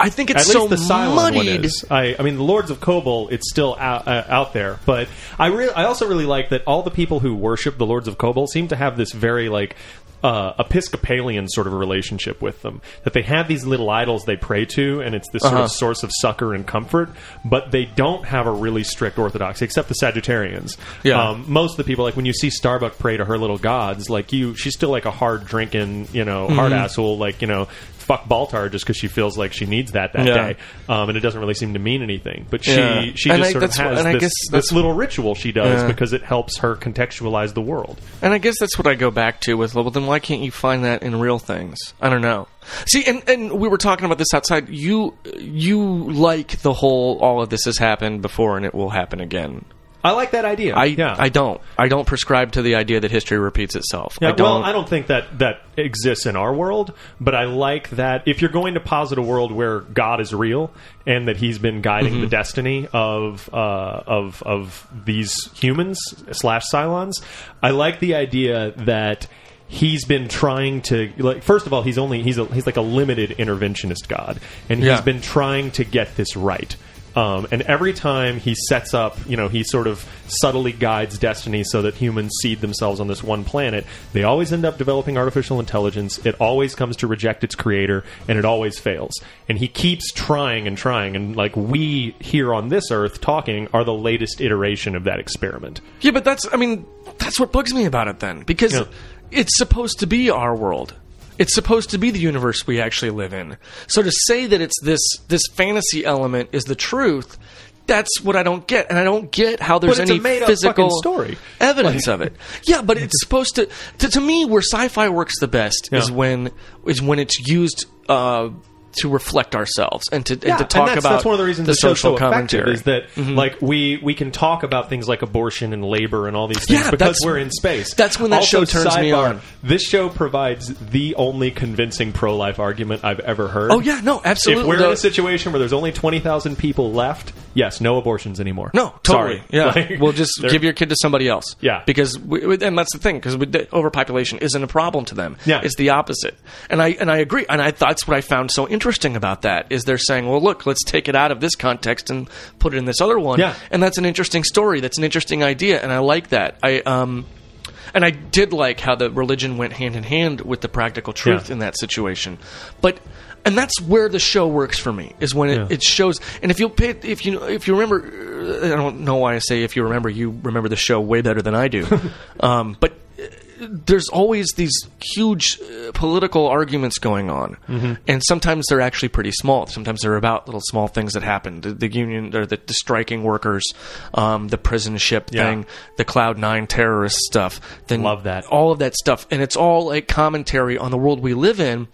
I think it's At so least the Cylon one muddied. is. I, I mean, the Lords of Kobol, it's still out, uh, out there, but I re- I also really like that all the people who worship the Lords of Kobol seem to have this very like. Uh, Episcopalian sort of a relationship with them that they have these little idols they pray to, and it's this sort Uh-huh. of source of succor and comfort. But they don't have a really strict orthodoxy, except the Sagittarians. Um, Yeah. most of the people, like when you see Starbuck pray to her little gods, like you, she's still like a hard drinking, you know, hard Mm-hmm. asshole, like you know, fuck Baltar just because she feels like she needs that that Yeah. day, um, and it doesn't really seem to mean anything. But she Yeah. she And just I- sort of that's what- has and I this, guess this that's- little ritual she does Yeah. because it helps her contextualize the world. And I guess that's what I go back to with, well, then why can't you find that in real things? I don't know. See, and, and we were talking about this outside. You you like the whole all of this has happened before and it will happen again. I like that idea. I yeah. I don't. I don't prescribe to the idea that history repeats itself. Yeah, I don't. Well, I don't think that that exists in our world, but I like that if you're going to posit a world where God is real and that He's been guiding Mm-hmm. the destiny of uh, of of these humans slash Cylons, I like the idea that. He's been trying to like. First of all, he's only he's a, he's like a limited interventionist god, and he's Yeah. been trying to get this right. Um, and every time he sets up, you know, he sort of subtly guides destiny so that humans seed themselves on this one planet. They always end up developing artificial intelligence. It always comes to reject its creator, and it always fails. And he keeps trying and trying. And like we here on this Earth talking are the latest iteration of that experiment. Yeah, but that's I mean that's what bugs me about it then because Yeah. it's supposed to be our world. It's supposed to be the universe we actually live in. So to say that it's this this fantasy element is the truth, that's what I don't get, and I don't get how there's it's a any made-up physical fucking story. evidence of it. Yeah, but it's supposed to, to. To me, where sci-fi works the best is Yeah. when is when it's used. Uh, to reflect ourselves and to, and to and talk that's, about that's one of the reasons the the, show's social so effective commentary Mm-hmm. is that like we we can talk about things like abortion and labor and all these things Yeah, because that's- we're in space. that's when that show Also, turns me sidebar, on. This show provides the only convincing pro life argument I've ever heard. Oh, yeah, no, absolutely. If we're in The- a situation where there's only twenty thousand people left, yes, no abortions anymore. No, totally. Sorry. Yeah, Like, we'll just they're- give your kid to somebody else. Yeah. because we, we- and that's the thing because overpopulation isn't a problem to them. Yeah. it's the opposite. And I and I agree. And I that's what I found so interesting about that is they're saying, well, look, let's take it out of this context and put it in this other one. Yeah. and that's an interesting story. That's an interesting idea, and I like that. I um. And I did like how the religion went hand in hand with the practical truth Yeah. in that situation, but and that's where the show works for me is when it, Yeah. it shows. And if you pay, if you if you remember, I don't know why I say if you remember, you remember the show way better than I do. um, but uh, there's always these huge uh, political arguments going on, Mm-hmm. and sometimes they're actually pretty small. Sometimes they're about little small things that happened. The, the union or the, the striking workers, um, the prison ship Yeah. thing, the Cloud Nine terrorist stuff. Then Love that. all of that stuff, and it's all like commentary on the world we live in.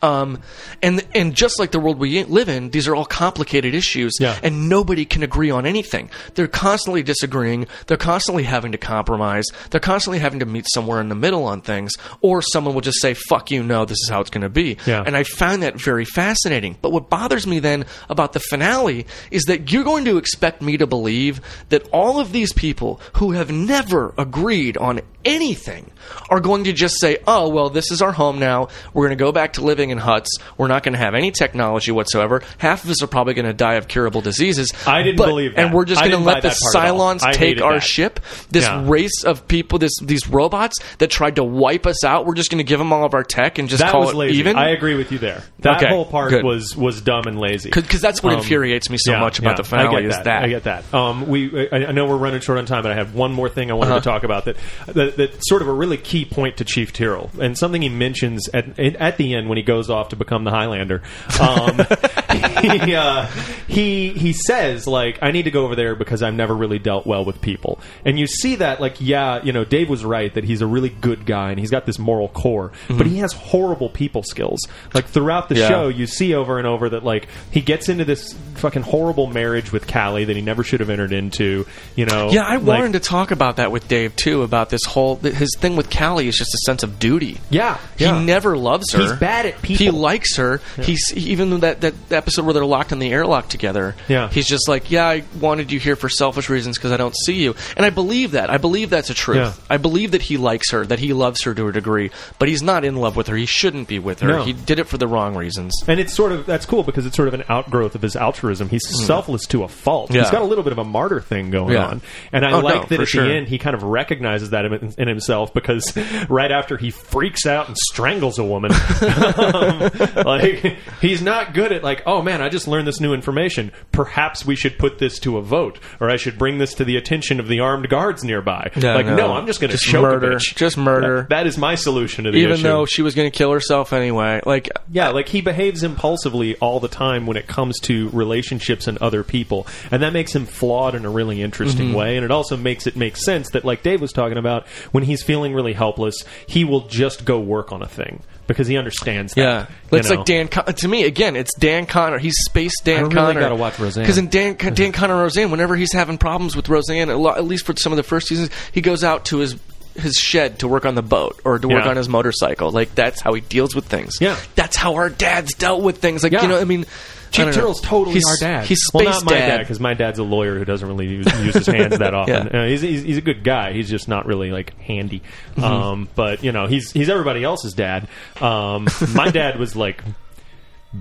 Um, and and just like the world we live in, these are all complicated issues, Yeah. and nobody can agree on anything. They're constantly disagreeing. They're constantly having to compromise. They're constantly having to meet somewhere in the middle on things, or someone will just say, "Fuck you, no, this is how it's going to be." Yeah. And I found that very fascinating. But what bothers me then about the finale is that you're going to expect me to believe that all of these people who have never agreed on anything are going to just say, oh, well, this is our home now. We're going to go back to living in huts. We're not going to have any technology whatsoever. Half of us are probably going to die of curable diseases. I didn't But- believe And that. we're just I going to didn't buy let the that part at all. Cylons I take hated our that. ship. This Yeah. race of people, this these robots that tried to wipe us out, we're just going to give them all of our tech and just That call was it lazy. even. I agree with you there. That Okay, whole part good. was was dumb and lazy. because that's what infuriates me so Um, Yeah, much about yeah, the finale I get is that. that. I get that. Um, we, I, I know we're running short on time, but I have one more thing I Uh-huh. wanted to talk about that, that that's sort of a really key point to Chief Tyrrell and something he mentions at at the end when he goes off to become the Highlander. Um, he, uh, he he says like I need to go over there because I've never really dealt well with people, and you see that like yeah you know Dave was right that he's a really good guy and he's got this moral core, but he has horrible people skills. Like throughout the Mhm. Yeah. show, you see over and over that like he gets into this fucking horrible marriage with Callie that he never should have entered into. You know, Yeah, I like- wanted to talk about that with Dave too. About this whole th- his thing with Callie is just a sense of duty. Yeah, yeah. he never loves her. He's bad at people. He likes her. He's even though that that episode where they're locked in the airlock together. Yeah. he's just like, yeah, I wanted you here for selfish reasons because I don't see you, and I believe that. I believe that's a truth. Yeah. I believe that he likes her, that he loves her to a degree, but he's not in love with her. He shouldn't be with her. No. He did it for the wrong reasons. And it's sort of that's cool because it's sort of an outgrowth of his altruism. He's selfless to a fault. Hmm. Yeah. He's got a little bit of a martyr thing going Yeah. on, and I Oh, no, like that for at sure. the end he kind of recognizes that in, in himself because right after he freaks out and strangles a woman, um, like he's not good at like oh man I just learned this new information. Perhaps we should put this to a vote, or I should bring this to the attention of the armed guards nearby. Yeah, like no. no. I'm just going to Just choke murder. a bitch. Just murder. That, that is my solution to the Even issue. though she was going to kill herself anyway, like Yeah, like he behaves impulsively all the time when it comes to relationships and other people. And that makes him flawed in a really interesting Mm-hmm. way. And it also makes it make sense that, like Dave was talking about, when he's feeling really helpless, he will just go work on a thing because he understands that. Yeah, you it's know? like Dan. Con- to me, again, it's Dan Connor. He's space Dan really Connor. gotta watch Roseanne. because in Dan Dan Connor Roseanne, whenever he's having problems with Roseanne, a lo- at least for some of the first seasons, he goes out to his his shed to work on the boat or to work Yeah. on his motorcycle. Like that's how he deals with things. Yeah. that's how our dads dealt with things. Like Yeah. you know, I mean, I Chief don't know. Tyrrell's totally he's, our dad. He's well, space not my dad dad. because my dad's a lawyer who doesn't really use, use his hands that often. Yeah. Uh, he's, he's, he's a good guy. He's just not really like handy. Um, but you know, he's he's everybody else's dad. Um, my dad was like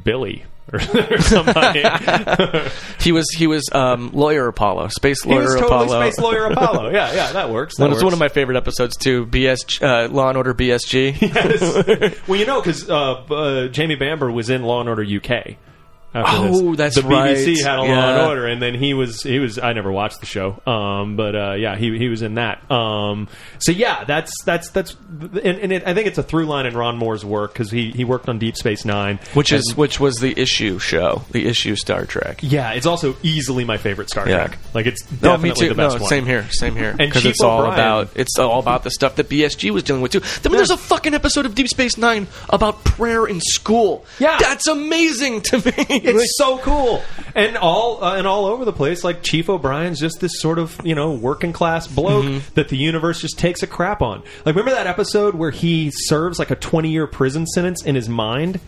Billy or, or somebody. he was he was um, lawyer Apollo, space he lawyer was totally Apollo. space lawyer Apollo. Yeah, yeah, that works. That One, it's works. one of my favorite episodes too. BS uh, Law and Order BSG. Yes. well, you know, because uh, uh, Jamie Bamber was in Law and Order UK. After Oh, this. that's the right. BBC had a Law and Yeah. Order, and then he was he was. I never watched the show, um, but uh, yeah, he he was in that. Um, so yeah, that's that's that's, and, and it, I think it's a through line in Ron Moore's work because he he worked on Deep Space Nine, which and- is which was the issue show, the issue Star Trek. yeah, it's also easily my favorite Star Yeah. Trek. Like it's definitely the best no, one. Same here, same here. And Because Chief it's all O'Brien- about it's all about the stuff that BSG was dealing with too. I mean, there's a fucking episode of Deep Space Nine about prayer in school. Yeah. that's amazing to me. It's so cool, and all uh, and all over the place. Like Chief O'Brien's just this sort of you know working class bloke Mm-hmm. that the universe just takes a crap on. Like remember that episode where he serves like a twenty year prison sentence in his mind? Do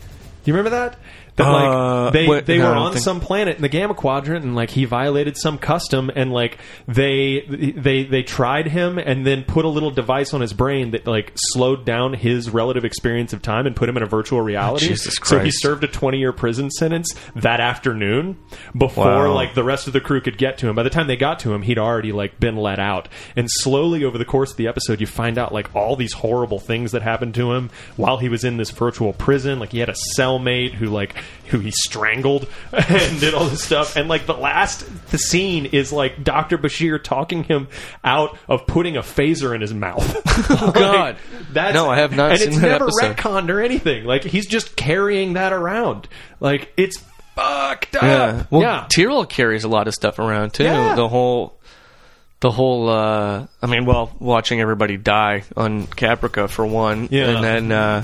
you remember that? That like Uh, they what- they no, I were don't on think- some planet in the Gamma Quadrant and like he violated some custom and like they they they tried him and then put a little device on his brain that like slowed down his relative experience of time and put him in a virtual reality. Jesus So he Christ. served served a 20 year prison sentence that afternoon before Wow. like the rest of the crew could get to him. By the time they got to him, he'd already like been let out. And slowly over the course of the episode, you find out like all these horrible things that happened to him while he was in this virtual prison. Like he had a cellmate who like who he strangled and did all this stuff. And like the last the scene is like Dr. Bashir talking him out of putting a phaser in his mouth. Like, Oh, God. that's No, I have not and seen it's that never episode. retconned or anything. Like he's just carrying that around. Like it's fucked up. yeah. Yeah. Well, Tyrell carries a lot of stuff around too. Yeah. The whole. The whole, uh, I mean, well, watching everybody die on Caprica for one, Yeah. and then uh,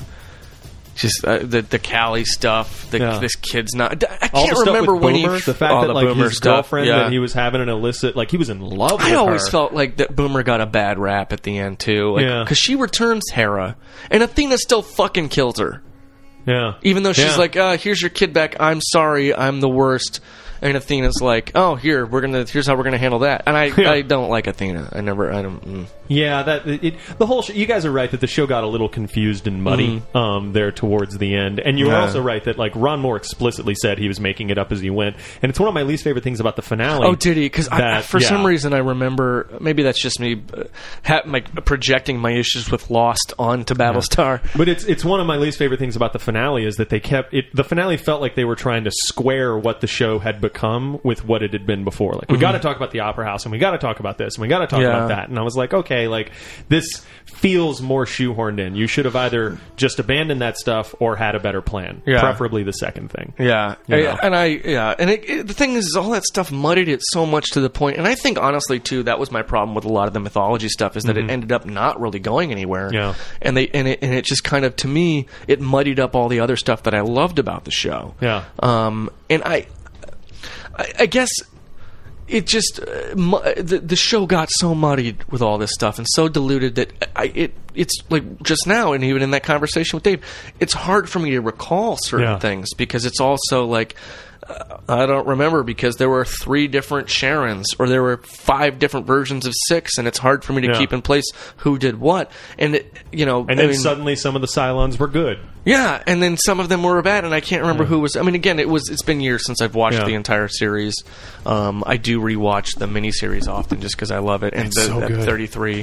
just uh, the the Cali stuff. The, Yeah. This kid's not. I All can't the stuff remember with when Boomer, he the fact all that the like Boomer his stuff, girlfriend yeah. that he was having an illicit, like he was in love. I with always her. felt like that Boomer got a bad rap at the end too, like, Yeah. Cause she returns Hera, and Athena still fucking kills her, yeah, even though she's Yeah. like, uh, "Here's your kid back. I'm sorry, I'm the worst." And Athena's like, "Oh, here we're gonna. Here's how we're gonna handle that." And I, Yeah. I don't like Athena. I never. I don't. Mm. Yeah, that it, the whole. Show, you guys are right that the show got a little confused and muddy Mm-hmm. um, there towards the end, and you were Yeah. also right that like Ron Moore explicitly said he was making it up as he went, and it's one of my least favorite things about the finale. Oh, did he? Because that- for some yeah. reason I remember. Maybe that's just me, uh, ha- like projecting my issues with Lost onto Battlestar. But it's it's one of my least favorite things about the finale is that they kept it. The finale felt like they were trying to square what the show had become with what it had been before. Like we got to talk about the opera house, and we got to talk about this, and we got to talk Mm-hmm. Yeah. about that. And I was like, okay, like this feels more shoehorned in. You should have either just abandoned that stuff or had a better plan, Yeah. preferably the second thing. Yeah, You know? and I yeah, and it, it- the thing is, all that stuff muddied it so much to the point, and I think honestly too, that was my problem with a lot of the mythology stuff is that it ended up not really going anywhere. Mm-hmm. Yeah. and they and it and it just kind of to me it muddied up all the other stuff that I loved about the show. Yeah. um, and I, I, I guess. It just uh, mu- the the show got so muddied with all this stuff and so diluted that I it it's like just now and even in that conversation with Dave, it's hard for me to recall certain Yeah. things because it's also like uh, I don't remember because there were three different Sharons or there were five different versions of six, and it's hard for me to Yeah. keep in place who did what. And it, you know, And I then mean, suddenly, some of the Cylons were good. yeah, and then some of them were bad, and I can't remember who was. I mean, again, it was it's been years since I've watched Yeah. the entire series. Um, I do rewatch the miniseries often just because I love it. And the, so good. thirty three,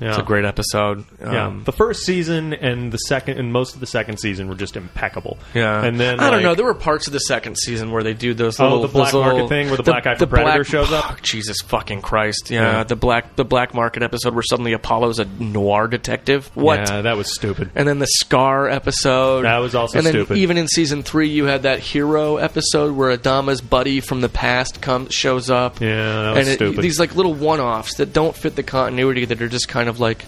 it's Yeah. a great episode. Yeah, Um, the first season and the second, and most of the second season were just impeccable. Yeah, and then I don't like- know. There were parts of the second season where they do those Oh, little the black those little- market thing where the black guy from Predator shows up? Oh, Jesus fucking Christ! Yeah, Yeah. the black the black market episode where suddenly Apollo's a noir detective. What? Yeah, that was stupid. And then the Scar episode. That was also and then stupid. Even in season three, you had that hero episode where Adama's buddy from the past comes shows up. Yeah, that was and it- stupid. These like little one offs that don't fit the continuity that are just kind of like.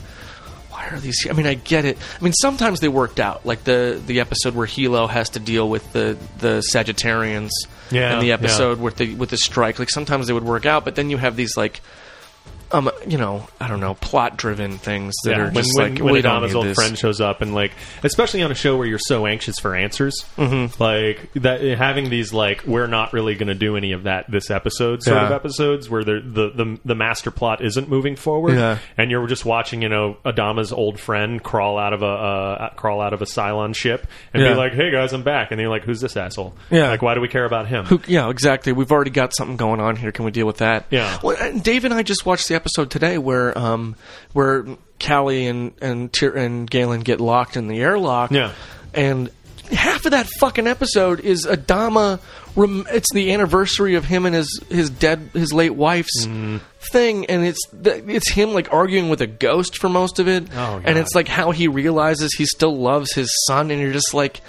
Why are these? here? I mean, I get it. I mean, sometimes they worked out, like the the episode where Hilo has to deal with the the Sagittarians, Yeah, and the yeah. episode with the with the strike. Like sometimes they would work out, but then you have these like, um, you know, I don't know, plot driven things that are when, just when, like when we don't Adama's need old this. friend shows up and like especially on a show where you're so anxious for answers Mm-hmm. like that having these like we're not really going to do any of that this episode sort of Yeah. episodes where the, the the the master plot isn't moving forward Yeah. and you're just watching you know Adama's old friend crawl out of a uh, crawl out of a Cylon ship and Yeah. be like hey guys I'm back and you're like who's this asshole Yeah. like why do we care about him Who, yeah, exactly. We've already got something going on here. Can we deal with that? Yeah. Well, and Dave and I just watched the episode today where um, where Callie and and Tyr- and Galen get locked in the airlock. Yeah. And half of that fucking episode is Adama. Rem- it's the anniversary of him and his his dead his late wife's Mm-hmm. thing, and it's th- it's him like arguing with a ghost for most of it. Oh, God. and it's like how he realizes he still loves his son, and you're just like.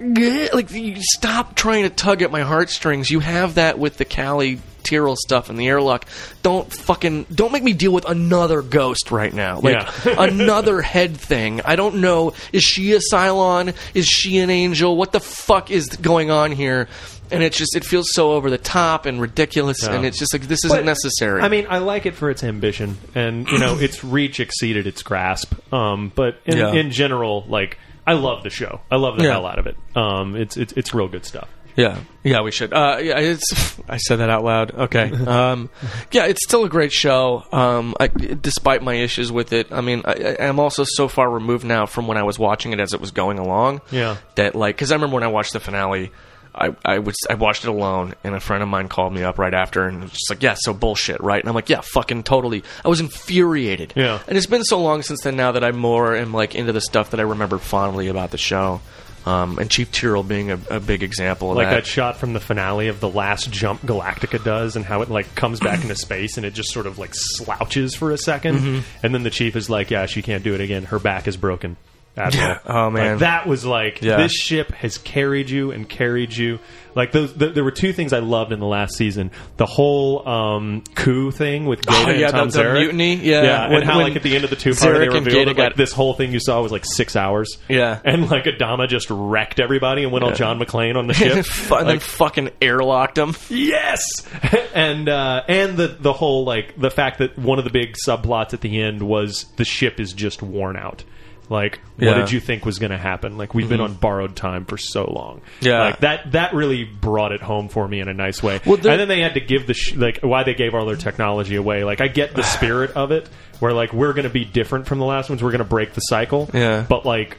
Gah, like you stop trying to tug at my heartstrings. You have that with the Cali Tyrrell stuff in the airlock. Don't fucking don't make me deal with another ghost right now. Like Yeah. another head thing. I don't know. Is she a Cylon? Is she an angel? What the fuck is going on here? And it's just it feels so over the top and ridiculous. And it's just like this isn't But, necessary. I mean, I like it for its ambition, and you know, its reach exceeded its grasp. Um, but in, Yeah. in general, like, I love the show. I love the Yeah. hell out of it. Um, it's it's it's real good stuff. Yeah, yeah, we should. Uh, yeah, it's. I said that out loud. Okay. Um, yeah, it's still a great show. Um, I, despite my issues with it, I mean, I, I- I'm also so far removed now from when I was watching it as it was going along. Yeah. That like, because I remember when I watched the finale, I I was I watched it alone, and a friend of mine called me up right after and was just like, "Yeah, so bullshit, right?" And I'm like, "Yeah, fucking totally." I was infuriated. Yeah. And it's been so long since then now that I more am like into the stuff that I remember fondly about the show. Um, and Chief Tyrrell being a, a big example of Like that. that shot from the finale of the last jump Galactica does, and how it like comes back into space, and it just sort of Mm-hmm. like slouches for a 2nd and then the chief is like, "Yeah, she can't do it again. Her back is broken." Admiral. Yeah. Oh, man. Like, that was like Yeah. this ship has carried you and carried you. Like those, th- there were two things I loved in the last season: the whole um, coup thing with Gata Oh, and yeah, Tom the- the Zarek. mutiny, yeah. When- and how when like at the end of the two part they Zarek and revealed Gaeta that, like, got- this whole thing you saw was like six hours. Yeah. and like Adama just wrecked everybody and went all John McClane on the ship. Fu- and then Like, fucking airlocked him. yes, and uh, and the the whole like the fact that one of the big subplots at the end was the ship is just worn out. Like, Yeah. Mm-hmm. what did you think was going to happen? Like, we've been on borrowed time for so long. Yeah. like that that really brought it home for me in a nice way. Well, there- and then they had to give the sh- like why they gave all their technology away. Like, I get the spirit of it, where like we're going to be different from the last ones. We're going to break the cycle. Yeah. but like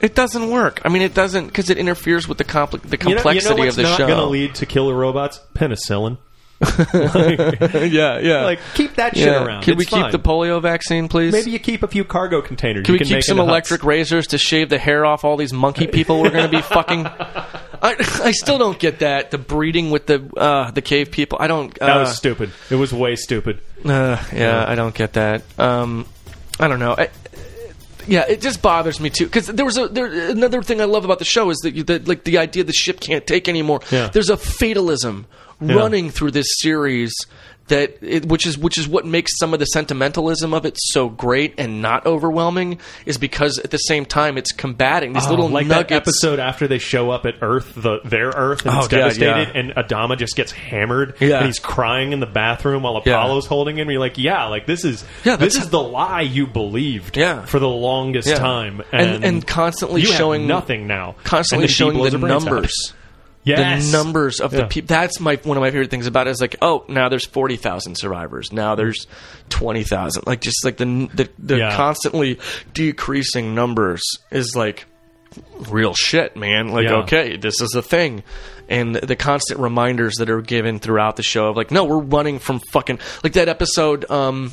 It doesn't work. I mean, it doesn't because it interferes with the compli the you know, you complexity know of what's the not show. going to lead to killer robots? Penicillin. yeah, yeah. Like, keep that shit yeah. around. Can It's we keep fine. the polio vaccine, please? Maybe you keep a few cargo containers. Can you we keep make some into electric huts. razors to shave the hair off all these monkey people we're going to be fucking? I, I still don't get that the breeding with the uh, the cave people. I don't. Uh, That was stupid. It was way stupid. Uh, yeah, I don't get that. Um, I don't know. I, yeah, it just bothers me too because there was a, there, another thing I love about the show is that you- that like the idea the ship can't take anymore. Yeah. There's a fatalism running through this series that it, which is which is what makes some of the sentimentalism of it so great and not overwhelming is because at the same time it's combating these little Ah, like nuggets. that episode after they show up at Earth, the their Earth, and Oh, it's God, devastated, yeah. and Adama just gets hammered, Yeah. and he's crying in the bathroom while Yeah. Apollo's holding him. You're like, yeah, like this is Yeah, this that's- is the lie you believed Yeah. for the longest Yeah. time, And- and, and constantly you have showing- nothing now, constantly And then she showing blows the her brains out. numbers. Yes. the numbers of the Yeah. people. That's my one of my favorite things about it is like, oh, now there's forty thousand survivors. Now there's twenty thousand. Like just like the the, the Yeah. constantly decreasing numbers is like real shit, man. Like Yeah. okay, this is a thing, and the, the constant reminders that are given throughout the show of like, no, we're running from fucking like that episode. Um,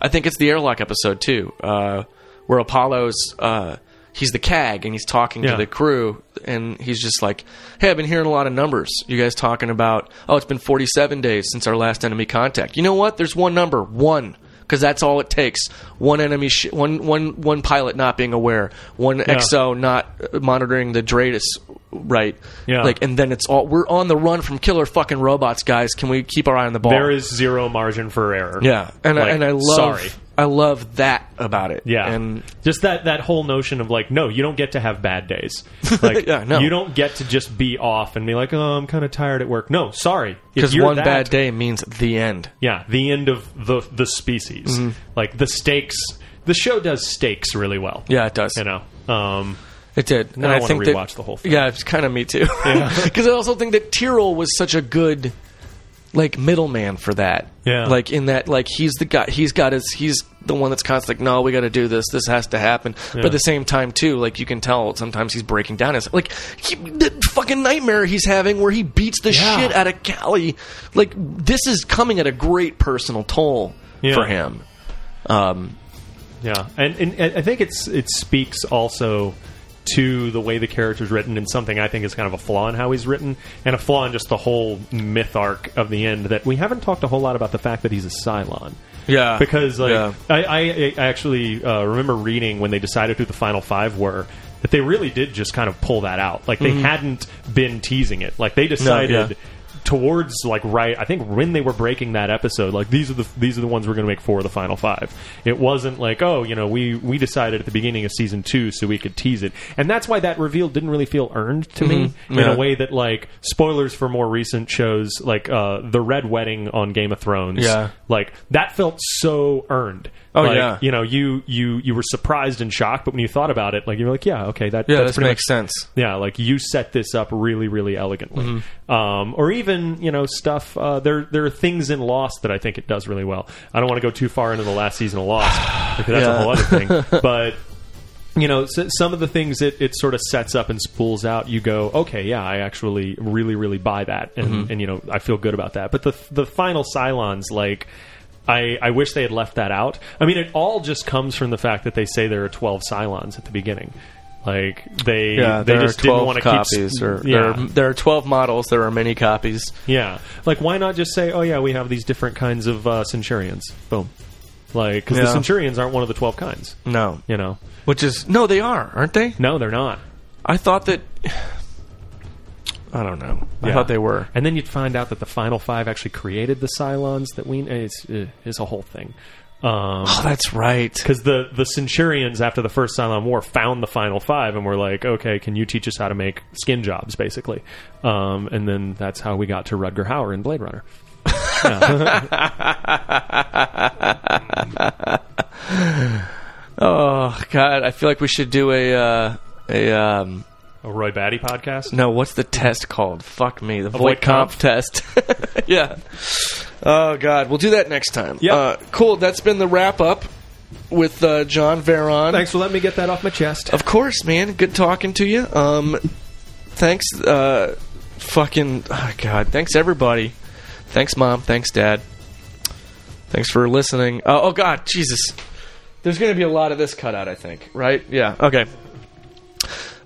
I think it's the airlock episode too, uh, where Apollo's uh, he's the CAG and he's talking to Yeah. the crew, and he's just like, "Hey, I've been hearing a lot of numbers. You guys talking about? Oh, it's been 47 days since our last enemy contact. You know what? There's one number, one." Because that's all it takes. One enemy, sh- one, one, one pilot not being aware, one XO not uh, monitoring the Dratus right. Yeah. Like, and then it's all we're on the run from killer fucking robots, guys. Can we keep our eye on the ball? There is zero margin for error. Yeah, and I, Like, and I love sorry. I love that about it. Yeah, and just that that whole notion of like, no, you don't get to have bad days. Like, Yeah, no. you don't get to just be off and be like, oh, I'm kind of tired at work. No, sorry, If because you're one that- bad day means the end. yeah, the end of the the species. Mm-hmm. Like the stakes. The show does stakes really well. Yeah, it does. you know. Um, It did. Now and I I, wanna think that- rewatch the whole thing. Yeah, it's kind of me too. Because I also think that Tyrell was such a good like middleman for that. Yeah. Like in that, like he's the guy. He's got his. He's the one that's constantly like, no, we got to do this. This has to happen. But at the same time, too, like you can tell sometimes he's breaking down. His like he, the fucking nightmare he's having where he beats the Yeah. shit out of Callie. Like this is coming at a great personal toll Yeah. for him. Um, Yeah, and, and, and I think it's it speaks also to the way the character's written and something I think is kind of a flaw in how he's written and a flaw in just the whole myth arc of the end that we haven't talked a whole lot about the fact that he's a Cylon. Yeah. because like Yeah. I, I, I actually uh, remember reading when they decided who the final five were that they really did just kind of pull that out. Like they Mm-hmm. hadn't been teasing it. Like they decided towards like right i think when they were breaking that episode like these are the these are the ones we're going to make for the final five it wasn't like oh you know we we decided at the beginning of season two so we could tease it and that's why that reveal didn't really feel earned to me in Mm-hmm. Yeah. a way that like spoilers for more recent shows like uh the red wedding on game of thrones Yeah. like that felt so earned Oh, Like, yeah. you know you you you were surprised and shocked but when you thought about it like you were like yeah okay that yeah, that's this pretty makes much- sense. yeah, like you set this up really, really elegantly. Mm-hmm. Um, or even you know stuff. Uh, there there are things in Lost that I think it does really well. I don't want to go too far into the last season of Lost because that's Yeah. a whole other thing. But you know s some of the things it, it sort of sets up and spools out. You go, okay, yeah, I actually really, really buy that, and, Mm-hmm. and you know I feel good about that. But the the final Cylons like. I, I wish they had left that out. I mean, it all just comes from the fact that they say there are twelve Cylons at the beginning. Like they Yeah, they there just are 12 didn't want to copies. keep or, yeah, there, are, there are 12 models. There are many copies. yeah. Like, why not just say, "Oh yeah, we have these different kinds of uh, centurions." Boom. Like, because Yeah. Mm. the Centurions aren't one of the twelve kinds. No. You know, Which is no, they are, aren't they? no, they're not. I thought that. I don't know. I Yeah. thought they were. And then you'd find out that the final five actually created the Cylons that we. It's uh, it's a whole thing. Um, Oh, that's right. because the the Centurions after the first Cylon War found the final five and were like, okay, can you teach us how to make skin jobs, basically? Um, and then that's how we got to Rudger Hauer in Blade Runner. Oh God, I feel like we should do a uh, a um, A Roy Batty podcast. no. What's the test called? Fuck me, the Avoid void comp comp? test. yeah. Oh God, we'll do that next time. Yep. Uh, cool. That's been the wrap up with uh, John Veron. Thanks for letting me get that off my chest. Of course, man. Good talking to you. Um, thanks. Uh, fucking oh, God. Thanks everybody. Thanks mom. Thanks dad. Thanks for listening. Uh, oh God, Jesus. There's going to be a lot of this cut out. I think. Right? Yeah. Okay.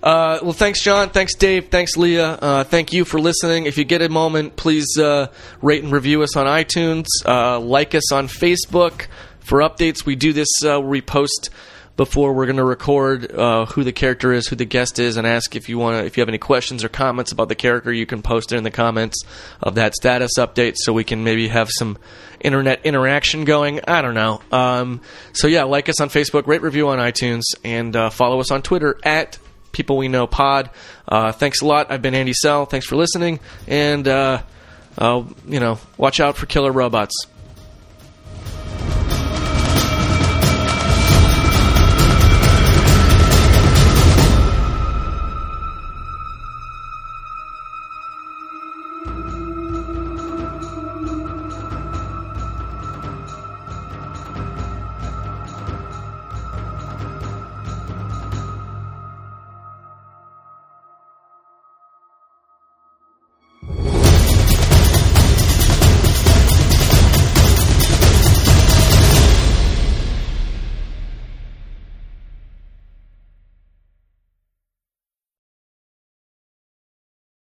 Uh, well, thanks, John. Thanks, Dave. Thanks, Leah. Uh, thank you for listening. If you get a moment, please uh, rate and review us on iTunes. Uh, like us on Facebook for updates. We do this uh, where we post before we're going to record uh, who the character is, who the guest is, and ask if you want to. If you have any questions or comments about the character, you can post it in the comments of that status update, so we can maybe have some internet interaction going. I don't know. Um, so yeah, like us on Facebook, rate review on iTunes, and uh, follow us on Twitter at people we know pod uh, thanks a lot i've been andy sell thanks for listening and uh, uh, you know watch out for killer robots